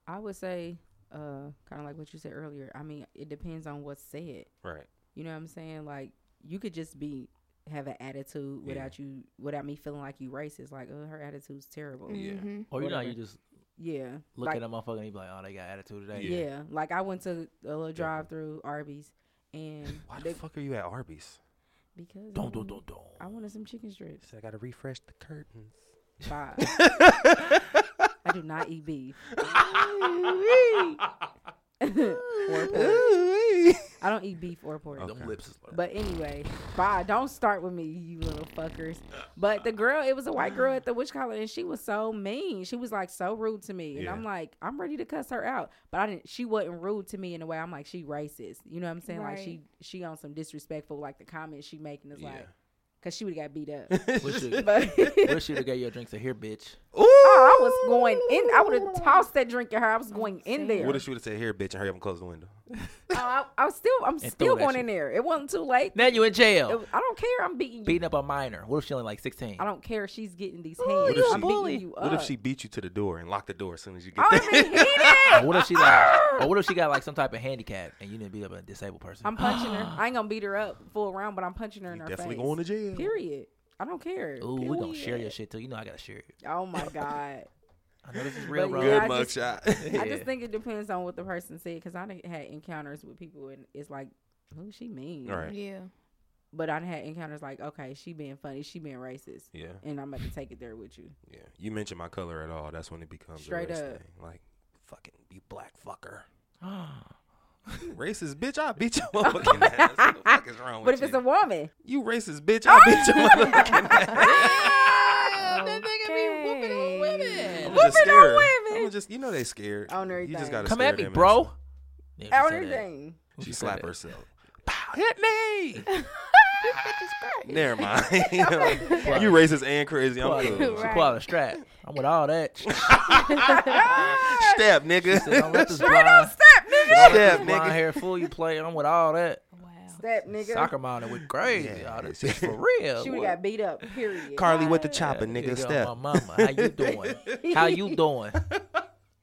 Speaker 4: I would say uh, kind of like what you said earlier. I mean, it depends on what's said.
Speaker 2: Right.
Speaker 4: You know what I'm saying? Like you could just be have an attitude
Speaker 2: Yeah.
Speaker 4: without you without me feeling like you racist. Like, oh, her attitude's terrible.
Speaker 2: Yeah.
Speaker 5: Mhm.
Speaker 1: Or you know, how
Speaker 4: Whatever.
Speaker 1: you just
Speaker 4: Yeah.
Speaker 1: look
Speaker 4: like,
Speaker 1: at a motherfucker and you be like, oh, they got attitude today.
Speaker 4: Yeah. Like I went to a little drive through Arby's and
Speaker 2: Why the
Speaker 4: they-
Speaker 2: fuck are you at Arby's?
Speaker 4: because I
Speaker 1: Don't, don't,
Speaker 4: wanted-
Speaker 1: don't, don't.
Speaker 4: I wanted some chicken strips.
Speaker 2: I gotta refresh the curtains.
Speaker 4: Bye. I do not eat beef. or pork. I don't eat beef or pork.
Speaker 1: Them lips is like,
Speaker 4: But anyway, bye. Don't start with me, you little fuckers. But the girl, it was a white girl at the witch collar, and she was so mean. She was like so rude to me, and
Speaker 2: Yeah.
Speaker 4: I'm like, I'm ready to cuss her out. But I didn't. She wasn't rude to me in a way. I'm like, she racist. You know what I'm saying? Like she she on some disrespectful. Like the comments she making is like, cause she would got beat up.
Speaker 1: wish you,
Speaker 4: but
Speaker 1: wish you gave you a drink to here, bitch.
Speaker 4: oh, I was going in. I would have tossed that drink at her. I
Speaker 1: Oh,
Speaker 4: was going in there.
Speaker 2: What if she would have said, "Here, bitch," and hurry up and close the window?
Speaker 4: Oh, I, I was still. I'm
Speaker 1: throw
Speaker 4: still
Speaker 1: that
Speaker 4: going
Speaker 1: shit.
Speaker 4: in there. It wasn't too late.
Speaker 1: Now you in
Speaker 4: It
Speaker 1: jail.
Speaker 4: was- I don't care. I'm beating you.
Speaker 1: Beating up a minor. What if she only like 16?
Speaker 4: I don't care. She's getting these hands.
Speaker 2: What if
Speaker 4: I'm
Speaker 2: she-
Speaker 4: beating you up.
Speaker 2: What if she beat you to the door and locked the door as soon as you get
Speaker 4: I
Speaker 2: there?
Speaker 4: haven't hit it.
Speaker 1: Or what if she like? Or what if she got like some type of handicap and you didn't beat up a disabled person?
Speaker 4: I'm punching her. I ain't gonna beat her up full round, but I'm punching her in
Speaker 2: You
Speaker 4: her
Speaker 2: definitely
Speaker 4: face.
Speaker 2: going to jail.
Speaker 4: Period. I don't care.
Speaker 1: Ooh, we gonna share your
Speaker 4: Period.
Speaker 1: shit too. You know I gotta share it.
Speaker 4: Oh my god.
Speaker 1: I know this is real,
Speaker 4: But
Speaker 1: bro.
Speaker 4: yeah,
Speaker 2: Good
Speaker 4: I just-
Speaker 2: mugshot.
Speaker 1: Yeah.
Speaker 4: I just think it depends on what the person said because I done had encounters with people and it's like, who she mean?
Speaker 2: All right.
Speaker 5: Yeah.
Speaker 4: But I done had encounters like, okay, she being funny, she being racist,
Speaker 2: yeah,
Speaker 4: and I'm about to take it there with you.
Speaker 2: yeah. You mention my color at all, that's when it becomes
Speaker 4: Straight
Speaker 2: a race
Speaker 4: up.
Speaker 2: thing. Like, fucking, you black fucker,
Speaker 1: I
Speaker 2: You racist bitch. I beat your motherfucking ass. What the fuck is wrong
Speaker 4: But
Speaker 2: with
Speaker 4: if it's
Speaker 2: you?
Speaker 4: a woman,
Speaker 2: you racist bitch, I beat your motherfucking
Speaker 5: that nigga be whooping on women.
Speaker 2: I'm just scared.
Speaker 4: women.
Speaker 2: I'm just, you know they scared.
Speaker 4: On
Speaker 2: You
Speaker 4: everything.
Speaker 2: just gotta
Speaker 1: Come
Speaker 2: stare
Speaker 1: at me,
Speaker 2: them
Speaker 1: bro. Yeah, she said that.
Speaker 4: everything.
Speaker 2: She
Speaker 1: said
Speaker 2: slap
Speaker 1: that?
Speaker 2: herself.
Speaker 1: Pow, hit me.
Speaker 2: Never mind. you racist and crazy.
Speaker 1: Pull out
Speaker 2: I'm
Speaker 1: a-
Speaker 2: cool.
Speaker 1: She pull out a strap. I'm with all that. She
Speaker 2: Step,
Speaker 1: said, don't
Speaker 2: nigga.
Speaker 1: let this blind,
Speaker 2: Step,
Speaker 1: blind
Speaker 2: nigga.
Speaker 1: hair fool you play. I'm with all that.
Speaker 5: Wow.
Speaker 4: That nigga.
Speaker 1: Soccer mom with crazy.
Speaker 2: Yeah.
Speaker 1: All this shit for real.
Speaker 4: She would
Speaker 1: What?
Speaker 4: got beat up. Period.
Speaker 2: Carly with the
Speaker 4: Bye.
Speaker 2: chopper,
Speaker 1: Yeah,
Speaker 2: nigga.
Speaker 1: good
Speaker 2: Step.
Speaker 1: girl, My mama, how you doing? How you doing?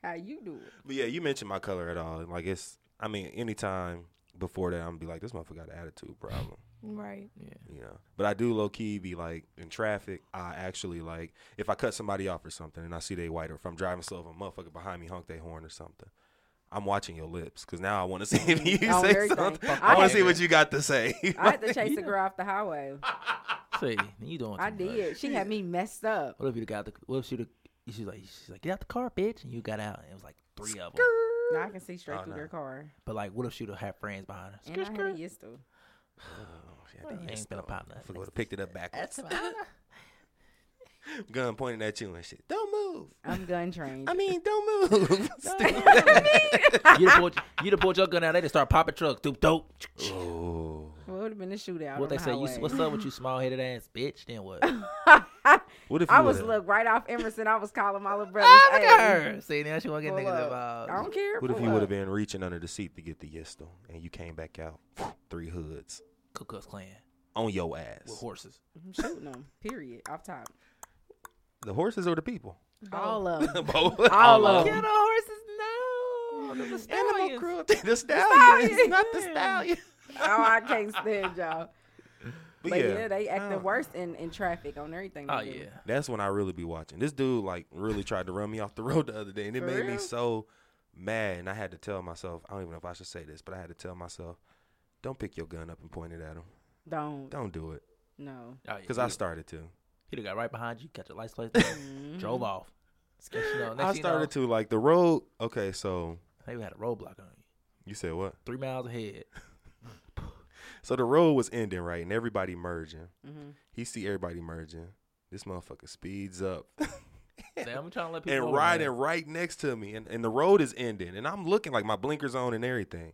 Speaker 4: How you do it?
Speaker 2: But yeah, you mentioned my color at all. Like it's, I mean, anytime before that, I'm be like, this motherfucker got an attitude problem.
Speaker 5: Right.
Speaker 2: you know. But I do low key be like in traffic. I actually like if I cut somebody off or something, and I see they white, or if I'm driving slow, if a motherfucker behind me honk they horn or something. I'm watching your lips because now I want to see if you
Speaker 4: Oh,
Speaker 2: say
Speaker 4: everything.
Speaker 2: something.
Speaker 4: Fuck
Speaker 2: I want
Speaker 1: off.
Speaker 2: to see what you got to say.
Speaker 4: I had to chase a girl off the highway.
Speaker 1: See, you doing?
Speaker 4: I
Speaker 1: too
Speaker 4: did.
Speaker 1: Much.
Speaker 4: She had me messed up.
Speaker 1: What if you got the? What if she? She's like, she's like, get out the car, bitch, and you got out. And it was like three of them.
Speaker 4: Now I can see straight
Speaker 2: Oh,
Speaker 4: through
Speaker 2: no.
Speaker 4: their car.
Speaker 1: But like, what if she'd have had friends behind her?
Speaker 4: And I had a yes to.
Speaker 1: Ain't
Speaker 2: yes,
Speaker 1: gonna
Speaker 2: though.
Speaker 1: pop nothing.
Speaker 2: Fucker would've picked it up backwards. Gun pointing at you and shit. Don't move.
Speaker 4: I'm gun trained.
Speaker 2: I mean, don't move.
Speaker 1: you done pulled, you done pulled your gun out. They just start popping trucks. Doop dope.
Speaker 2: oh.
Speaker 4: Well, it would have been a shootout.
Speaker 1: What
Speaker 4: on
Speaker 1: they
Speaker 4: the
Speaker 1: say? You,
Speaker 4: highway.
Speaker 1: what's up with you, small headed ass bitch? Then what?
Speaker 2: What if
Speaker 4: I
Speaker 2: you
Speaker 4: was
Speaker 2: would've-
Speaker 4: look right off Emerson. I was calling my little brother.
Speaker 1: Ah, look at her. See now she won't get
Speaker 4: Pull
Speaker 1: niggas
Speaker 4: up. I
Speaker 1: involved.
Speaker 4: don't care.
Speaker 2: What if
Speaker 4: pull
Speaker 2: you would have
Speaker 4: up.
Speaker 2: been reaching under the seat to get the yesto and you came back out, three hoods
Speaker 1: Ku Klux Klan
Speaker 2: on your
Speaker 1: with
Speaker 2: ass?
Speaker 1: horses.
Speaker 4: I'm shooting them. Period. Off top.
Speaker 2: The horses or the people?
Speaker 4: All of them.
Speaker 2: Both.
Speaker 4: All of
Speaker 1: Kill the
Speaker 4: them.
Speaker 1: horses. No, Them the
Speaker 2: Animal
Speaker 1: stallions.
Speaker 2: cruelty. The stallion.
Speaker 4: stallion.
Speaker 2: not the stallion.
Speaker 4: Oh, I can't stand y'all.
Speaker 2: But,
Speaker 4: But yeah,
Speaker 2: yeah,
Speaker 4: they
Speaker 2: no.
Speaker 4: acting worse in, in traffic on everything. they
Speaker 1: Oh
Speaker 4: do.
Speaker 1: yeah.
Speaker 2: That's when I really be watching. This dude like really tried to run me off the road the other day, and it
Speaker 4: For
Speaker 2: made me
Speaker 4: real?
Speaker 2: so mad. And I had to tell myself, I don't even know if I should say this, but I had to tell myself, don't pick your gun up and point it at him.
Speaker 4: Don't.
Speaker 2: Don't do it,
Speaker 1: Oh,
Speaker 4: No.
Speaker 1: yeah.
Speaker 2: because I started to.
Speaker 1: Peter got right behind you, got your lights placed, down, drove off. Next you know, next
Speaker 2: I
Speaker 1: thing you know,
Speaker 2: started to like the road. Okay, so
Speaker 1: They even had a roadblock on you,
Speaker 2: you said what?
Speaker 1: three miles ahead.
Speaker 2: So the road was ending right, and everybody merging.
Speaker 4: Mhm.
Speaker 2: He see everybody merging. This motherfucker speeds up
Speaker 1: Damn, I'm trying to let people
Speaker 2: and
Speaker 1: know,
Speaker 2: riding
Speaker 1: man.
Speaker 2: right next to me, and, and the road is ending, and I'm looking like my blinkers on and everything.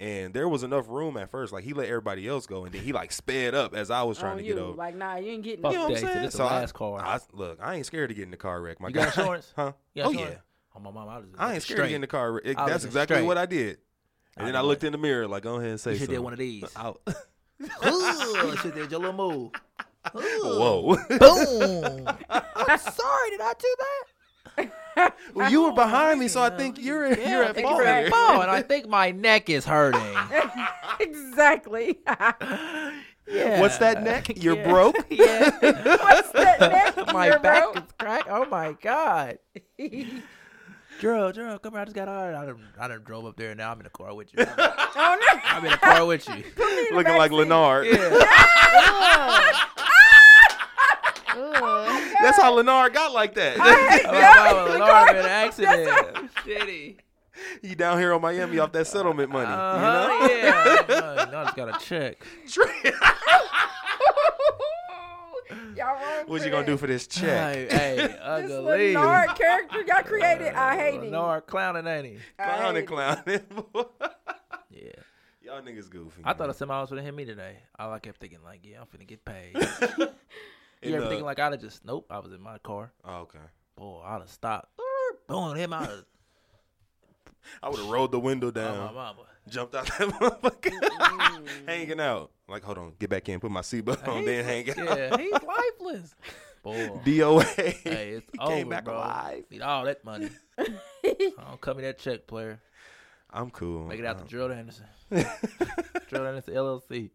Speaker 2: And there was enough room at first, like he let everybody else go, and then he like sped up as I was
Speaker 1: Oh,
Speaker 2: trying
Speaker 4: on
Speaker 2: to
Speaker 4: you.
Speaker 2: get over.
Speaker 4: Like, nah, you ain't getting
Speaker 1: Fuck
Speaker 4: it.
Speaker 2: you know what I'm
Speaker 1: that. He said,
Speaker 2: saying?
Speaker 1: "This the
Speaker 2: so I-
Speaker 1: last car."
Speaker 2: I, look, I ain't scared to get in the car wreck. My
Speaker 1: You
Speaker 2: guy.
Speaker 1: got insurance?
Speaker 2: huh?
Speaker 1: You got
Speaker 2: oh yeah,
Speaker 1: insurance? Oh my mama, I, was
Speaker 2: I ain't scared to get in the car wreck. It-
Speaker 1: I was
Speaker 2: that's
Speaker 1: looking
Speaker 2: exactly
Speaker 1: straight.
Speaker 2: what I did. And
Speaker 1: I
Speaker 2: then I
Speaker 1: knew
Speaker 2: looked
Speaker 1: it.
Speaker 2: in the mirror, like, go ahead and say
Speaker 1: You should
Speaker 2: something.
Speaker 1: did one of these.
Speaker 2: Out.
Speaker 1: Ugh, shit, did your little move. Ugh.
Speaker 2: Whoa.
Speaker 1: Boom. I'm sorry, did I do that?
Speaker 2: Well, you were behind me, so I
Speaker 1: know.
Speaker 2: think you're at,
Speaker 1: Yeah,
Speaker 2: you're
Speaker 1: I
Speaker 2: at
Speaker 1: think
Speaker 2: fault.
Speaker 1: you're at
Speaker 2: here.
Speaker 1: fault, and I think my neck is hurting.
Speaker 4: exactly.
Speaker 1: Yeah.
Speaker 2: What's that neck? You're
Speaker 1: Yeah.
Speaker 2: broke?
Speaker 1: Yeah.
Speaker 4: What's that next?
Speaker 1: my
Speaker 4: year,
Speaker 1: back
Speaker 4: bro?
Speaker 1: is cracked. Oh my god. Gerald, Gerald, come here. I just got hired. I done, I done drove up there, and now I'm in the car with you.
Speaker 4: Oh no.
Speaker 1: I'm in the car with you.
Speaker 2: Looking like Lenard.
Speaker 1: Yeah.
Speaker 5: Ugh.
Speaker 2: That's how Lenard got like that.
Speaker 1: Oh, I'm in the car with an accident. Shitty.
Speaker 2: you down here on Miami off that settlement money.
Speaker 1: Uh-huh, yeah. No, no, I just got a check.
Speaker 2: You know?
Speaker 4: Y'all wrong
Speaker 2: what
Speaker 4: for
Speaker 2: you gonna do
Speaker 4: that.
Speaker 2: for this check?
Speaker 1: Hey, hey,
Speaker 4: This
Speaker 1: ugly.
Speaker 4: Lenard character y'all created, I hate him.
Speaker 1: Lenard clowning, ain't he?
Speaker 2: Clown
Speaker 4: hate
Speaker 2: and
Speaker 4: it.
Speaker 2: clown.
Speaker 1: Yeah.
Speaker 2: Y'all niggas goofy.
Speaker 1: I
Speaker 2: man.
Speaker 1: thought if somebody was gonna hit me today, all I kept thinking like, yeah, I'm finna get paid.
Speaker 2: In
Speaker 1: you ever
Speaker 2: the-
Speaker 1: thinking like I'd have just nope, I was in my car.
Speaker 2: Oh, okay.
Speaker 1: Boy, I'd have stopped. Boom, hit my,
Speaker 2: I would have rolled the window
Speaker 1: oh,
Speaker 2: down,
Speaker 1: my mama.
Speaker 2: jumped out that motherfucker, hanging out. Like, hold on, get back in, put my seatbelt on, then hang out.
Speaker 1: Yeah, he's lifeless. Boy.
Speaker 2: DOA.
Speaker 1: Hey, it's
Speaker 2: he
Speaker 1: over,
Speaker 2: came back
Speaker 1: bro.
Speaker 2: alive.
Speaker 1: Need all that money. I don't come me that check, player.
Speaker 2: I'm cool. Uh,
Speaker 1: Make it out
Speaker 2: I'm-
Speaker 1: to Gerald Anderson. Gerald Anderson LLC.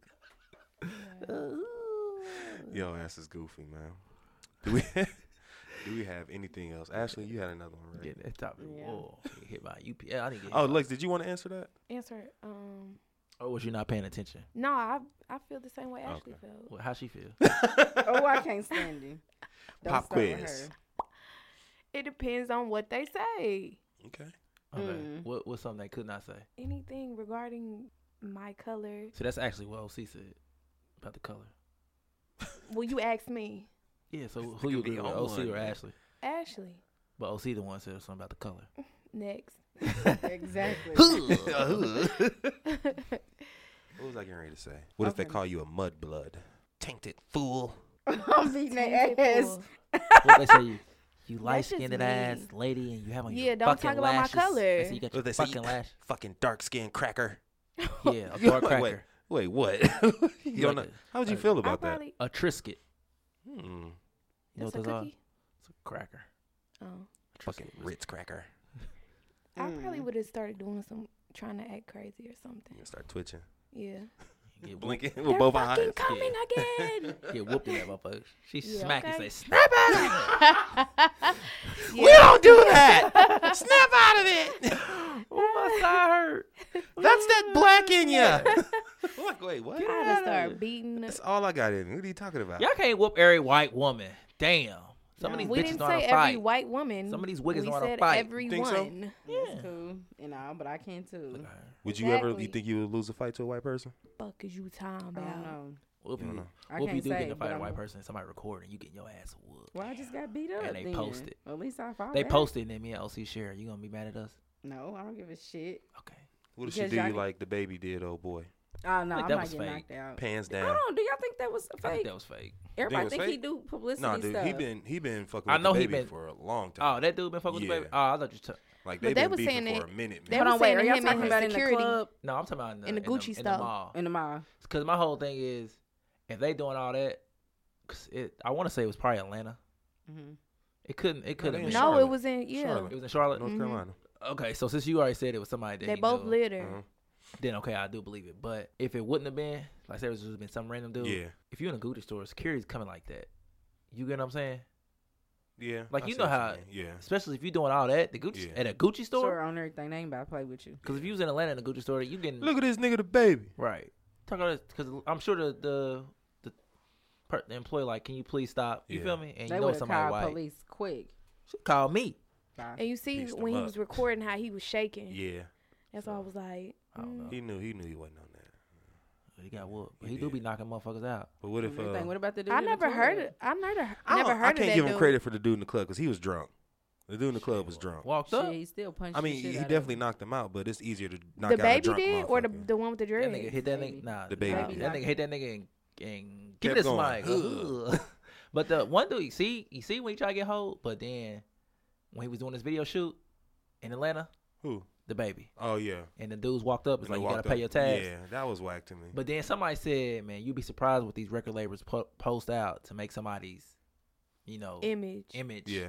Speaker 2: Yo, ass is goofy, man. Do we do we have anything else? Ashley, you had another one, right?
Speaker 1: Get that top.
Speaker 5: Yeah.
Speaker 1: Whoa, I hit my UPS. I didn't get.
Speaker 2: Oh,
Speaker 1: hit by-
Speaker 2: Lex, did you want to answer that?
Speaker 5: Answer. Um,
Speaker 1: Oh, was you not paying attention?
Speaker 5: no, I I feel the same way Ashley felt.
Speaker 1: Well, how she feel?
Speaker 4: Oh, I can't stand him. Don't
Speaker 2: Pop
Speaker 4: start with
Speaker 2: quiz.
Speaker 4: her.
Speaker 5: It depends on what they say.
Speaker 2: Okay.
Speaker 1: Okay.
Speaker 4: Mm.
Speaker 1: What What's something they could not say?
Speaker 5: Anything regarding my color.
Speaker 1: So that's actually what OC said about the color.
Speaker 5: Well, you asked me,
Speaker 1: Yeah. So
Speaker 2: This
Speaker 1: who
Speaker 2: nigga
Speaker 1: you
Speaker 2: be
Speaker 1: agree with,
Speaker 2: on
Speaker 1: OC
Speaker 2: one,
Speaker 1: or
Speaker 2: man.
Speaker 1: Ashley?
Speaker 5: Ashley.
Speaker 1: But OC the one said something about the color.
Speaker 5: Next.
Speaker 4: Exactly.
Speaker 2: What was I getting ready to say? What if they
Speaker 4: Okay.
Speaker 2: call you a mud blood? Tainted fool.
Speaker 4: I'm beating their
Speaker 5: Tainted
Speaker 4: ass.
Speaker 5: fool.
Speaker 1: what they say? You, you light
Speaker 5: That's just
Speaker 1: skinned
Speaker 5: me.
Speaker 1: ass lady, and you have on your
Speaker 5: Yeah, don't talk
Speaker 1: fucking
Speaker 5: about my
Speaker 1: lashes. They
Speaker 5: color.
Speaker 1: say you got
Speaker 2: What
Speaker 1: your
Speaker 2: they say?
Speaker 1: fucking lash.
Speaker 2: Fucking dark skinned cracker.
Speaker 1: Yeah, a dark cracker.
Speaker 2: Wait, wait, what? you
Speaker 1: You
Speaker 2: don't
Speaker 1: like
Speaker 2: know. How would you
Speaker 1: like-
Speaker 2: feel
Speaker 5: I
Speaker 2: about that?
Speaker 5: probably.
Speaker 1: A Trisket.
Speaker 2: Hmm.
Speaker 1: You know what
Speaker 5: That's a
Speaker 1: those are?
Speaker 5: cookie.
Speaker 1: It's a cracker.
Speaker 5: Oh.
Speaker 2: Fucking Ritz cracker.
Speaker 5: I probably
Speaker 4: Mm.
Speaker 5: would have started doing some trying to act crazy or something.
Speaker 2: You gonna start twitching,
Speaker 5: Yeah.
Speaker 1: You Get whooped,
Speaker 2: blinking with
Speaker 5: They're
Speaker 2: both
Speaker 5: fucking
Speaker 2: eyes.
Speaker 5: coming again.
Speaker 1: get whooped in that motherfucker. She
Speaker 5: Yeah,
Speaker 1: smack
Speaker 5: okay.
Speaker 1: and say, snap out of it.
Speaker 2: We don't do that. Snap out of it.
Speaker 1: Oh, my side hurt.
Speaker 2: That's that black in you. like, wait, what?
Speaker 5: I'd have started beating.
Speaker 2: That's all I got in. me. What are you talking about?
Speaker 1: Y'all can't whoop every white woman. Damn. Some of these
Speaker 5: we
Speaker 1: bitches
Speaker 5: didn't
Speaker 1: know how
Speaker 5: say
Speaker 1: to
Speaker 5: every
Speaker 1: fight.
Speaker 5: white woman.
Speaker 1: Some of these wiggers
Speaker 5: we
Speaker 1: know how to
Speaker 5: said
Speaker 1: fight.
Speaker 5: Everyone.
Speaker 2: Think so?
Speaker 1: Yeah.
Speaker 4: Cool and all, but I can too.
Speaker 2: Would you ever? You
Speaker 5: Exactly.
Speaker 2: think you would lose a fight to a white person?
Speaker 5: Fuck is you talking
Speaker 4: I
Speaker 5: about?
Speaker 4: don't know.
Speaker 1: Whoop
Speaker 2: I don't
Speaker 1: you.
Speaker 2: know.
Speaker 4: I
Speaker 1: Whoop you
Speaker 4: can't
Speaker 1: do
Speaker 4: say,
Speaker 1: get in a fight
Speaker 4: but
Speaker 1: with a
Speaker 4: I'm-
Speaker 1: white person and somebody recording, you getting your ass whooped.
Speaker 4: Well, I just got beat up.
Speaker 1: And they
Speaker 4: then.
Speaker 1: post it.
Speaker 4: At least I fought.
Speaker 1: They
Speaker 4: back.
Speaker 1: posted and then me and LC share. You gonna be mad at us?
Speaker 4: No, I don't give a shit.
Speaker 1: Okay.
Speaker 2: What if
Speaker 4: Because
Speaker 2: she do
Speaker 4: y'all
Speaker 2: you
Speaker 4: can-
Speaker 2: like the baby did, old boy?
Speaker 4: Oh no,
Speaker 1: Like,
Speaker 4: I
Speaker 1: that
Speaker 4: might
Speaker 1: was
Speaker 4: get
Speaker 1: fake.
Speaker 4: knocked out.
Speaker 2: Pants
Speaker 4: I
Speaker 2: down.
Speaker 4: don't. know. Do y'all think that was
Speaker 1: I think
Speaker 4: fake?
Speaker 1: that was fake.
Speaker 4: Everybody
Speaker 2: was
Speaker 4: think he
Speaker 2: fake?
Speaker 4: do publicity
Speaker 2: No, dude,
Speaker 4: stuff.
Speaker 2: he been he been fucking
Speaker 1: I
Speaker 2: with
Speaker 1: know
Speaker 2: the
Speaker 1: he
Speaker 2: baby
Speaker 1: been-
Speaker 2: for a long time.
Speaker 1: Oh, that dude been fucking with
Speaker 2: Yeah.
Speaker 1: the baby. Oh, I thought you. T-
Speaker 2: like
Speaker 5: but
Speaker 2: they
Speaker 5: they
Speaker 2: been
Speaker 5: was
Speaker 2: beefing
Speaker 5: saying
Speaker 2: for a
Speaker 5: that-
Speaker 2: minute,
Speaker 5: they
Speaker 2: man.
Speaker 4: Hold on,
Speaker 5: was
Speaker 4: wait.
Speaker 5: saying
Speaker 4: Are
Speaker 5: him
Speaker 4: y'all
Speaker 5: and
Speaker 4: talking
Speaker 5: his
Speaker 4: about in the
Speaker 5: security.
Speaker 4: club
Speaker 1: no, I'm talking about in the,
Speaker 5: In the Gucci
Speaker 1: in the,
Speaker 5: store.
Speaker 1: mall.
Speaker 4: in the mall?
Speaker 1: Because my whole thing is, if they doing all that, 'cause it, I want to say it was probably Atlanta.
Speaker 4: Mm-hmm.
Speaker 1: It couldn't. It couldn't.
Speaker 2: they in
Speaker 1: have been Charlotte.
Speaker 5: no,
Speaker 2: Charlotte.
Speaker 5: it was in yeah.
Speaker 2: Charlotte.
Speaker 1: It was in Charlotte.
Speaker 2: North
Speaker 5: Mhm.
Speaker 2: Carolina. Uh-huh.
Speaker 1: Okay, so since you already said it was somebody that
Speaker 5: They
Speaker 1: he
Speaker 5: both
Speaker 1: knew,
Speaker 5: litter.
Speaker 1: then okay, I do believe it. But if it wouldn't have been, like, say it was just been some random dude.
Speaker 2: Yeah,
Speaker 1: If you in a Gucci store, security's coming like that. You get what I'm saying?
Speaker 2: yeah.
Speaker 1: Like,
Speaker 2: I
Speaker 1: you
Speaker 2: see
Speaker 1: know
Speaker 2: what you're
Speaker 1: how-
Speaker 2: saying. Yeah,
Speaker 1: Especially if you doing all that the Gucci
Speaker 2: Yeah.
Speaker 1: at a Gucci
Speaker 4: Sure,
Speaker 1: store.
Speaker 4: on everything. They ain't about to play with you.
Speaker 1: Because if you was in Atlanta in a Gucci store, you getting
Speaker 2: look at this nigga, the baby.
Speaker 1: Right. Talk about this because I'm sure the the the, per, the employee like, can you please stop? You
Speaker 2: Yeah.
Speaker 1: feel me? And
Speaker 4: They
Speaker 1: you know
Speaker 4: would have
Speaker 1: somebody
Speaker 4: called
Speaker 1: white.
Speaker 4: police quick.
Speaker 1: She called me.
Speaker 4: Bye.
Speaker 5: And you see
Speaker 2: Pieced
Speaker 5: when
Speaker 2: him
Speaker 5: he
Speaker 2: up.
Speaker 5: was recording how he was shaking.
Speaker 2: Yeah,
Speaker 5: That's why I was like,
Speaker 1: I don't know.
Speaker 2: he knew. He knew he wasn't on that.
Speaker 1: He got whooped. But
Speaker 2: He
Speaker 1: he do
Speaker 2: did.
Speaker 1: be knocking motherfuckers out.
Speaker 2: But what if?
Speaker 4: Everything.
Speaker 2: Uh,
Speaker 4: what about the dude?
Speaker 5: I
Speaker 4: in the
Speaker 5: never heard
Speaker 4: club?
Speaker 5: it. I never,
Speaker 2: I don't-
Speaker 5: never heard
Speaker 2: I can't
Speaker 5: of that
Speaker 2: give
Speaker 5: dude.
Speaker 2: him credit for the dude in the club because he was drunk. The dude in the club was drunk.
Speaker 1: Walked up.
Speaker 4: Shit, he still punched.
Speaker 2: I mean,
Speaker 4: the
Speaker 2: he
Speaker 4: shit
Speaker 2: he
Speaker 4: out of
Speaker 2: definitely
Speaker 4: him.
Speaker 2: knocked him out, but it's easier to knock out
Speaker 5: The
Speaker 2: a
Speaker 5: baby
Speaker 2: drunk
Speaker 5: did, or the
Speaker 2: motherfucker.
Speaker 5: the one with the
Speaker 1: That
Speaker 5: dread.
Speaker 1: nigga hit that
Speaker 4: Maybe.
Speaker 1: nigga. Nah,
Speaker 2: The baby
Speaker 1: nah,
Speaker 4: did.
Speaker 1: that nigga hit that nigga and, and
Speaker 2: Kept
Speaker 1: give me this
Speaker 2: going.
Speaker 1: mic. Ugh. but the one dude, you see, you see when he try to get hold, but then when he was doing his video shoot in Atlanta,
Speaker 2: Who?
Speaker 1: the baby
Speaker 2: Oh yeah.
Speaker 1: and the dudes walked up. It's
Speaker 2: They
Speaker 1: like you gotta
Speaker 2: walked
Speaker 1: pay
Speaker 2: up.
Speaker 1: your tax.
Speaker 2: Yeah, that was whack to me.
Speaker 1: But then somebody said, "Man, you'd be surprised what these record labels po- post out to make somebody's, you know,
Speaker 5: Image.
Speaker 1: image."
Speaker 2: yeah,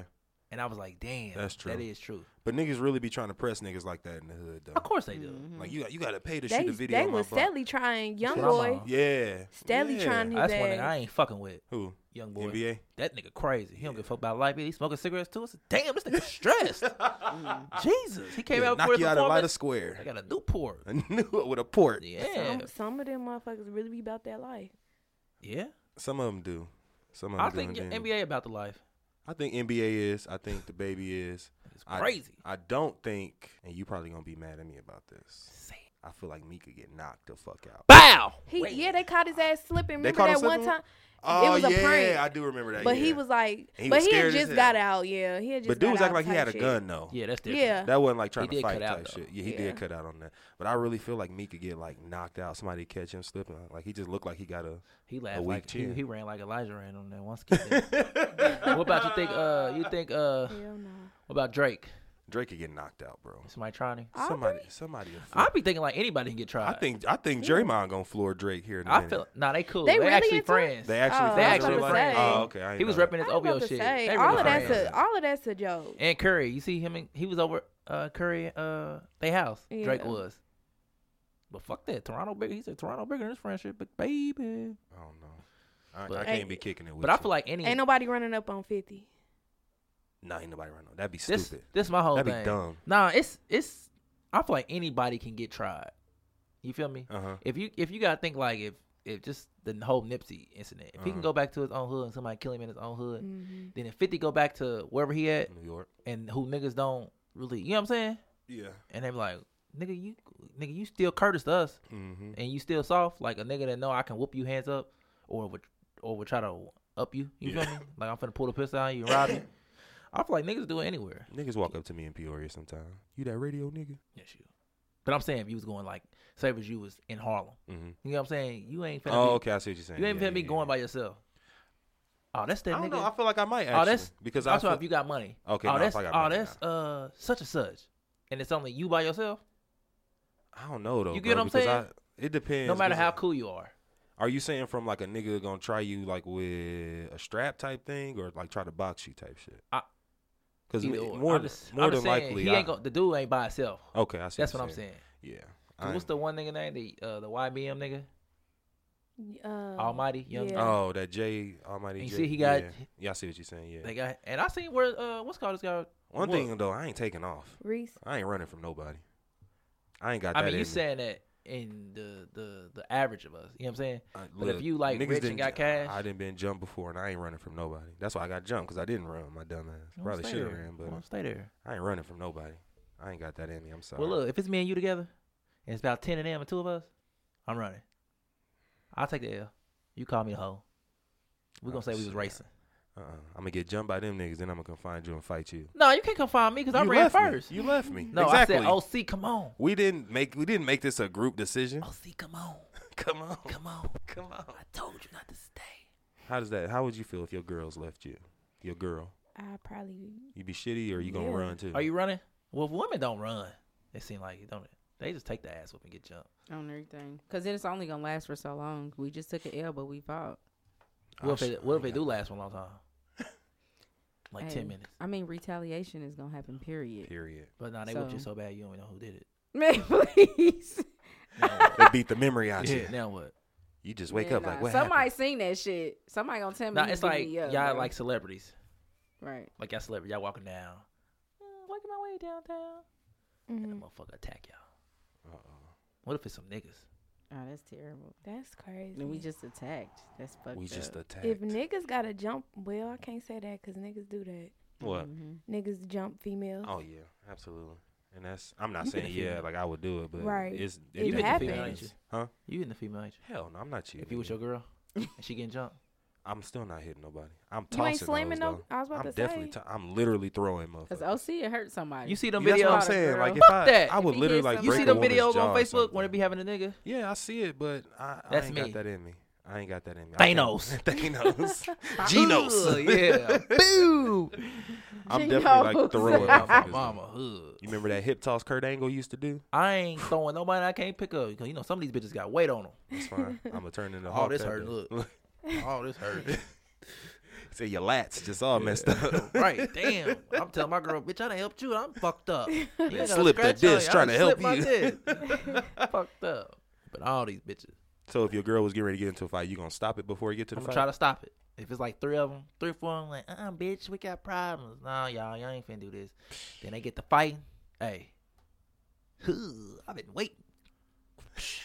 Speaker 1: And I was like, damn,
Speaker 2: That's true.
Speaker 1: That is true.
Speaker 2: But niggas really be trying to press niggas like that in the hood, though.
Speaker 1: Of course they do.
Speaker 5: Mm-hmm.
Speaker 4: Mm-hmm.
Speaker 2: Like you, you gotta pay to
Speaker 5: They,
Speaker 2: shoot a video.
Speaker 5: they
Speaker 2: on my
Speaker 5: was
Speaker 2: block.
Speaker 5: steadily trying young
Speaker 1: Drama.
Speaker 5: boy.
Speaker 2: Yeah.
Speaker 5: Steadily
Speaker 2: yeah.
Speaker 5: trying his
Speaker 1: That's one thing
Speaker 5: bag.
Speaker 1: I ain't fucking with.
Speaker 2: Who?
Speaker 1: Young boy,
Speaker 2: NBA.
Speaker 1: that nigga crazy. He don't give a fuck about life. He smoking cigarettes too. I said, damn, this nigga stressed. Jesus, he came
Speaker 2: Mm. Yeah,
Speaker 1: out
Speaker 2: knock
Speaker 1: for his
Speaker 2: you out of light
Speaker 1: performance.
Speaker 2: of square.
Speaker 1: I got a Newport.
Speaker 2: I knew it with a port.
Speaker 1: Yeah,
Speaker 5: Some, some of them motherfuckers really be about that life.
Speaker 1: yeah.
Speaker 2: Some of them do. Some of them
Speaker 1: I
Speaker 2: do.
Speaker 1: think
Speaker 2: and then-
Speaker 1: NBA about the life.
Speaker 2: I think NBA is. I think the baby is.
Speaker 1: It's
Speaker 2: I-
Speaker 1: crazy.
Speaker 2: I don't think, and you probably gonna be mad at me about this.
Speaker 1: Say it.
Speaker 2: I feel like Mika get knocked the fuck out.
Speaker 1: Bow.
Speaker 5: He
Speaker 1: Wait.
Speaker 5: yeah, they caught his ass slipping.
Speaker 2: They
Speaker 5: Remember
Speaker 2: caught him
Speaker 5: that one
Speaker 2: slipping?
Speaker 5: time?
Speaker 2: Oh
Speaker 5: was a
Speaker 2: yeah,
Speaker 5: prank.
Speaker 2: I do remember that.
Speaker 5: But he
Speaker 2: yeah.
Speaker 5: was like,
Speaker 2: He
Speaker 5: but
Speaker 2: was
Speaker 5: he
Speaker 2: scared as
Speaker 5: had just
Speaker 2: hell.
Speaker 5: got out. Yeah, he had just.
Speaker 2: But dude
Speaker 5: got
Speaker 2: was
Speaker 5: out
Speaker 2: acting like he
Speaker 5: type
Speaker 2: had a
Speaker 5: shit.
Speaker 2: gun though.
Speaker 1: Yeah, that's different.
Speaker 5: Yeah,
Speaker 2: That wasn't like trying to
Speaker 1: did
Speaker 2: fight
Speaker 1: cut out,
Speaker 2: type
Speaker 1: though.
Speaker 2: shit. Yeah, he
Speaker 5: Yeah.
Speaker 2: did cut out on that. But I really feel like Mika get like knocked out. Somebody catch him slipping. Like he just looked like he got a.
Speaker 1: He laughed
Speaker 2: weak
Speaker 1: like he,
Speaker 2: chin.
Speaker 1: he ran like Elijah ran on that one skit. what about you think? Uh, you think? Uh,
Speaker 5: Hell no.
Speaker 1: what about Drake?
Speaker 2: Drake could get knocked out, bro.
Speaker 1: Somebody trying him?
Speaker 2: Somebody, somebody. a fool.
Speaker 1: I'd be thinking like anybody can get tried.
Speaker 2: I think I think Draymond gonna floor Drake here. In a
Speaker 1: I
Speaker 2: minute.
Speaker 1: feel nah. They cool. They,
Speaker 5: They really
Speaker 1: actually
Speaker 5: into it?
Speaker 1: friends.
Speaker 2: they actually.
Speaker 5: Oh,
Speaker 2: friends
Speaker 1: they
Speaker 2: in
Speaker 1: actually
Speaker 2: real life?
Speaker 1: friends.
Speaker 2: Oh, okay. I ain't
Speaker 1: he was
Speaker 2: know.
Speaker 1: repping his
Speaker 5: I was about
Speaker 1: OVO
Speaker 5: to
Speaker 1: shit.
Speaker 5: say,
Speaker 1: They
Speaker 5: all
Speaker 1: really
Speaker 5: of that's
Speaker 1: friends.
Speaker 5: a all of that's a joke.
Speaker 1: And Curry, you see him? In, he was over uh, Curry. Uh, they house. Drake
Speaker 5: Yeah.
Speaker 1: was. But fuck that, Toronto bigger. He said Toronto bigger than his friendship, but baby.
Speaker 2: I don't know. I,
Speaker 1: But-
Speaker 2: I can't be kicking it with
Speaker 1: But I feel like any
Speaker 5: Ain't nobody running up on fifty.
Speaker 2: Nah, ain't nobody right now. That'd be
Speaker 1: this
Speaker 2: stupid.
Speaker 1: this my whole
Speaker 2: That'd
Speaker 1: thing.
Speaker 2: be dumb.
Speaker 1: Nah, it's it's. I feel like anybody can get tried. You feel me?
Speaker 2: Uh huh.
Speaker 1: If you if you gotta think like if if just the whole Nipsey incident, if he can
Speaker 2: Uh-huh.
Speaker 1: go back to his own hood and somebody kill him in his own hood,
Speaker 5: Mhm.
Speaker 1: then if Fifty go back to wherever he at
Speaker 2: New York.
Speaker 1: and who niggas don't really, you know what I'm saying?
Speaker 2: Yeah.
Speaker 1: And they be like, nigga, you nigga, you still Curtis to us,
Speaker 2: Mm-hmm.
Speaker 1: and you still soft like a nigga that know I can whoop you hands up, or would or would try to up you. You
Speaker 2: Yeah.
Speaker 1: feel me? Like I'm finna pull the pistol out, you and rob me. I feel like niggas do it anywhere.
Speaker 2: Niggas walk up to me in Peoria sometime. You that radio nigga?
Speaker 1: Yes, you. But I'm saying if you was going like, say if you was in Harlem,
Speaker 2: Mm-hmm.
Speaker 1: you know what I'm saying? You ain't finna
Speaker 2: Oh,
Speaker 1: be
Speaker 2: okay. I see what you're saying.
Speaker 1: You ain't
Speaker 2: yeah,
Speaker 1: finna be
Speaker 2: yeah,
Speaker 1: going
Speaker 2: yeah.
Speaker 1: by yourself. Oh, that's that
Speaker 2: I don't
Speaker 1: nigga.
Speaker 2: know. I feel like I might actually.
Speaker 1: oh, that's
Speaker 2: because I
Speaker 1: that's
Speaker 2: feel,
Speaker 1: why if you got money.
Speaker 2: Okay,
Speaker 1: Oh,
Speaker 2: no, if
Speaker 1: that's
Speaker 2: I got
Speaker 1: oh,
Speaker 2: money,
Speaker 1: that's uh such and such, and it's only you by yourself.
Speaker 2: I don't know though.
Speaker 1: You
Speaker 2: bro,
Speaker 1: get what I'm
Speaker 2: because
Speaker 1: saying?
Speaker 2: I, it depends.
Speaker 1: No matter
Speaker 2: because
Speaker 1: how
Speaker 2: I-
Speaker 1: cool you are.
Speaker 2: Are you saying from like a nigga gonna try you like with a strap type thing or like try to box you type shit?
Speaker 1: I-
Speaker 2: Because
Speaker 1: Either or.
Speaker 2: more
Speaker 1: I'm just-
Speaker 2: more
Speaker 1: I'm
Speaker 2: than
Speaker 1: just saying,
Speaker 2: likely,
Speaker 1: he
Speaker 2: I-
Speaker 1: ain't going the dude ain't by himself.
Speaker 2: okay, I see.
Speaker 1: That's
Speaker 2: what
Speaker 1: what I'm
Speaker 2: you're
Speaker 1: saying.
Speaker 2: Yeah.
Speaker 1: 'Cause
Speaker 2: I
Speaker 1: What's the one nigga name? The uh, the YBM nigga,
Speaker 5: Uh,
Speaker 1: Almighty Young.
Speaker 5: yeah.
Speaker 2: Oh, that Jay Almighty.
Speaker 1: And you
Speaker 2: J,
Speaker 1: see he got-
Speaker 2: Yeah. yeah, I see what you're saying. Yeah.
Speaker 1: They got and I seen where uh what's called this guy.
Speaker 2: One
Speaker 1: What?
Speaker 2: thing though, I ain't taking off.
Speaker 5: Reese.
Speaker 2: I ain't running from nobody. I ain't got that.
Speaker 1: I
Speaker 2: in
Speaker 1: mean,
Speaker 2: me.
Speaker 1: you saying that in the the the average of us. You know what I'm saying?
Speaker 2: I-
Speaker 1: but if you, like,
Speaker 2: Uh, niggas
Speaker 1: rich and
Speaker 2: didn't-
Speaker 1: got cash-
Speaker 2: I didn't been jumped before, and I ain't running from nobody. That's why I got jumped because I didn't run. My dumb ass
Speaker 1: Don't
Speaker 2: probably
Speaker 1: stay
Speaker 2: should have
Speaker 1: there.
Speaker 2: ran,
Speaker 1: Don't
Speaker 2: but
Speaker 1: stay there.
Speaker 2: I ain't running from nobody. I ain't got that in me. I'm sorry.
Speaker 1: Well, look, if it's me and you together, and it's about ten of them and two of us, I'm running. I'll take the L. You call me the hoe. We're gonna
Speaker 2: Oh,
Speaker 1: say we was
Speaker 2: shit.
Speaker 1: racing.
Speaker 2: uh-uh. I'm gonna get jumped by them niggas, then I'm gonna come find you and fight you.
Speaker 1: No, you can't come find me because I
Speaker 2: You
Speaker 1: ran
Speaker 2: left me.
Speaker 1: first.
Speaker 2: You left me.
Speaker 1: No,
Speaker 2: exactly.
Speaker 1: I said, oh. OC, come on.
Speaker 2: we didn't make we didn't make this a group decision.
Speaker 1: OC, come on.
Speaker 2: Come on.
Speaker 1: Come on. Come on. I told you not to stay.
Speaker 2: How does that? How would you feel if your girls left you? Your girl,
Speaker 5: I probably.
Speaker 2: you be shitty or you gonna
Speaker 5: Yeah.
Speaker 2: run too?
Speaker 1: Are you running? Well, women don't run. They seem like it, don't they? They just take the ass whoop and get jumped.
Speaker 4: on everything. Because then it's only going to last for so long. We just took an L, but we fought.
Speaker 2: I
Speaker 1: What if
Speaker 2: sh-
Speaker 1: they, what if
Speaker 2: I
Speaker 1: they
Speaker 2: got
Speaker 1: do last for a long time? Like
Speaker 4: Hey,
Speaker 1: ten minutes.
Speaker 4: I mean, retaliation is going to happen, period.
Speaker 2: Period.
Speaker 1: But now they whooped you
Speaker 4: So-
Speaker 1: so bad you don't even know who did it.
Speaker 4: Man, please.
Speaker 1: Now
Speaker 2: they
Speaker 1: what?
Speaker 2: beat the memory out
Speaker 1: Yeah,
Speaker 2: you.
Speaker 1: Now what?
Speaker 2: You just wake
Speaker 4: Man,
Speaker 2: up like,
Speaker 4: nah.
Speaker 2: what
Speaker 4: Somebody
Speaker 2: happened?
Speaker 4: seen that shit. Somebody going to tell me.
Speaker 1: Now
Speaker 4: he
Speaker 1: it's
Speaker 4: beat
Speaker 1: like
Speaker 4: me up,
Speaker 1: y'all
Speaker 4: bro.
Speaker 1: like celebrities.
Speaker 4: Right.
Speaker 1: Like y'all celebrity, y'all walking down. Mm, Working my way downtown. And a
Speaker 4: Mm.
Speaker 5: Mhm.
Speaker 1: motherfucker attack y'all.
Speaker 2: Uh-oh.
Speaker 1: What if it's some niggas?
Speaker 4: Oh, that's terrible.
Speaker 5: That's crazy.
Speaker 4: And we just attacked. That's fucked
Speaker 2: We just
Speaker 4: up.
Speaker 2: attacked.
Speaker 5: if niggas gotta jump, well, I can't say that because niggas do that.
Speaker 2: what?
Speaker 4: Mhm.
Speaker 5: Niggas jump females.
Speaker 2: Oh yeah, absolutely. And that's I'm not
Speaker 1: You been
Speaker 2: saying
Speaker 1: a
Speaker 2: yeah,
Speaker 1: female.
Speaker 2: like I would do it, but
Speaker 5: Right.
Speaker 2: it's
Speaker 5: It
Speaker 2: definitely
Speaker 1: you in the female, ain't
Speaker 5: happens.
Speaker 1: you?
Speaker 2: Huh?
Speaker 1: You in the female, ain't you?
Speaker 2: Hell no, I'm not cheating.
Speaker 1: If you was
Speaker 2: nigga.
Speaker 1: your girl and she getting jumped,
Speaker 2: I'm still not hitting nobody. I'm
Speaker 5: You
Speaker 2: tossing.
Speaker 5: ain't slamming
Speaker 2: hoes,
Speaker 5: no.
Speaker 2: though.
Speaker 5: I was about
Speaker 2: I'm
Speaker 5: to say.
Speaker 2: definitely. i I'm literally throwing
Speaker 4: Because
Speaker 2: motherfuckers.
Speaker 4: OC, it hurt somebody.
Speaker 1: you see them
Speaker 2: Yeah, that's what I'm
Speaker 1: videos.
Speaker 2: saying. Like if
Speaker 1: Fuck
Speaker 2: I,
Speaker 1: that.
Speaker 2: I would
Speaker 4: If he
Speaker 2: literally
Speaker 4: hits
Speaker 2: like
Speaker 4: somebody-
Speaker 1: you
Speaker 2: break
Speaker 1: see
Speaker 2: a
Speaker 1: them
Speaker 2: woman's
Speaker 1: videos
Speaker 2: jaw
Speaker 1: on
Speaker 2: or
Speaker 1: Facebook
Speaker 2: something.
Speaker 1: when it be having a nigga.
Speaker 2: Yeah, I see it, but I, I
Speaker 1: That's
Speaker 2: ain't
Speaker 1: me.
Speaker 2: got that in me. I ain't got that in me. I can't-
Speaker 1: Thanos.
Speaker 2: Thanos. Genos.
Speaker 1: Ugh, yeah. Boo.
Speaker 2: I'm definitely like
Speaker 4: Genos.
Speaker 2: throwing
Speaker 1: My
Speaker 2: motherfuckers.
Speaker 1: mama hood.
Speaker 2: You remember that hip toss Kurt Angle used to do?
Speaker 1: I ain't throwing nobody I can't pick up because you know some of these bitches got weight on them.
Speaker 2: That's fine. I'm gonna turn into
Speaker 1: Oh,
Speaker 2: Hulk
Speaker 1: this
Speaker 2: that
Speaker 1: hurt.
Speaker 2: bitch.
Speaker 1: Look. Oh, this hurt.
Speaker 2: See your lats just all messed up.
Speaker 1: right. Damn. I'm telling my girl, bitch, I done helped you. I'm fucked up. You done
Speaker 2: slipped a
Speaker 1: scratch
Speaker 2: disc
Speaker 1: on you. I
Speaker 2: trying
Speaker 1: done
Speaker 2: to help
Speaker 1: slipped my disc. fucked up. But all these bitches,
Speaker 2: So if your girl was getting ready to get into a fight, you gonna stop it before you get to
Speaker 1: I'm
Speaker 2: the
Speaker 1: gonna
Speaker 2: fight?
Speaker 1: try to stop it. If it's like three of them, three or four, I'm like, uh, uh bitch, we got problems. Nah, y'all, y'all ain't finna do this. Then they get to fighting. Hey, Huh, I've been waiting.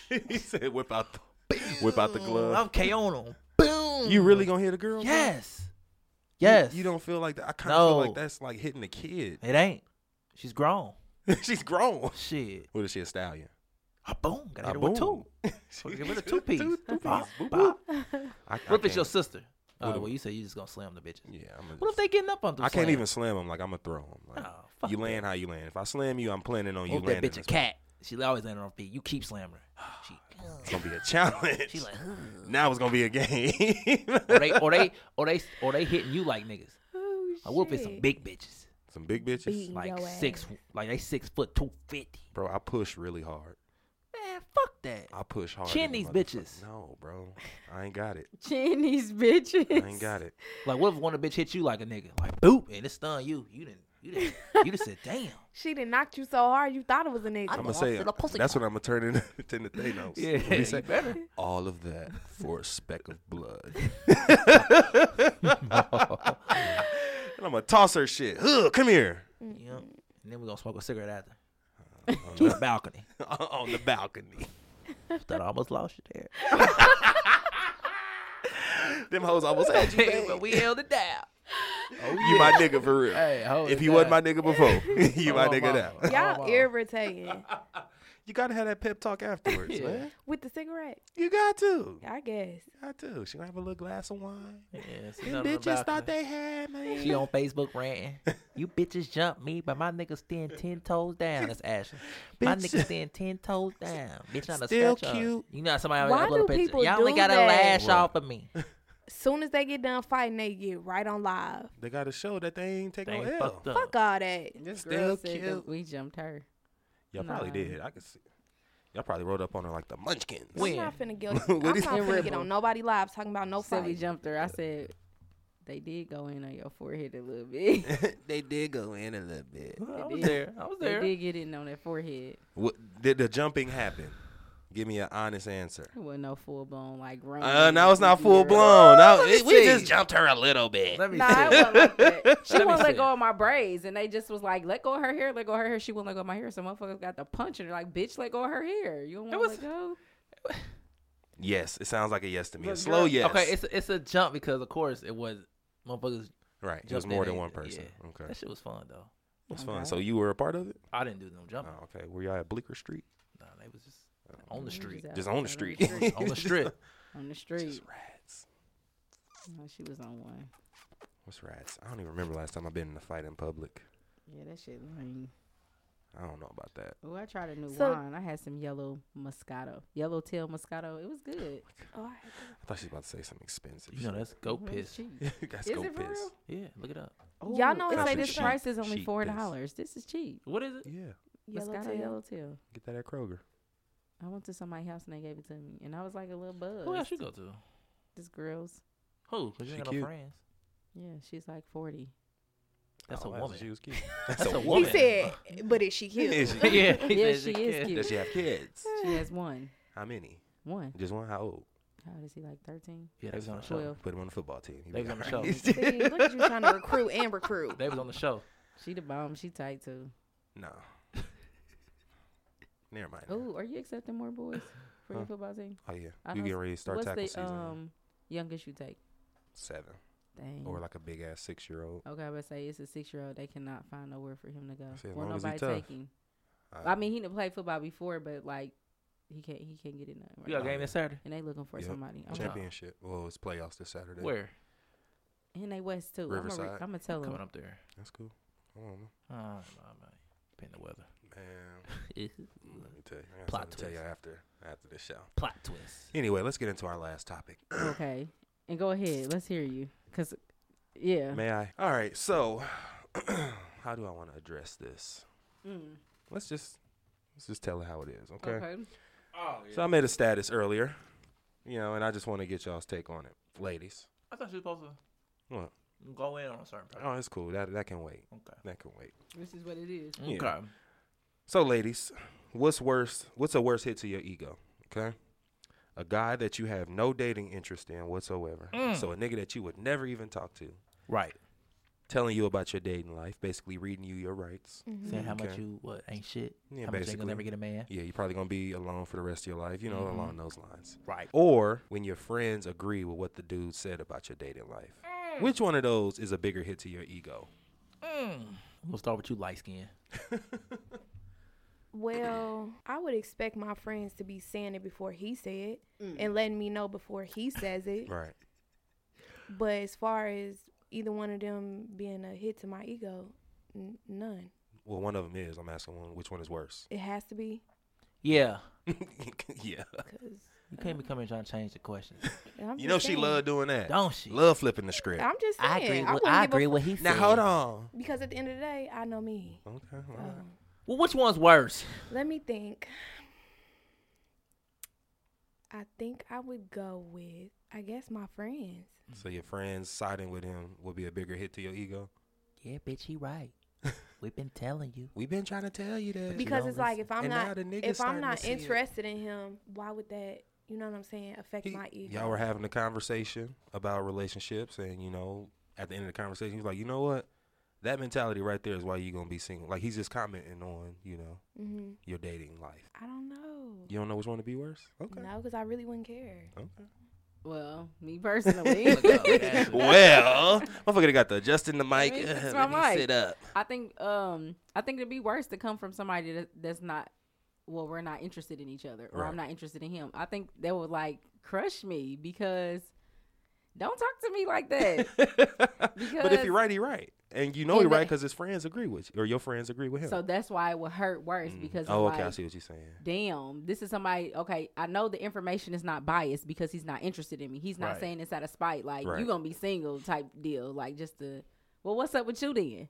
Speaker 2: he said, "Whip out, the, whip out the glove."
Speaker 1: I'm KO them. Boom.
Speaker 2: You really gonna hit a girl? bro?
Speaker 1: Yes.
Speaker 2: You-
Speaker 1: Yes.
Speaker 2: You, don't feel like that. I kind of feel
Speaker 1: No.
Speaker 2: like that's like hitting a kid.
Speaker 1: It ain't. She's grown.
Speaker 2: She's grown.
Speaker 1: Shit.
Speaker 2: What is she a stallion?
Speaker 1: Ah, boom. Got
Speaker 2: Ah,
Speaker 1: hit her with two.
Speaker 2: boom.
Speaker 1: Fucking with a two piece.
Speaker 2: Two- two-piece.
Speaker 1: Bop,
Speaker 2: Boop,
Speaker 1: bop.
Speaker 2: I, I
Speaker 1: What if it's
Speaker 2: can't-
Speaker 1: your sister? Uh,
Speaker 2: What if-
Speaker 1: well, you say you just gonna slam the bitches.
Speaker 2: Yeah, I'm.
Speaker 1: What if they getting up on?
Speaker 2: I can't even slam them. Like I'm gonna throw them. Like,
Speaker 1: Oh, fuck
Speaker 2: you
Speaker 1: that.
Speaker 2: land how you land. If I slam you, I'm planning on you
Speaker 1: Hope that
Speaker 2: landing.
Speaker 1: bitch a
Speaker 2: as-
Speaker 1: cat. She always landing on her feet. You keep slamming her. She,
Speaker 2: It's gonna be a challenge.
Speaker 1: she like, "Ugh."
Speaker 2: now it's gonna be a game.
Speaker 1: or they, or they, or they, or they hitting you like niggas.
Speaker 5: Oh,
Speaker 1: I whoop is some big bitches,
Speaker 2: Some big bitches,
Speaker 5: Beat.
Speaker 1: like
Speaker 5: Yo
Speaker 1: six, like they six foot two fifty.
Speaker 2: bro. I push really hard.
Speaker 1: Man, fuck that.
Speaker 2: I push hard.
Speaker 1: Chin
Speaker 2: in the
Speaker 1: these
Speaker 2: motherfuck-
Speaker 1: bitches.
Speaker 2: No, bro. I ain't got it.
Speaker 4: Chin these bitches.
Speaker 2: I ain't got it.
Speaker 1: Like, what if one of the bitch hit you like a nigga? Like, boop, and it stun you. You didn't, you didn't, you just said, damn.
Speaker 5: She done knocked you so hard you thought it was a nigga.
Speaker 2: I'm
Speaker 1: know,
Speaker 2: gonna
Speaker 1: I
Speaker 2: say
Speaker 1: feel a pussy
Speaker 2: that's what I'm gonna turn into, into Thanos. When we
Speaker 1: you
Speaker 2: say,
Speaker 1: better.
Speaker 2: all of that for a speck of blood. and I'm gonna toss her shit. Ugh, come here
Speaker 1: You know? And then we gonna smoke a cigarette after.
Speaker 2: on
Speaker 1: To the balcony.
Speaker 2: the, on the balcony.
Speaker 1: That almost lost you there.
Speaker 2: Them hoes almost had you. babe.
Speaker 1: but we held it down.
Speaker 2: You my nigga for real.
Speaker 1: Hey, hold
Speaker 2: if
Speaker 1: it
Speaker 2: you wasn't my
Speaker 1: down.
Speaker 2: nigga before, you my
Speaker 1: Oh,
Speaker 2: nigga
Speaker 1: mama.
Speaker 2: now.
Speaker 1: Oh,
Speaker 5: Y'all
Speaker 1: wow.
Speaker 5: irritating
Speaker 2: You gotta have that pep talk afterwards,
Speaker 1: Yeah.
Speaker 2: man.
Speaker 5: with the cigarette.
Speaker 2: You got to.
Speaker 5: I guess.
Speaker 2: You got to. She gonna have a little glass of wine.
Speaker 1: Yeah, see,
Speaker 2: Them
Speaker 1: nothing
Speaker 2: bitches
Speaker 1: about
Speaker 2: thought
Speaker 1: that.
Speaker 2: they had me.
Speaker 1: She on Facebook ranting. You bitches jump me, but my niggas stand ten toes down. That's Ashley. My
Speaker 2: Bitch.
Speaker 1: niggas stand ten toes down. Bitch, not a
Speaker 2: Still
Speaker 1: scratch
Speaker 2: cute.
Speaker 1: Up. You know how somebody
Speaker 5: Why
Speaker 1: always upload a
Speaker 5: do
Speaker 1: picture.
Speaker 5: people
Speaker 1: Y'all only
Speaker 5: do
Speaker 1: got a
Speaker 5: that?
Speaker 1: lash
Speaker 2: What?
Speaker 1: off of me.
Speaker 5: Soon as they get done fighting, they get right on live.
Speaker 2: They gotta show that they ain't take
Speaker 1: They
Speaker 2: no
Speaker 1: ain't
Speaker 2: L.
Speaker 1: fucked up.
Speaker 5: Fuck all that.
Speaker 4: This
Speaker 2: Still
Speaker 4: girl said
Speaker 2: cute.
Speaker 4: that we jumped her.
Speaker 2: Y'all probably
Speaker 4: Nah.
Speaker 2: did. I could see. Y'all probably rolled up on her like the munchkins.
Speaker 1: When?
Speaker 5: I'm not finna get. I'm
Speaker 2: What
Speaker 5: not
Speaker 2: is-
Speaker 4: In
Speaker 5: finna get
Speaker 4: Ripple.
Speaker 5: on nobody live talking about no
Speaker 4: Said we
Speaker 5: fight.
Speaker 4: jumped her. I said they did go in on your forehead a little bit.
Speaker 2: they did go in a little bit.
Speaker 1: I was
Speaker 4: did.
Speaker 1: there. I was
Speaker 4: they
Speaker 1: there.
Speaker 4: did get in on that forehead.
Speaker 2: What, did the jumping happen? Give me an honest answer.
Speaker 4: It wasn't no full blown like rain.
Speaker 2: Uh, now it's not full
Speaker 4: Girl.
Speaker 2: blown. Now,
Speaker 1: Let me
Speaker 2: it- we
Speaker 1: see.
Speaker 2: just jumped her a little bit.
Speaker 1: Let me
Speaker 4: Nah, it
Speaker 1: see.
Speaker 4: wasn't like that. She
Speaker 1: Let me
Speaker 4: won't
Speaker 1: see.
Speaker 4: let go of my braids, and they just was like, "Let go of her hair, let go of her hair." She won't let go of my hair. So motherfuckers got the punch, and they're like, "Bitch, let go of her hair. You don't
Speaker 1: It was-
Speaker 4: want to let go."
Speaker 2: Yes, it sounds like a yes to me.
Speaker 4: The
Speaker 2: A slow
Speaker 4: girl-
Speaker 2: yes.
Speaker 1: Okay, it's it's a jump because of course it was motherfuckers.
Speaker 2: right. It was
Speaker 1: jumped
Speaker 2: more
Speaker 1: in
Speaker 2: than
Speaker 1: and-
Speaker 2: one person.
Speaker 1: yeah.
Speaker 2: Okay,
Speaker 1: That shit was fun though.
Speaker 2: that's fun.
Speaker 4: Okay.
Speaker 2: So you were a part of it.
Speaker 1: I didn't do no
Speaker 2: Oh,
Speaker 1: jumping.
Speaker 2: okay. Were y'all at Bleecker Street?
Speaker 1: Nah, they was just on the
Speaker 4: They
Speaker 1: street,
Speaker 4: out
Speaker 2: Just on
Speaker 4: there
Speaker 2: the street.
Speaker 1: on the strip.
Speaker 4: On the street.
Speaker 2: Just rats.
Speaker 4: No, Oh, she was on one.
Speaker 2: What's rats? I don't even remember last time I've been in a fight in public.
Speaker 4: Yeah, that shit lame.
Speaker 2: I don't know about that.
Speaker 4: Oh, I tried a new
Speaker 5: So-
Speaker 4: wine. I had some yellow Moscato, yellow tail Moscato. It was good.
Speaker 5: Oh, I had to-
Speaker 2: I thought she was about to say something expensive.
Speaker 1: You know that's goat
Speaker 4: Mhm,
Speaker 1: piss.
Speaker 4: it's cheap.
Speaker 2: You guys
Speaker 4: Is
Speaker 2: go
Speaker 4: it for
Speaker 2: piss.
Speaker 4: real?
Speaker 1: Yeah, look it up.
Speaker 4: Y'all know
Speaker 2: That's
Speaker 4: it say
Speaker 2: some
Speaker 4: this
Speaker 2: cheap-
Speaker 4: price is only
Speaker 2: cheap
Speaker 4: four
Speaker 2: piss.
Speaker 4: dollars. This is cheap.
Speaker 1: What is it?
Speaker 2: Yeah,
Speaker 5: Yellow
Speaker 4: Moscato
Speaker 5: tail.
Speaker 4: yellow tail.
Speaker 2: get that at Kroger.
Speaker 4: I went to somebody's house and they gave it to me, and I was like a little
Speaker 1: Who else
Speaker 4: buzz.
Speaker 1: you go to?
Speaker 4: This girl's,
Speaker 1: Who? 'Cause you
Speaker 2: She
Speaker 1: ain't got no
Speaker 2: cute.
Speaker 1: friends.
Speaker 4: yeah, she's like forty.
Speaker 1: That's a
Speaker 2: Oh,
Speaker 1: woman.
Speaker 2: She was cute.
Speaker 1: That's a
Speaker 5: He
Speaker 1: woman.
Speaker 5: said, but is she cute?
Speaker 2: Is she-
Speaker 1: yeah, he
Speaker 4: Yeah,
Speaker 1: said
Speaker 4: she is
Speaker 1: can.
Speaker 4: cute.
Speaker 2: Does she have kids?
Speaker 4: She has one,
Speaker 2: How many?
Speaker 4: one.
Speaker 2: Just one. How old?
Speaker 4: How old is he? Like thirteen?
Speaker 1: Yeah, they was on the show.
Speaker 4: Twelve.
Speaker 2: Put him on the football team. He'd
Speaker 1: They
Speaker 2: be
Speaker 1: was on the
Speaker 2: all
Speaker 1: show.
Speaker 2: right.
Speaker 5: See, look at you trying to recruit and recruit.
Speaker 1: They was on the show.
Speaker 4: She the bomb. She tight too.
Speaker 2: no. Never mind.
Speaker 4: Oh, are you accepting more boys for your
Speaker 2: Huh.
Speaker 4: football team?
Speaker 2: Oh yeah.
Speaker 4: I
Speaker 2: you
Speaker 4: know
Speaker 2: getting ready to start
Speaker 4: What's
Speaker 2: tackle
Speaker 4: the
Speaker 2: season?
Speaker 4: um youngest you take?
Speaker 2: Seven
Speaker 4: Dang.
Speaker 2: or like a big ass six year old.
Speaker 4: Okay, I would say it's a six year old. They cannot find nowhere for him to go.
Speaker 2: See, as
Speaker 4: Well,
Speaker 2: long as he
Speaker 4: nobody
Speaker 2: tough.
Speaker 4: take him. I mean, he done played football before, but like he can't he can't get it nothing.
Speaker 1: You
Speaker 4: Right
Speaker 1: got a game this Saturday.
Speaker 4: And they looking for
Speaker 2: Yep.
Speaker 4: somebody. I'm like,
Speaker 2: Uh, championship. Well, it's playoffs this Saturday.
Speaker 1: Where?
Speaker 4: and they West too. I'm
Speaker 2: Riverside.
Speaker 4: gonna tell
Speaker 1: Coming
Speaker 4: him.
Speaker 1: up there.
Speaker 2: That's cool. I don't know.
Speaker 1: Oh, no, man. Depending on the
Speaker 2: Man,
Speaker 1: weather.
Speaker 2: let me tell you. I got
Speaker 1: Plot
Speaker 2: something to tell you
Speaker 1: twist.
Speaker 2: after after the show.
Speaker 1: Plot twist.
Speaker 2: Anyway, let's get into our last topic.
Speaker 4: Okay, and go ahead. Let's hear you, cause yeah.
Speaker 2: May I? All right. So, how do I want to address this?
Speaker 4: Mm.
Speaker 2: Let's just let's just tell it how it is. Okay.
Speaker 4: Okay.
Speaker 1: Oh,
Speaker 2: So I made a status earlier, you know, and I just want to get y'all's take on it, ladies.
Speaker 1: I thought she was supposed to.
Speaker 2: What?
Speaker 1: Go in on a certain person.
Speaker 2: Oh, it's cool. That that can wait.
Speaker 1: Okay.
Speaker 2: That can wait.
Speaker 4: This is what it is.
Speaker 2: Yeah.
Speaker 1: Okay.
Speaker 2: So, ladies, what's worse? What's a worse hit to your ego? Okay, a guy that you have no dating interest in whatsoever.
Speaker 1: Mm.
Speaker 2: So a nigga that you would never even talk to,
Speaker 1: Right.
Speaker 2: telling you about your dating life, basically reading you your rights.
Speaker 5: Mm-hmm.
Speaker 1: Saying how much
Speaker 2: Mm. Okay.
Speaker 1: you what ain't shit.
Speaker 2: Yeah,
Speaker 1: how much they
Speaker 2: basically.
Speaker 1: gonna never get Mm-hmm. a man.
Speaker 2: Yeah, you're probably gonna be alone for the rest of your life. You know, along those lines.
Speaker 1: Right.
Speaker 2: Or when your friends agree with what the dude said about your dating life.
Speaker 1: Mm.
Speaker 2: Which one of those is a bigger hit to your ego?
Speaker 1: We'll start with you, light skin.
Speaker 5: Well, I would expect my friends to be saying it before he said and letting me know before he says it.
Speaker 2: Right.
Speaker 5: But as far as either one of them being a hit to my ego, n- none.
Speaker 2: Well, one of them is. I'm asking one. Which one is worse?
Speaker 5: It has to be
Speaker 1: Yeah.
Speaker 2: yeah.
Speaker 5: because
Speaker 1: You can't be coming trying to change the question.
Speaker 2: You know she love doing that.
Speaker 1: Don't she?
Speaker 2: Love flipping the script.
Speaker 5: I'm just saying. I agree. I, wouldn't give a f-
Speaker 1: with he
Speaker 2: now hold on.
Speaker 5: because at the end of the day, I know me. Um,
Speaker 2: Okay. all right.
Speaker 1: Well, which one's worse?
Speaker 5: Let me think. I think I would go with, I guess, my friends.
Speaker 2: So your friends siding with him will be a bigger hit to your ego.
Speaker 1: Yeah, bitch, he right. We've been telling you.
Speaker 2: We've been trying to tell you that.
Speaker 5: Because
Speaker 1: don't
Speaker 5: it's like if I'm
Speaker 2: And now
Speaker 5: not
Speaker 2: the niggas
Speaker 5: if
Speaker 2: starting
Speaker 5: I'm
Speaker 2: to
Speaker 5: not
Speaker 2: see it.
Speaker 5: interested in him, why would that you know what I'm saying affect
Speaker 2: He-
Speaker 5: my ego?
Speaker 2: y'all were having a conversation about relationships, and you know, at the end of the conversation, he was like, "You know what? That mentality right there is why you're gonna be single." Like he's just commenting on, you know,
Speaker 5: hmm
Speaker 2: your dating life.
Speaker 5: I don't know.
Speaker 2: You don't know which one to be worse. Okay.
Speaker 5: No, because I really wouldn't care.
Speaker 2: Okay.
Speaker 4: Well, me personally,
Speaker 2: well, motherfucker done got the adjusting the mic.
Speaker 4: me fix
Speaker 2: Let
Speaker 4: my
Speaker 2: me
Speaker 4: mic.
Speaker 2: sit up.
Speaker 4: I think um I think it'd be worse to come from somebody that, that's not well, we're not interested in each other, or
Speaker 2: Right.
Speaker 4: I'm not interested in him. I think that would like crush me because don't talk to me like that.
Speaker 2: But if
Speaker 4: Because-
Speaker 2: you're right, he right, and you know
Speaker 4: And
Speaker 2: he right
Speaker 4: that-
Speaker 2: because his friends agree with you, or your friends agree with him.
Speaker 4: so that's why it would hurt worse because it's
Speaker 2: oh, okay, I
Speaker 4: like,
Speaker 2: see what you're saying.
Speaker 4: damn, this is somebody. Okay, I know the information is not biased because he's not interested in me. He's not
Speaker 1: Right.
Speaker 4: saying this out of spite. Like
Speaker 2: Right.
Speaker 4: you gonna be single type deal. Like just to, well, what's up with you then?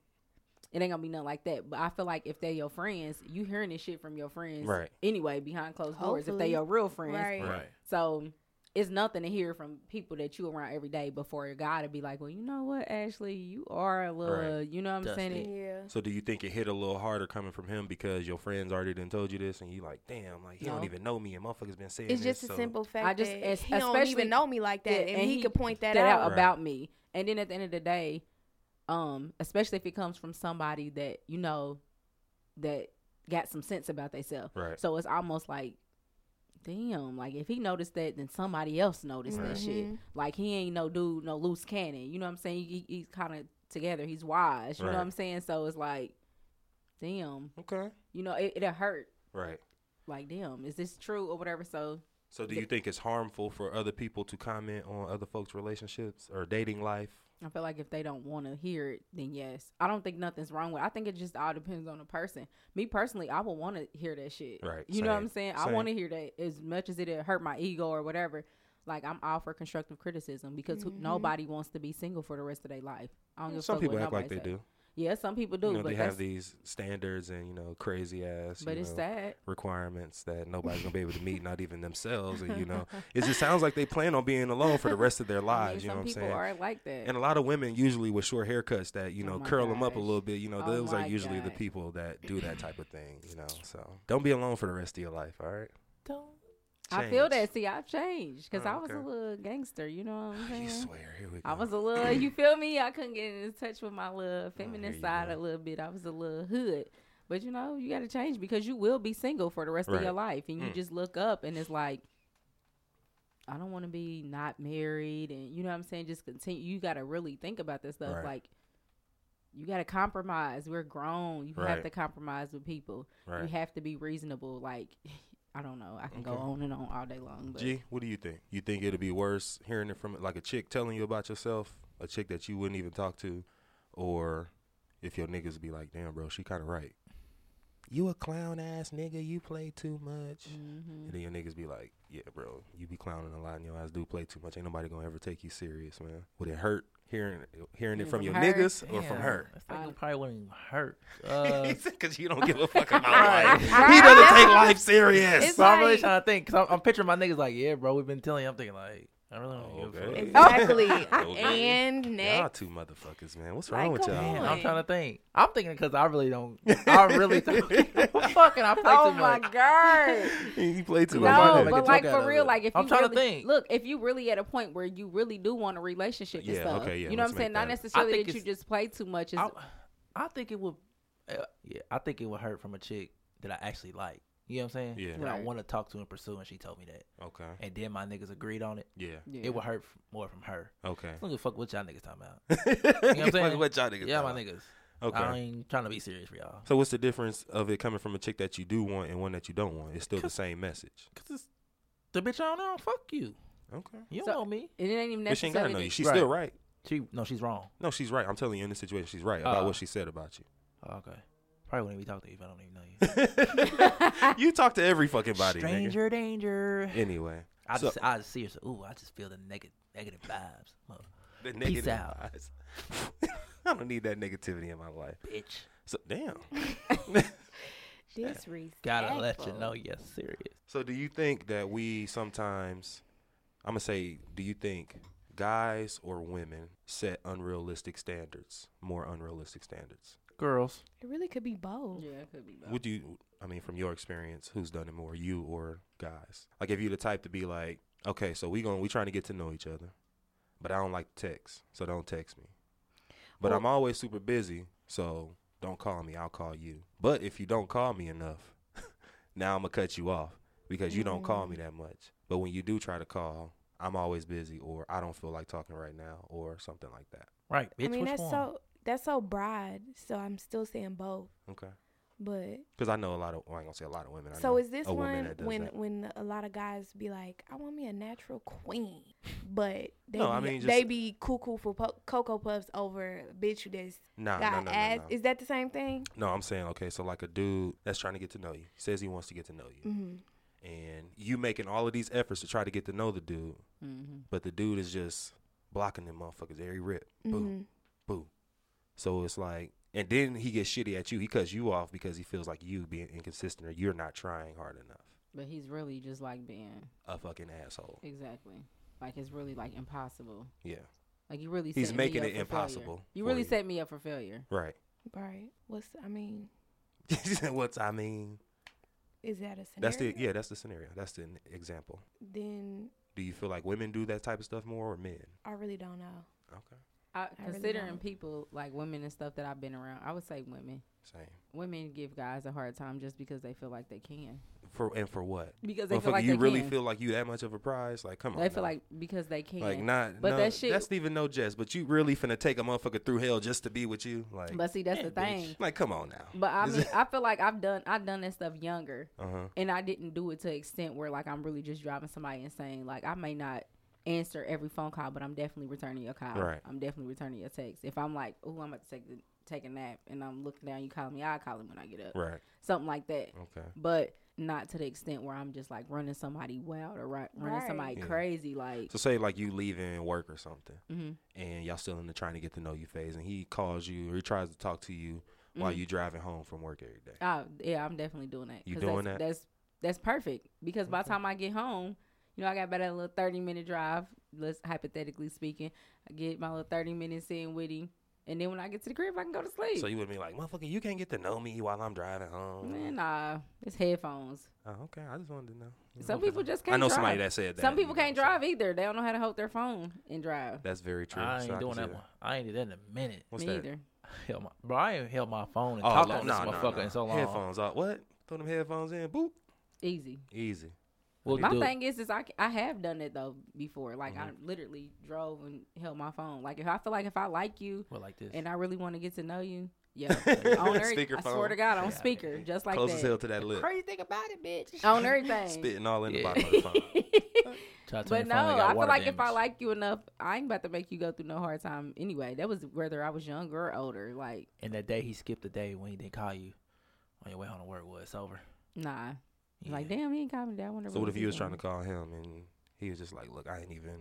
Speaker 4: It ain't gonna be nothing like that. But I feel like if they your friends, you hearing this shit from your friends
Speaker 2: Right.
Speaker 4: anyway behind closed doors. If
Speaker 5: Hopefully.
Speaker 4: they your real friends,
Speaker 5: Right.
Speaker 4: so it's nothing to hear from people that you around every day. Before a guy to be like, well, you know what, Ashley, you are a little,
Speaker 2: Right.
Speaker 4: you know what I'm
Speaker 1: Dusty.
Speaker 4: saying?
Speaker 5: Yeah.
Speaker 2: So do you think it hit a little harder coming from him because your friends already done told you this and you like, damn, like he don't
Speaker 4: No.
Speaker 2: even know me and motherfuckers been saying
Speaker 5: It's
Speaker 2: this,
Speaker 5: just a
Speaker 2: so-
Speaker 5: simple fact
Speaker 4: I just-
Speaker 5: that
Speaker 4: es-
Speaker 5: he don't
Speaker 4: especially-
Speaker 5: even know me like that,
Speaker 4: Yeah,
Speaker 5: and, he, could point that,
Speaker 4: that
Speaker 5: out.
Speaker 4: out
Speaker 2: Right.
Speaker 4: about me. And then at the end of the day, um, especially if it comes from somebody that you know that got some sense about themselves.
Speaker 2: Right.
Speaker 4: So it's almost like, damn, like if he noticed that, then somebody else noticed
Speaker 2: Right.
Speaker 5: Mm-hmm.
Speaker 4: that shit. Like he ain't no dude, no loose cannon. You know what I'm saying? He, he's kind of together. He's wise. You know
Speaker 2: Right.
Speaker 4: what I'm saying? So it's like, damn,
Speaker 2: Okay.
Speaker 4: you know, it, it'll hurt.
Speaker 2: Right.
Speaker 4: Like, damn, is this true or whatever? So
Speaker 2: So do you think it's harmful for other people to comment on other folks' relationships or dating life?
Speaker 4: I feel like if they don't want to hear it, then yes. I don't think nothing's wrong with. It. I think it just all depends on the person. Me personally, I would want to hear that shit.
Speaker 2: Right,
Speaker 4: You know what
Speaker 2: same,
Speaker 4: I'm saying? I
Speaker 2: same.
Speaker 4: want to hear that as much as it hurt my ego or whatever. Like I'm all for constructive criticism because who nobody wants to be single for the rest of their life. I don't give a
Speaker 2: Some
Speaker 4: fuck
Speaker 2: people
Speaker 4: what
Speaker 2: act like they
Speaker 4: nobody say.
Speaker 2: do.
Speaker 4: Yeah, some people do,
Speaker 2: you know,
Speaker 4: but
Speaker 2: they
Speaker 4: that's,
Speaker 2: have these standards and, you know, crazy ass
Speaker 4: but
Speaker 2: you
Speaker 4: it's
Speaker 2: know,
Speaker 4: sad.
Speaker 2: requirements that nobody's gonna be able to meet, not even themselves. And you know, it just sounds like they plan on being alone for the rest of their
Speaker 4: I mean,
Speaker 2: lives. you know
Speaker 4: some
Speaker 2: what I'm
Speaker 4: people
Speaker 2: saying?
Speaker 4: are like that.
Speaker 2: And a lot of women usually with short haircuts that you
Speaker 4: Oh
Speaker 2: know
Speaker 4: my
Speaker 2: curl them up a
Speaker 4: gosh.
Speaker 2: little bit. You know,
Speaker 4: Oh
Speaker 2: those are
Speaker 4: my
Speaker 2: usually the
Speaker 4: God.
Speaker 2: people that do that type of thing. You know, so don't be alone for the rest of your life. All right.
Speaker 4: I
Speaker 2: Change.
Speaker 4: feel that. See, I've changed because
Speaker 2: Oh,
Speaker 4: I was
Speaker 2: okay.
Speaker 4: a little gangster. You know what I'm saying?
Speaker 2: Oh, You swear. Here we go.
Speaker 4: Mm-hmm. I was a little, you feel me? I couldn't get in touch with my little feminine
Speaker 2: Oh, you
Speaker 4: side
Speaker 2: go.
Speaker 4: a little bit. I was a little hood. But you know, you got to change because you will be single for the rest of your life. And you
Speaker 2: Mm.
Speaker 4: just look up and it's like, I don't want to be not married. And you know what I'm saying? Just continue. You got to really think about this stuff.
Speaker 2: Right.
Speaker 4: Like, you got to compromise. We're grown. You
Speaker 2: Right.
Speaker 4: have to compromise with people. You
Speaker 2: Right.
Speaker 4: have to be reasonable. Like, I don't know. I can go
Speaker 2: Okay.
Speaker 4: on and on all day long. But
Speaker 2: G, what do you think? You think it'd be worse hearing it from like a chick telling you about yourself, a chick that you wouldn't even talk to, or if your niggas be like, "Damn, bro, she kind of right." You a clown ass nigga. You play too much.
Speaker 4: Mm-hmm.
Speaker 2: And then your niggas be like, "Yeah, bro, you be clowning a lot, and your ass do play too much. Ain't nobody gonna ever take you serious, man." Would it hurt hearing hearing it from,
Speaker 4: from
Speaker 2: your
Speaker 4: her?
Speaker 2: niggas or from
Speaker 1: Damn,
Speaker 2: her?
Speaker 1: I think
Speaker 4: I-
Speaker 1: it probably wouldn't even hurt. Uh,
Speaker 2: Because you don't give a fuck about life. He
Speaker 5: Right.
Speaker 2: doesn't take life serious.
Speaker 5: It's
Speaker 1: so I'm really
Speaker 5: like-
Speaker 1: trying to think because I'm, I'm picturing my niggas like, yeah, bro, we've been telling you. I'm thinking like, I really don't give a
Speaker 2: Okay.
Speaker 1: fuck.
Speaker 4: Oh.
Speaker 5: Exactly.
Speaker 2: Okay.
Speaker 5: And
Speaker 2: Y'all
Speaker 5: next.
Speaker 2: two motherfuckers, man. What's
Speaker 5: Like,
Speaker 2: wrong with
Speaker 5: come
Speaker 2: y'all?
Speaker 1: Man,
Speaker 5: on.
Speaker 1: I'm trying to think. I'm thinking because I really don't. I really don't. fucking, I play
Speaker 4: Oh
Speaker 1: too
Speaker 4: my
Speaker 1: much.
Speaker 4: god.
Speaker 2: you play too
Speaker 1: Like, why
Speaker 4: No,
Speaker 1: not make a
Speaker 4: but
Speaker 1: joke
Speaker 4: like
Speaker 1: out
Speaker 4: for
Speaker 1: of
Speaker 4: real,
Speaker 1: it?
Speaker 4: like if
Speaker 1: I'm
Speaker 4: you
Speaker 1: trying to
Speaker 4: really,
Speaker 1: think.
Speaker 4: look, if you really at a point where you really do want a relationship and
Speaker 2: Yeah,
Speaker 4: stuff,
Speaker 2: okay, yeah,
Speaker 4: you know what
Speaker 2: let's
Speaker 4: I'm
Speaker 2: make
Speaker 4: saying? Not
Speaker 2: that- I
Speaker 4: necessarily
Speaker 1: think
Speaker 4: that you
Speaker 1: it's-
Speaker 4: just play too much. It's,
Speaker 1: I, I think it would. Uh, yeah, I think it would hurt from a chick that I actually like. You know what I'm saying?
Speaker 2: Yeah.
Speaker 1: That I
Speaker 4: Right.
Speaker 1: want to talk to and pursue, and she told me that.
Speaker 2: Okay.
Speaker 1: And then my niggas agreed on it.
Speaker 2: Yeah.
Speaker 4: yeah.
Speaker 1: It would hurt f- more from her.
Speaker 2: Okay.
Speaker 1: I don't give a fuck what y'all niggas talking about.
Speaker 2: you
Speaker 1: I'm saying?
Speaker 2: What y'all niggas
Speaker 1: yeah,
Speaker 2: talking
Speaker 1: my niggas.
Speaker 2: about.
Speaker 1: I
Speaker 2: Okay.
Speaker 1: ain't trying to be serious for y'all.
Speaker 2: So what's the difference of it coming from a chick that you do want and one that you don't want? It's still the same message.
Speaker 1: Cause it's the bitch I don't know. Fuck you.
Speaker 2: Okay.
Speaker 1: You don't
Speaker 4: So-
Speaker 1: know me.
Speaker 4: And it ain't even
Speaker 2: But she ain't gotta
Speaker 4: necessarily.
Speaker 2: know you.
Speaker 4: that-
Speaker 2: She's still right.
Speaker 1: She no, she's wrong.
Speaker 2: No, she's right. I'm telling you in this situation, she's right about
Speaker 1: Uh.
Speaker 2: what she said about you.
Speaker 1: Oh, okay. Probably wouldn't even talk to you if I don't even know you.
Speaker 2: You talk to every fucking body,
Speaker 1: Stranger danger.
Speaker 2: nigga. Anyway.
Speaker 1: I
Speaker 2: So-
Speaker 1: just I just see her. So, ooh, I just feel the negative negative vibes, mother
Speaker 2: The
Speaker 1: Peace
Speaker 2: negative
Speaker 1: out.
Speaker 2: vibes. I don't need that negativity in my life.
Speaker 1: bitch.
Speaker 2: So damn.
Speaker 5: Disrespectful.
Speaker 1: Gotta let you know you're serious.
Speaker 2: So do you think that we sometimes I'm gonna say, do you think guys or women set unrealistic standards, more unrealistic standards?
Speaker 1: Girls,
Speaker 5: It really could be both.
Speaker 4: Yeah, it could be. both.
Speaker 2: Would you I mean from your experience, who's done it more, you or guys? Like if you the type to be like, Okay, so we going we trying to get to know each other. But I don't like to text, so don't text me. But I'm always super busy, so don't call me, I'll call you. But if you don't call me enough, now I'm gonna cut you off because you don't call me
Speaker 5: Mm.
Speaker 2: that much. But when you do try to call, I'm always busy or I don't feel like talking right now or something like that.
Speaker 1: right? Bitch,
Speaker 5: I mean,
Speaker 1: which
Speaker 5: that's
Speaker 1: one?
Speaker 5: so that's so broad. So I'm still saying both,
Speaker 2: Okay.
Speaker 5: but
Speaker 2: Because I know a lot of, well, I ain't gonna say a lot of women. I
Speaker 5: So
Speaker 2: know
Speaker 5: is this
Speaker 2: a woman
Speaker 5: one
Speaker 2: that does
Speaker 5: when
Speaker 2: that.
Speaker 5: when a lot of guys be like, I want me a natural queen, but they
Speaker 2: No,
Speaker 5: be,
Speaker 2: I mean,
Speaker 5: they
Speaker 2: just-
Speaker 5: be cuckoo for po- cocoa puffs over a bitch who that's
Speaker 2: Nah,
Speaker 5: got
Speaker 2: no, no, no,
Speaker 5: ass.
Speaker 2: no.
Speaker 5: Is that the same thing?
Speaker 2: No, I'm saying okay. So like a dude that's trying to get to know you, he says he wants to get to know you,
Speaker 5: Mm-hmm.
Speaker 2: and you making all of these efforts to try to get to know the dude,
Speaker 4: Mhm.
Speaker 2: but the dude is just blocking them motherfuckers every rip,
Speaker 5: Mm-hmm.
Speaker 2: boom, boo. So it's like, and then he gets shitty at you. He cuts you off because he feels like you being inconsistent or you're not trying hard enough.
Speaker 4: But he's really just like being
Speaker 2: A fucking asshole.
Speaker 4: exactly like it's really like impossible.
Speaker 2: Yeah,
Speaker 4: Like you really
Speaker 2: He's
Speaker 4: set me
Speaker 2: making
Speaker 4: up
Speaker 2: it
Speaker 4: for failure.
Speaker 2: impossible
Speaker 4: You
Speaker 2: for
Speaker 4: really
Speaker 2: you.
Speaker 4: set me up for failure.
Speaker 2: right.
Speaker 5: Right. What's I mean?
Speaker 2: What's I mean?
Speaker 5: Is that a scenario?
Speaker 2: That's the yeah. That's the scenario. That's the n- example.
Speaker 5: Then
Speaker 2: Do you feel like women do that type of stuff more or men?
Speaker 5: I really don't know.
Speaker 2: Okay,
Speaker 4: I,
Speaker 5: really
Speaker 4: considering
Speaker 5: don't.
Speaker 4: people like women and stuff that I've been around, I would say women.
Speaker 2: same.
Speaker 4: Women give guys a hard time just because they feel like they can.
Speaker 2: For and for what?
Speaker 4: Because they
Speaker 2: Motherfucker,
Speaker 4: feel like
Speaker 2: you
Speaker 4: they
Speaker 2: really
Speaker 4: can.
Speaker 2: feel like you that much of a prize? Like, come on.
Speaker 4: they feel
Speaker 2: now.
Speaker 4: like because they can.
Speaker 2: like not.
Speaker 4: But
Speaker 2: no,
Speaker 4: that shit-
Speaker 2: That's even no jest. But you really finna take a motherfucker through hell just to be with you? Like,
Speaker 4: but see, that's the
Speaker 2: bitch.
Speaker 4: thing.
Speaker 2: Like, come on now.
Speaker 4: But I mean, I feel like I've done I've done that stuff younger,
Speaker 2: Uh huh.
Speaker 4: and I didn't do it to extent where like I'm really just driving somebody insane. Like I may not answer every phone call, but I'm definitely returning your call.
Speaker 2: Right.
Speaker 4: I'm definitely returning your text. If I'm like, oh, I'm about to take the, take a nap, and I'm looking down, you calling me, I will call him when I get up,
Speaker 2: Right.
Speaker 4: something like that.
Speaker 2: Okay.
Speaker 4: But not to the extent where I'm just like running somebody wild or ri- running
Speaker 5: Right.
Speaker 4: somebody
Speaker 2: Yeah.
Speaker 4: crazy. Like,
Speaker 2: So say like you leaving work or something,
Speaker 4: Mhm.
Speaker 2: and y'all still in the trying to get to know you phase, and he calls you or he tries to talk to you
Speaker 4: Mm.
Speaker 2: while
Speaker 4: Mm-hmm.
Speaker 2: you driving home from work every day.
Speaker 4: Oh yeah, I'm definitely doing that.
Speaker 2: You
Speaker 4: 'cause
Speaker 2: doing that?
Speaker 4: that's, That's that's perfect because by the time I get home, you know, I got about a little thirty minute drive. Let's hypothetically speaking, I get my little thirty minutes in with him, and then when I get to the crib, I can go to sleep.
Speaker 2: So you would be like, motherfucker, you can't get to know me while I'm driving home.
Speaker 4: Man, nah, it's headphones.
Speaker 2: Oh, okay, I just wanted to know.
Speaker 4: Some
Speaker 2: Okay.
Speaker 4: people just can't.
Speaker 2: I know
Speaker 4: drive.
Speaker 2: somebody that said that.
Speaker 4: Some
Speaker 2: you
Speaker 4: people
Speaker 2: know
Speaker 4: can't
Speaker 2: what I'm
Speaker 4: drive either. They don't know how to hold their phone and drive.
Speaker 2: saying? That's very true.
Speaker 1: I
Speaker 2: so
Speaker 1: ain't
Speaker 2: can
Speaker 1: doing
Speaker 2: see
Speaker 1: that one. I ain't did that in a minute.
Speaker 2: What's
Speaker 4: Me
Speaker 2: that?
Speaker 4: either.
Speaker 1: Held my, bro, I ain't held my phone and talked
Speaker 2: lo-
Speaker 1: on this
Speaker 2: nah, nah,
Speaker 1: motherfucker
Speaker 2: nah.
Speaker 1: in so long.
Speaker 2: Headphones off. What? Throw them headphones in. Boop.
Speaker 4: Easy.
Speaker 2: Easy.
Speaker 1: Well,
Speaker 4: My
Speaker 1: dude,
Speaker 4: thing is, is I, c- I have done it though before. Like
Speaker 2: Mm-hmm.
Speaker 4: I literally drove and held my phone. Like if I feel like if I like you,
Speaker 1: well, like this.
Speaker 4: and uh, I really want to get to know you. Yeah, on earth, I swear
Speaker 2: Speakerphone.
Speaker 4: to God, on
Speaker 1: Yeah.
Speaker 4: speaker, just like
Speaker 2: Close as hell
Speaker 4: that.
Speaker 2: to that lip.
Speaker 4: Crazy thing about it, bitch. On everything.
Speaker 2: Spitting all in the
Speaker 1: Yeah.
Speaker 2: bottom of the phone.
Speaker 1: Try to turn
Speaker 4: But
Speaker 1: your
Speaker 4: no,
Speaker 1: phone, they got
Speaker 4: I feel
Speaker 1: water
Speaker 4: like if I
Speaker 1: damage.
Speaker 4: like you enough, I ain't about to make you go through no hard time anyway. That was whether I was younger or older. Like,
Speaker 1: and that day he skipped the day when he didn't call you on your way home to work. Was it's over?
Speaker 4: nah. Like,
Speaker 1: Yeah.
Speaker 4: damn, he ain't calling me down.
Speaker 2: So what if you was trying to call him and he was just like, "Look, I ain't even,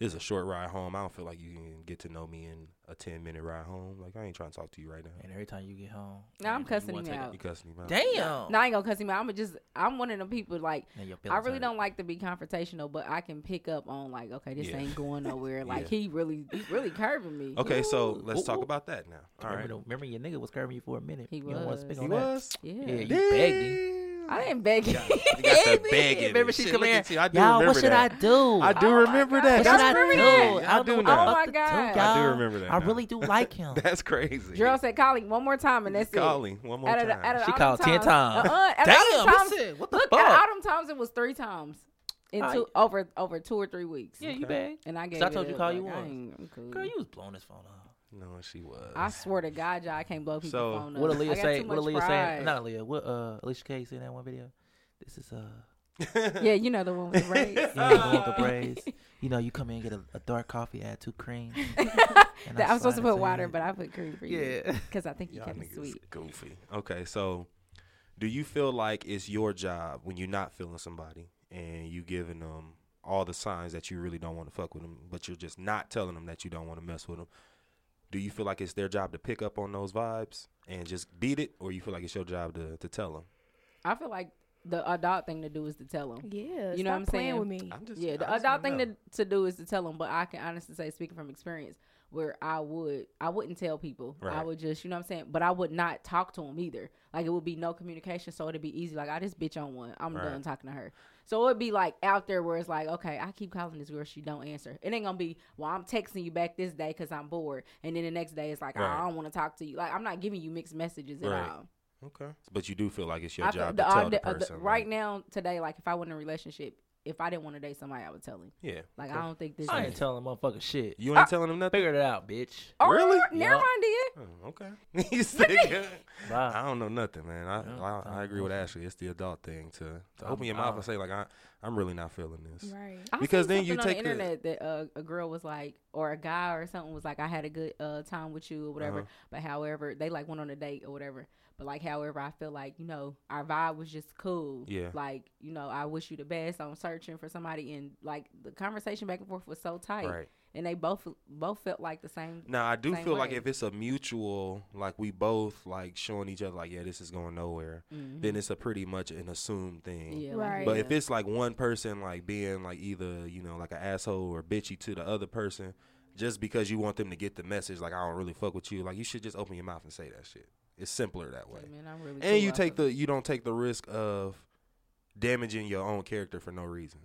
Speaker 2: this is a short ride home. I don't feel like you can get to know me in a ten minute ride home. Like I ain't trying to talk to you right now.
Speaker 1: And every time you get home,
Speaker 4: Nah, I'm
Speaker 1: you
Speaker 4: cussing
Speaker 1: wanna
Speaker 4: him
Speaker 1: take a-
Speaker 4: out.
Speaker 2: You cussing me out.
Speaker 1: Damn.
Speaker 4: No, I ain't gonna cuss him out. I'm just I'm one of them people like
Speaker 1: Now your
Speaker 4: I
Speaker 1: feelings
Speaker 4: really
Speaker 1: hurt.
Speaker 4: don't like to be confrontational, but I can pick up on like, okay, this
Speaker 2: Yeah.
Speaker 4: ain't going nowhere. Like
Speaker 2: Yeah.
Speaker 4: he really he really curving me.
Speaker 2: Okay, so
Speaker 1: Ooh.
Speaker 2: let's talk
Speaker 1: Ooh.
Speaker 2: about that now. All
Speaker 1: remember,
Speaker 2: right.
Speaker 1: the- remember your nigga was curving you for a minute.
Speaker 4: He
Speaker 1: you don't want
Speaker 4: was.
Speaker 1: to speak on
Speaker 4: He Yeah.
Speaker 1: that. Yeah, you
Speaker 2: Damn.
Speaker 1: begged him.
Speaker 4: I didn't beg him.
Speaker 2: got- you got that begging.
Speaker 1: Remember she
Speaker 2: Shit,
Speaker 1: come
Speaker 2: look
Speaker 1: in.
Speaker 2: at you. I do
Speaker 1: Y'all,
Speaker 2: remember
Speaker 1: what should
Speaker 2: that.
Speaker 1: I do?
Speaker 2: I do
Speaker 4: Oh my
Speaker 2: remember
Speaker 4: God.
Speaker 2: that.
Speaker 1: What
Speaker 4: That's
Speaker 1: should I
Speaker 4: remember
Speaker 1: do?
Speaker 4: that.
Speaker 1: I
Speaker 2: I do
Speaker 1: don't know
Speaker 2: now.
Speaker 1: what
Speaker 4: Oh my
Speaker 1: the fuck
Speaker 4: God.
Speaker 1: to do, y'all.
Speaker 2: I do remember that
Speaker 1: I
Speaker 2: now.
Speaker 1: really do like him.
Speaker 2: That's crazy.
Speaker 4: Gerald said, "Call him one more time, and that's it."
Speaker 2: Calling one more
Speaker 4: Out of the-
Speaker 2: time.
Speaker 4: out of the-
Speaker 1: she
Speaker 4: all
Speaker 1: called
Speaker 4: them
Speaker 1: ten times.
Speaker 4: times. Uh-uh, at all
Speaker 1: Damn,
Speaker 4: them times-
Speaker 1: listen, what the
Speaker 4: Look, at
Speaker 1: fuck?
Speaker 4: Autumn times it was three times in
Speaker 1: I-
Speaker 4: two over over two or three weeks.
Speaker 1: Yeah, you
Speaker 2: Okay.
Speaker 1: bang.
Speaker 4: And I gave.
Speaker 1: I
Speaker 4: it
Speaker 1: told you
Speaker 4: up,
Speaker 1: call you
Speaker 4: like, I
Speaker 1: once.
Speaker 4: ain't- I'm cool.
Speaker 1: Girl, you was blowing his phone up.
Speaker 2: no, she was.
Speaker 4: I swear to God, y'all, I can't blow people's
Speaker 2: So-
Speaker 4: phone up.
Speaker 1: What
Speaker 4: I
Speaker 1: Aaliyah
Speaker 4: got
Speaker 1: say?
Speaker 4: too
Speaker 1: What
Speaker 4: much
Speaker 1: Aaliyah
Speaker 4: pride.
Speaker 1: saying? Not Aaliyah. What uh, Alicia Keys in that one video? This is uh.
Speaker 4: Yeah, you know the one with the braids.
Speaker 1: You know, the one with the braids. You know, you come in and get a, a dark coffee, add two creams. and
Speaker 4: That- I was supposed
Speaker 1: slide
Speaker 4: to
Speaker 1: it
Speaker 4: put water,
Speaker 1: you.
Speaker 4: but I put cream for you because I think you
Speaker 2: Y'all
Speaker 4: kept it
Speaker 2: niggas
Speaker 4: sweet.
Speaker 2: goofy. Okay, so do you feel like it's your job when you're not feeling somebody and you giving them all the signs that you really don't want to fuck with them, but you're just not telling them that you don't want to mess with them? Do you feel like it's their job to pick up on those vibes and just beat it, or you feel like it's your job to, to tell them?
Speaker 4: I feel like the adult thing to do is to tell them.
Speaker 5: Yeah,
Speaker 4: You know what
Speaker 5: stop
Speaker 4: I'm
Speaker 5: playing
Speaker 4: saying?
Speaker 5: With me,
Speaker 2: I'm just
Speaker 4: Yeah, the adult thing to, to do is to tell them. But I can honestly say, speaking from experience, where I would I wouldn't tell people. I
Speaker 2: Right.
Speaker 4: would just you know what I'm saying. But I would not talk to them either. Like it would be no communication, so it'd be easy. Like I just bitch on one. I'm
Speaker 2: Right.
Speaker 4: done talking to her. So it'd be like out there where it's like, okay, I keep calling this girl, she don't answer. It ain't gonna be, well, I'm texting you back this day because I'm bored, and then the next day it's like, oh,
Speaker 2: Right.
Speaker 4: I don't want to talk to you. Like I'm not giving you mixed messages at
Speaker 2: Right.
Speaker 4: all.
Speaker 2: okay, but you do feel like it's your
Speaker 4: I feel-
Speaker 2: job
Speaker 4: the
Speaker 2: to tell
Speaker 4: aud-
Speaker 2: the
Speaker 4: uh, the-
Speaker 2: person, like,
Speaker 4: right now, today, like if I was in a relationship, if I didn't want to date somebody, I would tell him.
Speaker 2: Yeah,
Speaker 4: Like
Speaker 2: okay.
Speaker 4: I don't think this.
Speaker 1: I
Speaker 4: is-
Speaker 1: ain't telling motherfucker shit.
Speaker 2: you ain't telling them nothing.
Speaker 1: Figured it out, bitch.
Speaker 4: Oh,
Speaker 2: Really?
Speaker 1: Yeah.
Speaker 4: Never mind, did.
Speaker 2: Oh, okay, you said. I
Speaker 1: Bye.
Speaker 2: don't know nothing, man. I
Speaker 1: Yeah,
Speaker 2: I, I
Speaker 1: I'm
Speaker 2: agree with
Speaker 1: open.
Speaker 2: Ashley. It's the adult thing to, to
Speaker 1: I'm
Speaker 2: open your mouth and
Speaker 1: out.
Speaker 2: say like I I'm really not feeling this.
Speaker 5: right?
Speaker 4: I
Speaker 2: Because
Speaker 4: seen
Speaker 2: then you
Speaker 4: something
Speaker 2: take
Speaker 4: on
Speaker 2: the-
Speaker 4: the internet that uh, a girl was like, or a guy or something was like, I had a good uh, time with you or whatever.
Speaker 2: Uh-huh.
Speaker 4: But however, they like went on a date or whatever. But like, however, I feel like you know our vibe was just cool.
Speaker 2: Yeah.
Speaker 4: Like you know, I wish you the best. I'm searching for somebody, and like the conversation back and forth was so tight,
Speaker 2: Right.
Speaker 4: and they both both felt like the same.
Speaker 2: Now I do
Speaker 4: Same
Speaker 2: feel like
Speaker 4: way.
Speaker 2: if it's a mutual, like we both like showing each other like yeah this is going nowhere,
Speaker 4: Mhm.
Speaker 2: then it's a pretty much an assumed thing.
Speaker 4: Yeah,
Speaker 5: Right.
Speaker 2: But if
Speaker 4: yeah.
Speaker 2: it's like one person like being like either you know like an asshole or bitchy to the other person, just because you want them to get the message like I don't really fuck with you, like you should just open your mouth and say that shit. It's simpler that way.
Speaker 4: Hey, man, I'm really
Speaker 2: and you
Speaker 4: cool. I
Speaker 2: take
Speaker 4: feel-
Speaker 2: the you don't take the risk of damaging your own character for no reason.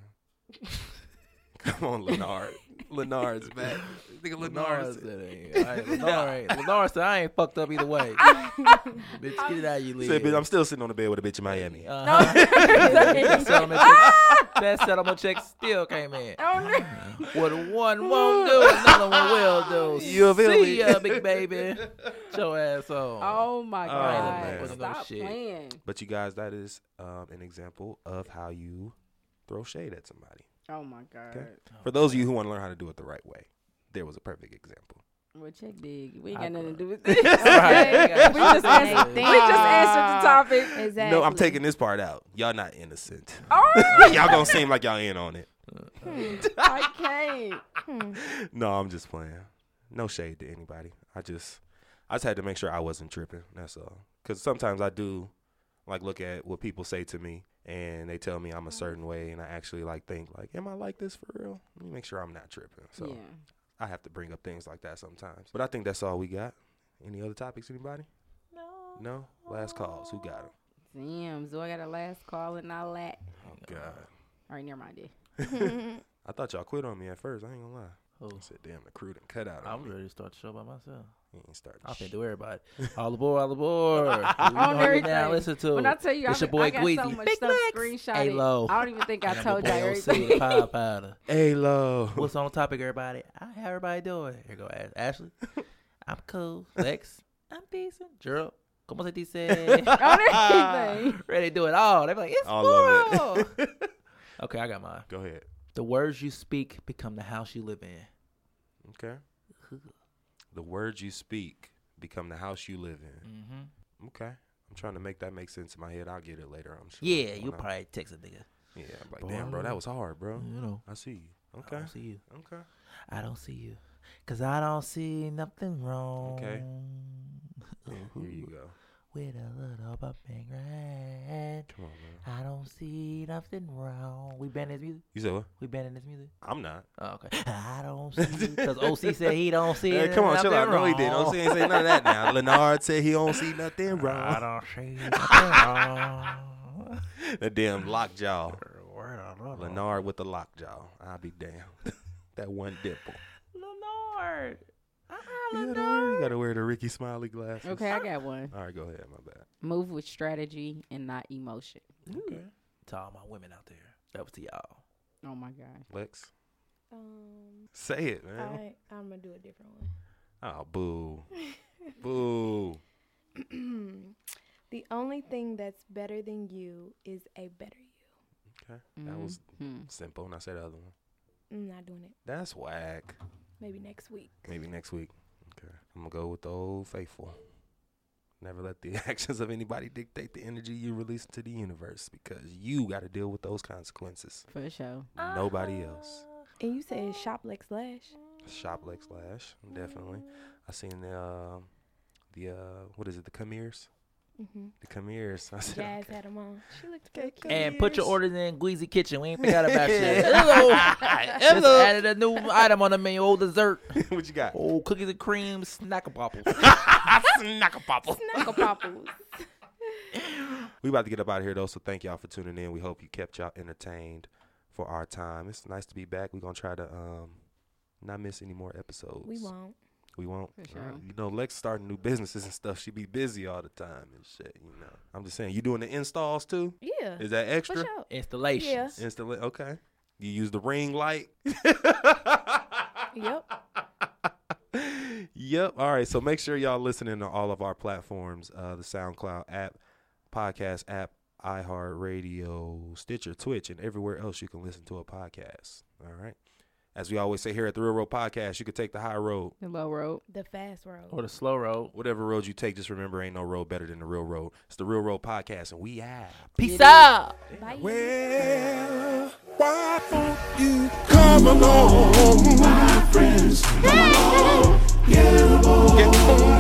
Speaker 2: Come on, Lenard. Lenard's back. Nigga, Lenard. said-
Speaker 1: Lenard, Lenard said I ain't fucked up either way. bitch, get it out you
Speaker 2: He
Speaker 1: leave.
Speaker 2: said, "Bitch, I'm still sitting on the uh, bed with a bitch in Miami.
Speaker 1: Uh-huh. that, settlement check, that settlement check still came in. What one won't do, another one will do.
Speaker 2: You feel
Speaker 1: See
Speaker 2: me?
Speaker 1: ya, big baby. Get your ass on.
Speaker 4: Oh my
Speaker 2: man.
Speaker 4: god!
Speaker 2: Wasn't
Speaker 1: gonna
Speaker 4: Stop
Speaker 1: shit.
Speaker 4: playing.
Speaker 2: But you guys, that is um, an example of how you throw shade at somebody.
Speaker 4: Oh my god!
Speaker 2: For those of you who want to learn how to do it the right way, there was a perfect example.
Speaker 4: Well, check dig. We ain't
Speaker 1: I
Speaker 4: got nothing to do with
Speaker 1: Right.
Speaker 4: this.
Speaker 1: Got
Speaker 4: We
Speaker 1: you.
Speaker 4: just answered. We just answered the topic.
Speaker 5: Exactly.
Speaker 2: No, I'm taking this part out. Y'all not innocent.
Speaker 4: Oh,
Speaker 2: y'all gonna seem like y'all in on it.
Speaker 4: I can't.
Speaker 2: No, I'm just playing. No shade to anybody. I just, I just had to make sure I wasn't tripping. That's all. Because sometimes I do, like, look at what people say to me, and they tell me I'm a certain way, and I actually like think like, am I like this for real? Let me make sure I'm not tripping. So
Speaker 4: yeah.
Speaker 2: I have to bring up things like that sometimes. But I think that's all we got. Any other topics? Anybody? No. No. Last calls. Who got them?
Speaker 4: Damn. So I got a last call and all that.
Speaker 2: Oh God.
Speaker 4: All right, never mind. It.
Speaker 2: I thought y'all quit on me at first. I ain't gonna lie.
Speaker 1: Oh,
Speaker 2: I said, damn, the crew done cut out.
Speaker 1: I'm
Speaker 2: on me.
Speaker 1: ready to start the show by myself.
Speaker 2: He ain't starting.
Speaker 1: I can
Speaker 2: shit.
Speaker 1: do everybody. All aboard, all aboard. You know who you
Speaker 4: everything.
Speaker 1: now listen to.
Speaker 4: When I tell you,
Speaker 1: It's
Speaker 4: I,
Speaker 1: your boy
Speaker 4: I got so
Speaker 1: Gweezy.
Speaker 4: much
Speaker 1: Big
Speaker 4: stuff
Speaker 1: Macs.
Speaker 4: screenshotted.
Speaker 1: Halo.
Speaker 4: I don't even think I
Speaker 1: And I'm
Speaker 4: told
Speaker 1: your
Speaker 4: y'all
Speaker 1: boy OC with the
Speaker 4: everything.
Speaker 1: Pie Powder.
Speaker 2: Hey, low.
Speaker 1: What's on topic, everybody? I how everybody doing? Here go Ash- Ashley. I'm cool. Lex. I'm decent. Gerald. Como se dice?
Speaker 4: On everything.
Speaker 1: Ready to do it all. They be like, it's
Speaker 2: All
Speaker 1: floral.
Speaker 2: of it.
Speaker 1: okay, I got mine.
Speaker 2: Go ahead.
Speaker 1: The words you speak become the house you live in.
Speaker 2: Okay. The words you speak become the house you live in.
Speaker 1: Mm-hmm.
Speaker 2: Mm. Okay. I'm trying to make that make sense in my head. I'll get it later. I'm sure.
Speaker 1: Yeah,
Speaker 2: When
Speaker 1: you'll
Speaker 2: I-
Speaker 1: probably text a nigga.
Speaker 2: Yeah. I'm like,
Speaker 1: Boy,
Speaker 2: damn,
Speaker 1: I
Speaker 2: bro,
Speaker 1: don't
Speaker 2: that
Speaker 1: know."
Speaker 2: was hard, bro.
Speaker 1: You know.
Speaker 2: I see you.
Speaker 1: I
Speaker 2: Okay.
Speaker 1: don't see you.
Speaker 2: Okay.
Speaker 1: I don't see you. Cause I don't see nothing wrong.
Speaker 2: Okay. Here you
Speaker 1: Ooh,
Speaker 2: go.
Speaker 1: with a little bumping right.
Speaker 2: Come on, man.
Speaker 1: I don't see nothing wrong. We banning this music.
Speaker 2: You said what?
Speaker 1: We banning this music.
Speaker 2: I'm not.
Speaker 1: Oh, okay. I don't see because OC said he don't see.
Speaker 2: Hey, come on, chill out.
Speaker 1: nothing
Speaker 2: No, he didn't.
Speaker 1: wrong.
Speaker 2: OC ain't say none of that now. Lenard said he don't see nothing
Speaker 1: I
Speaker 2: wrong.
Speaker 1: don't see nothing wrong.
Speaker 2: That damn lockjaw.
Speaker 1: Word on the Lord.
Speaker 2: Lenard with the lockjaw. I'll be damned. that one dimple.
Speaker 1: Lenard. Uh-uh,
Speaker 2: You gotta,
Speaker 1: Lenard.
Speaker 2: wear, you gotta wear the Ricky Smiley glasses.
Speaker 4: Okay, I got one.
Speaker 2: All right, go ahead. My bad.
Speaker 4: Move with strategy and not emotion.
Speaker 2: Okay.
Speaker 1: To all my women out there, up to y'all.
Speaker 4: Oh my god.
Speaker 2: Lex,
Speaker 5: Um,
Speaker 2: say it, man.
Speaker 5: I I'm gonna do a different
Speaker 2: Oh, boo. boo.
Speaker 5: one. the only thing that's better than you is a better you.
Speaker 2: Okay. That was
Speaker 4: Hmm.
Speaker 2: simple. And I said the other one.
Speaker 5: I'm Mm, not doing it.
Speaker 2: That's whack.
Speaker 5: Maybe next week.
Speaker 2: Maybe next week. Okay. I'm gonna go with the old faithful. Never let the actions of anybody dictate the energy you release into the universe because you got to deal with those consequences.
Speaker 4: For sure.
Speaker 2: Nobody
Speaker 5: Oh.
Speaker 2: else.
Speaker 5: And you said shop Lex Lash.
Speaker 2: Shop Lex Lash, definitely. I seen the uh, the uh, what is it? The Khmer's.
Speaker 5: Mm-hmm.
Speaker 2: The Khmer's. I said,
Speaker 5: Jazz
Speaker 2: okay.
Speaker 5: had him on. She looked real cute.
Speaker 1: And put your orders in Gweezy Kitchen. We ain't forgot about shit. Just
Speaker 2: Hello.
Speaker 1: added a new item on the menu. Old dessert.
Speaker 2: what you got?
Speaker 1: Old cookies and cream snack bubbles.
Speaker 2: Snackapopple.
Speaker 5: Snackle popples.
Speaker 2: We about to get up out of here though, so thank y'all for tuning in. We hope you kept y'all entertained for our time. It's nice to be back. We're gonna try to um not miss any more episodes.
Speaker 5: We won't.
Speaker 2: We won't.
Speaker 4: For
Speaker 2: All right.
Speaker 4: sure.
Speaker 2: You know, Lex starting new businesses and stuff. She be busy all the time and shit. You know. I'm just saying. You doing the installs too?
Speaker 5: Yeah.
Speaker 2: Is that
Speaker 5: For
Speaker 2: extra?
Speaker 5: sure.
Speaker 1: Installations.
Speaker 2: Install. Okay. You use the ring light.
Speaker 5: Yep.
Speaker 2: yep. All right. So make sure y'all listening to all of our platforms: uh, the SoundCloud app, podcast app, iHeartRadio, Stitcher, Twitch, and everywhere else you can listen to a podcast. All right. As we always say here at the Real Road Podcast, you can take the high road.
Speaker 4: The low road.
Speaker 5: The fast road.
Speaker 1: Or the slow road.
Speaker 2: Whatever road you take, just remember ain't no road better than the real road. It's the Real Road Podcast, and we out.
Speaker 1: Peace out.
Speaker 5: Bye.
Speaker 3: Well, why don't you come along, my friends? Come along, get along.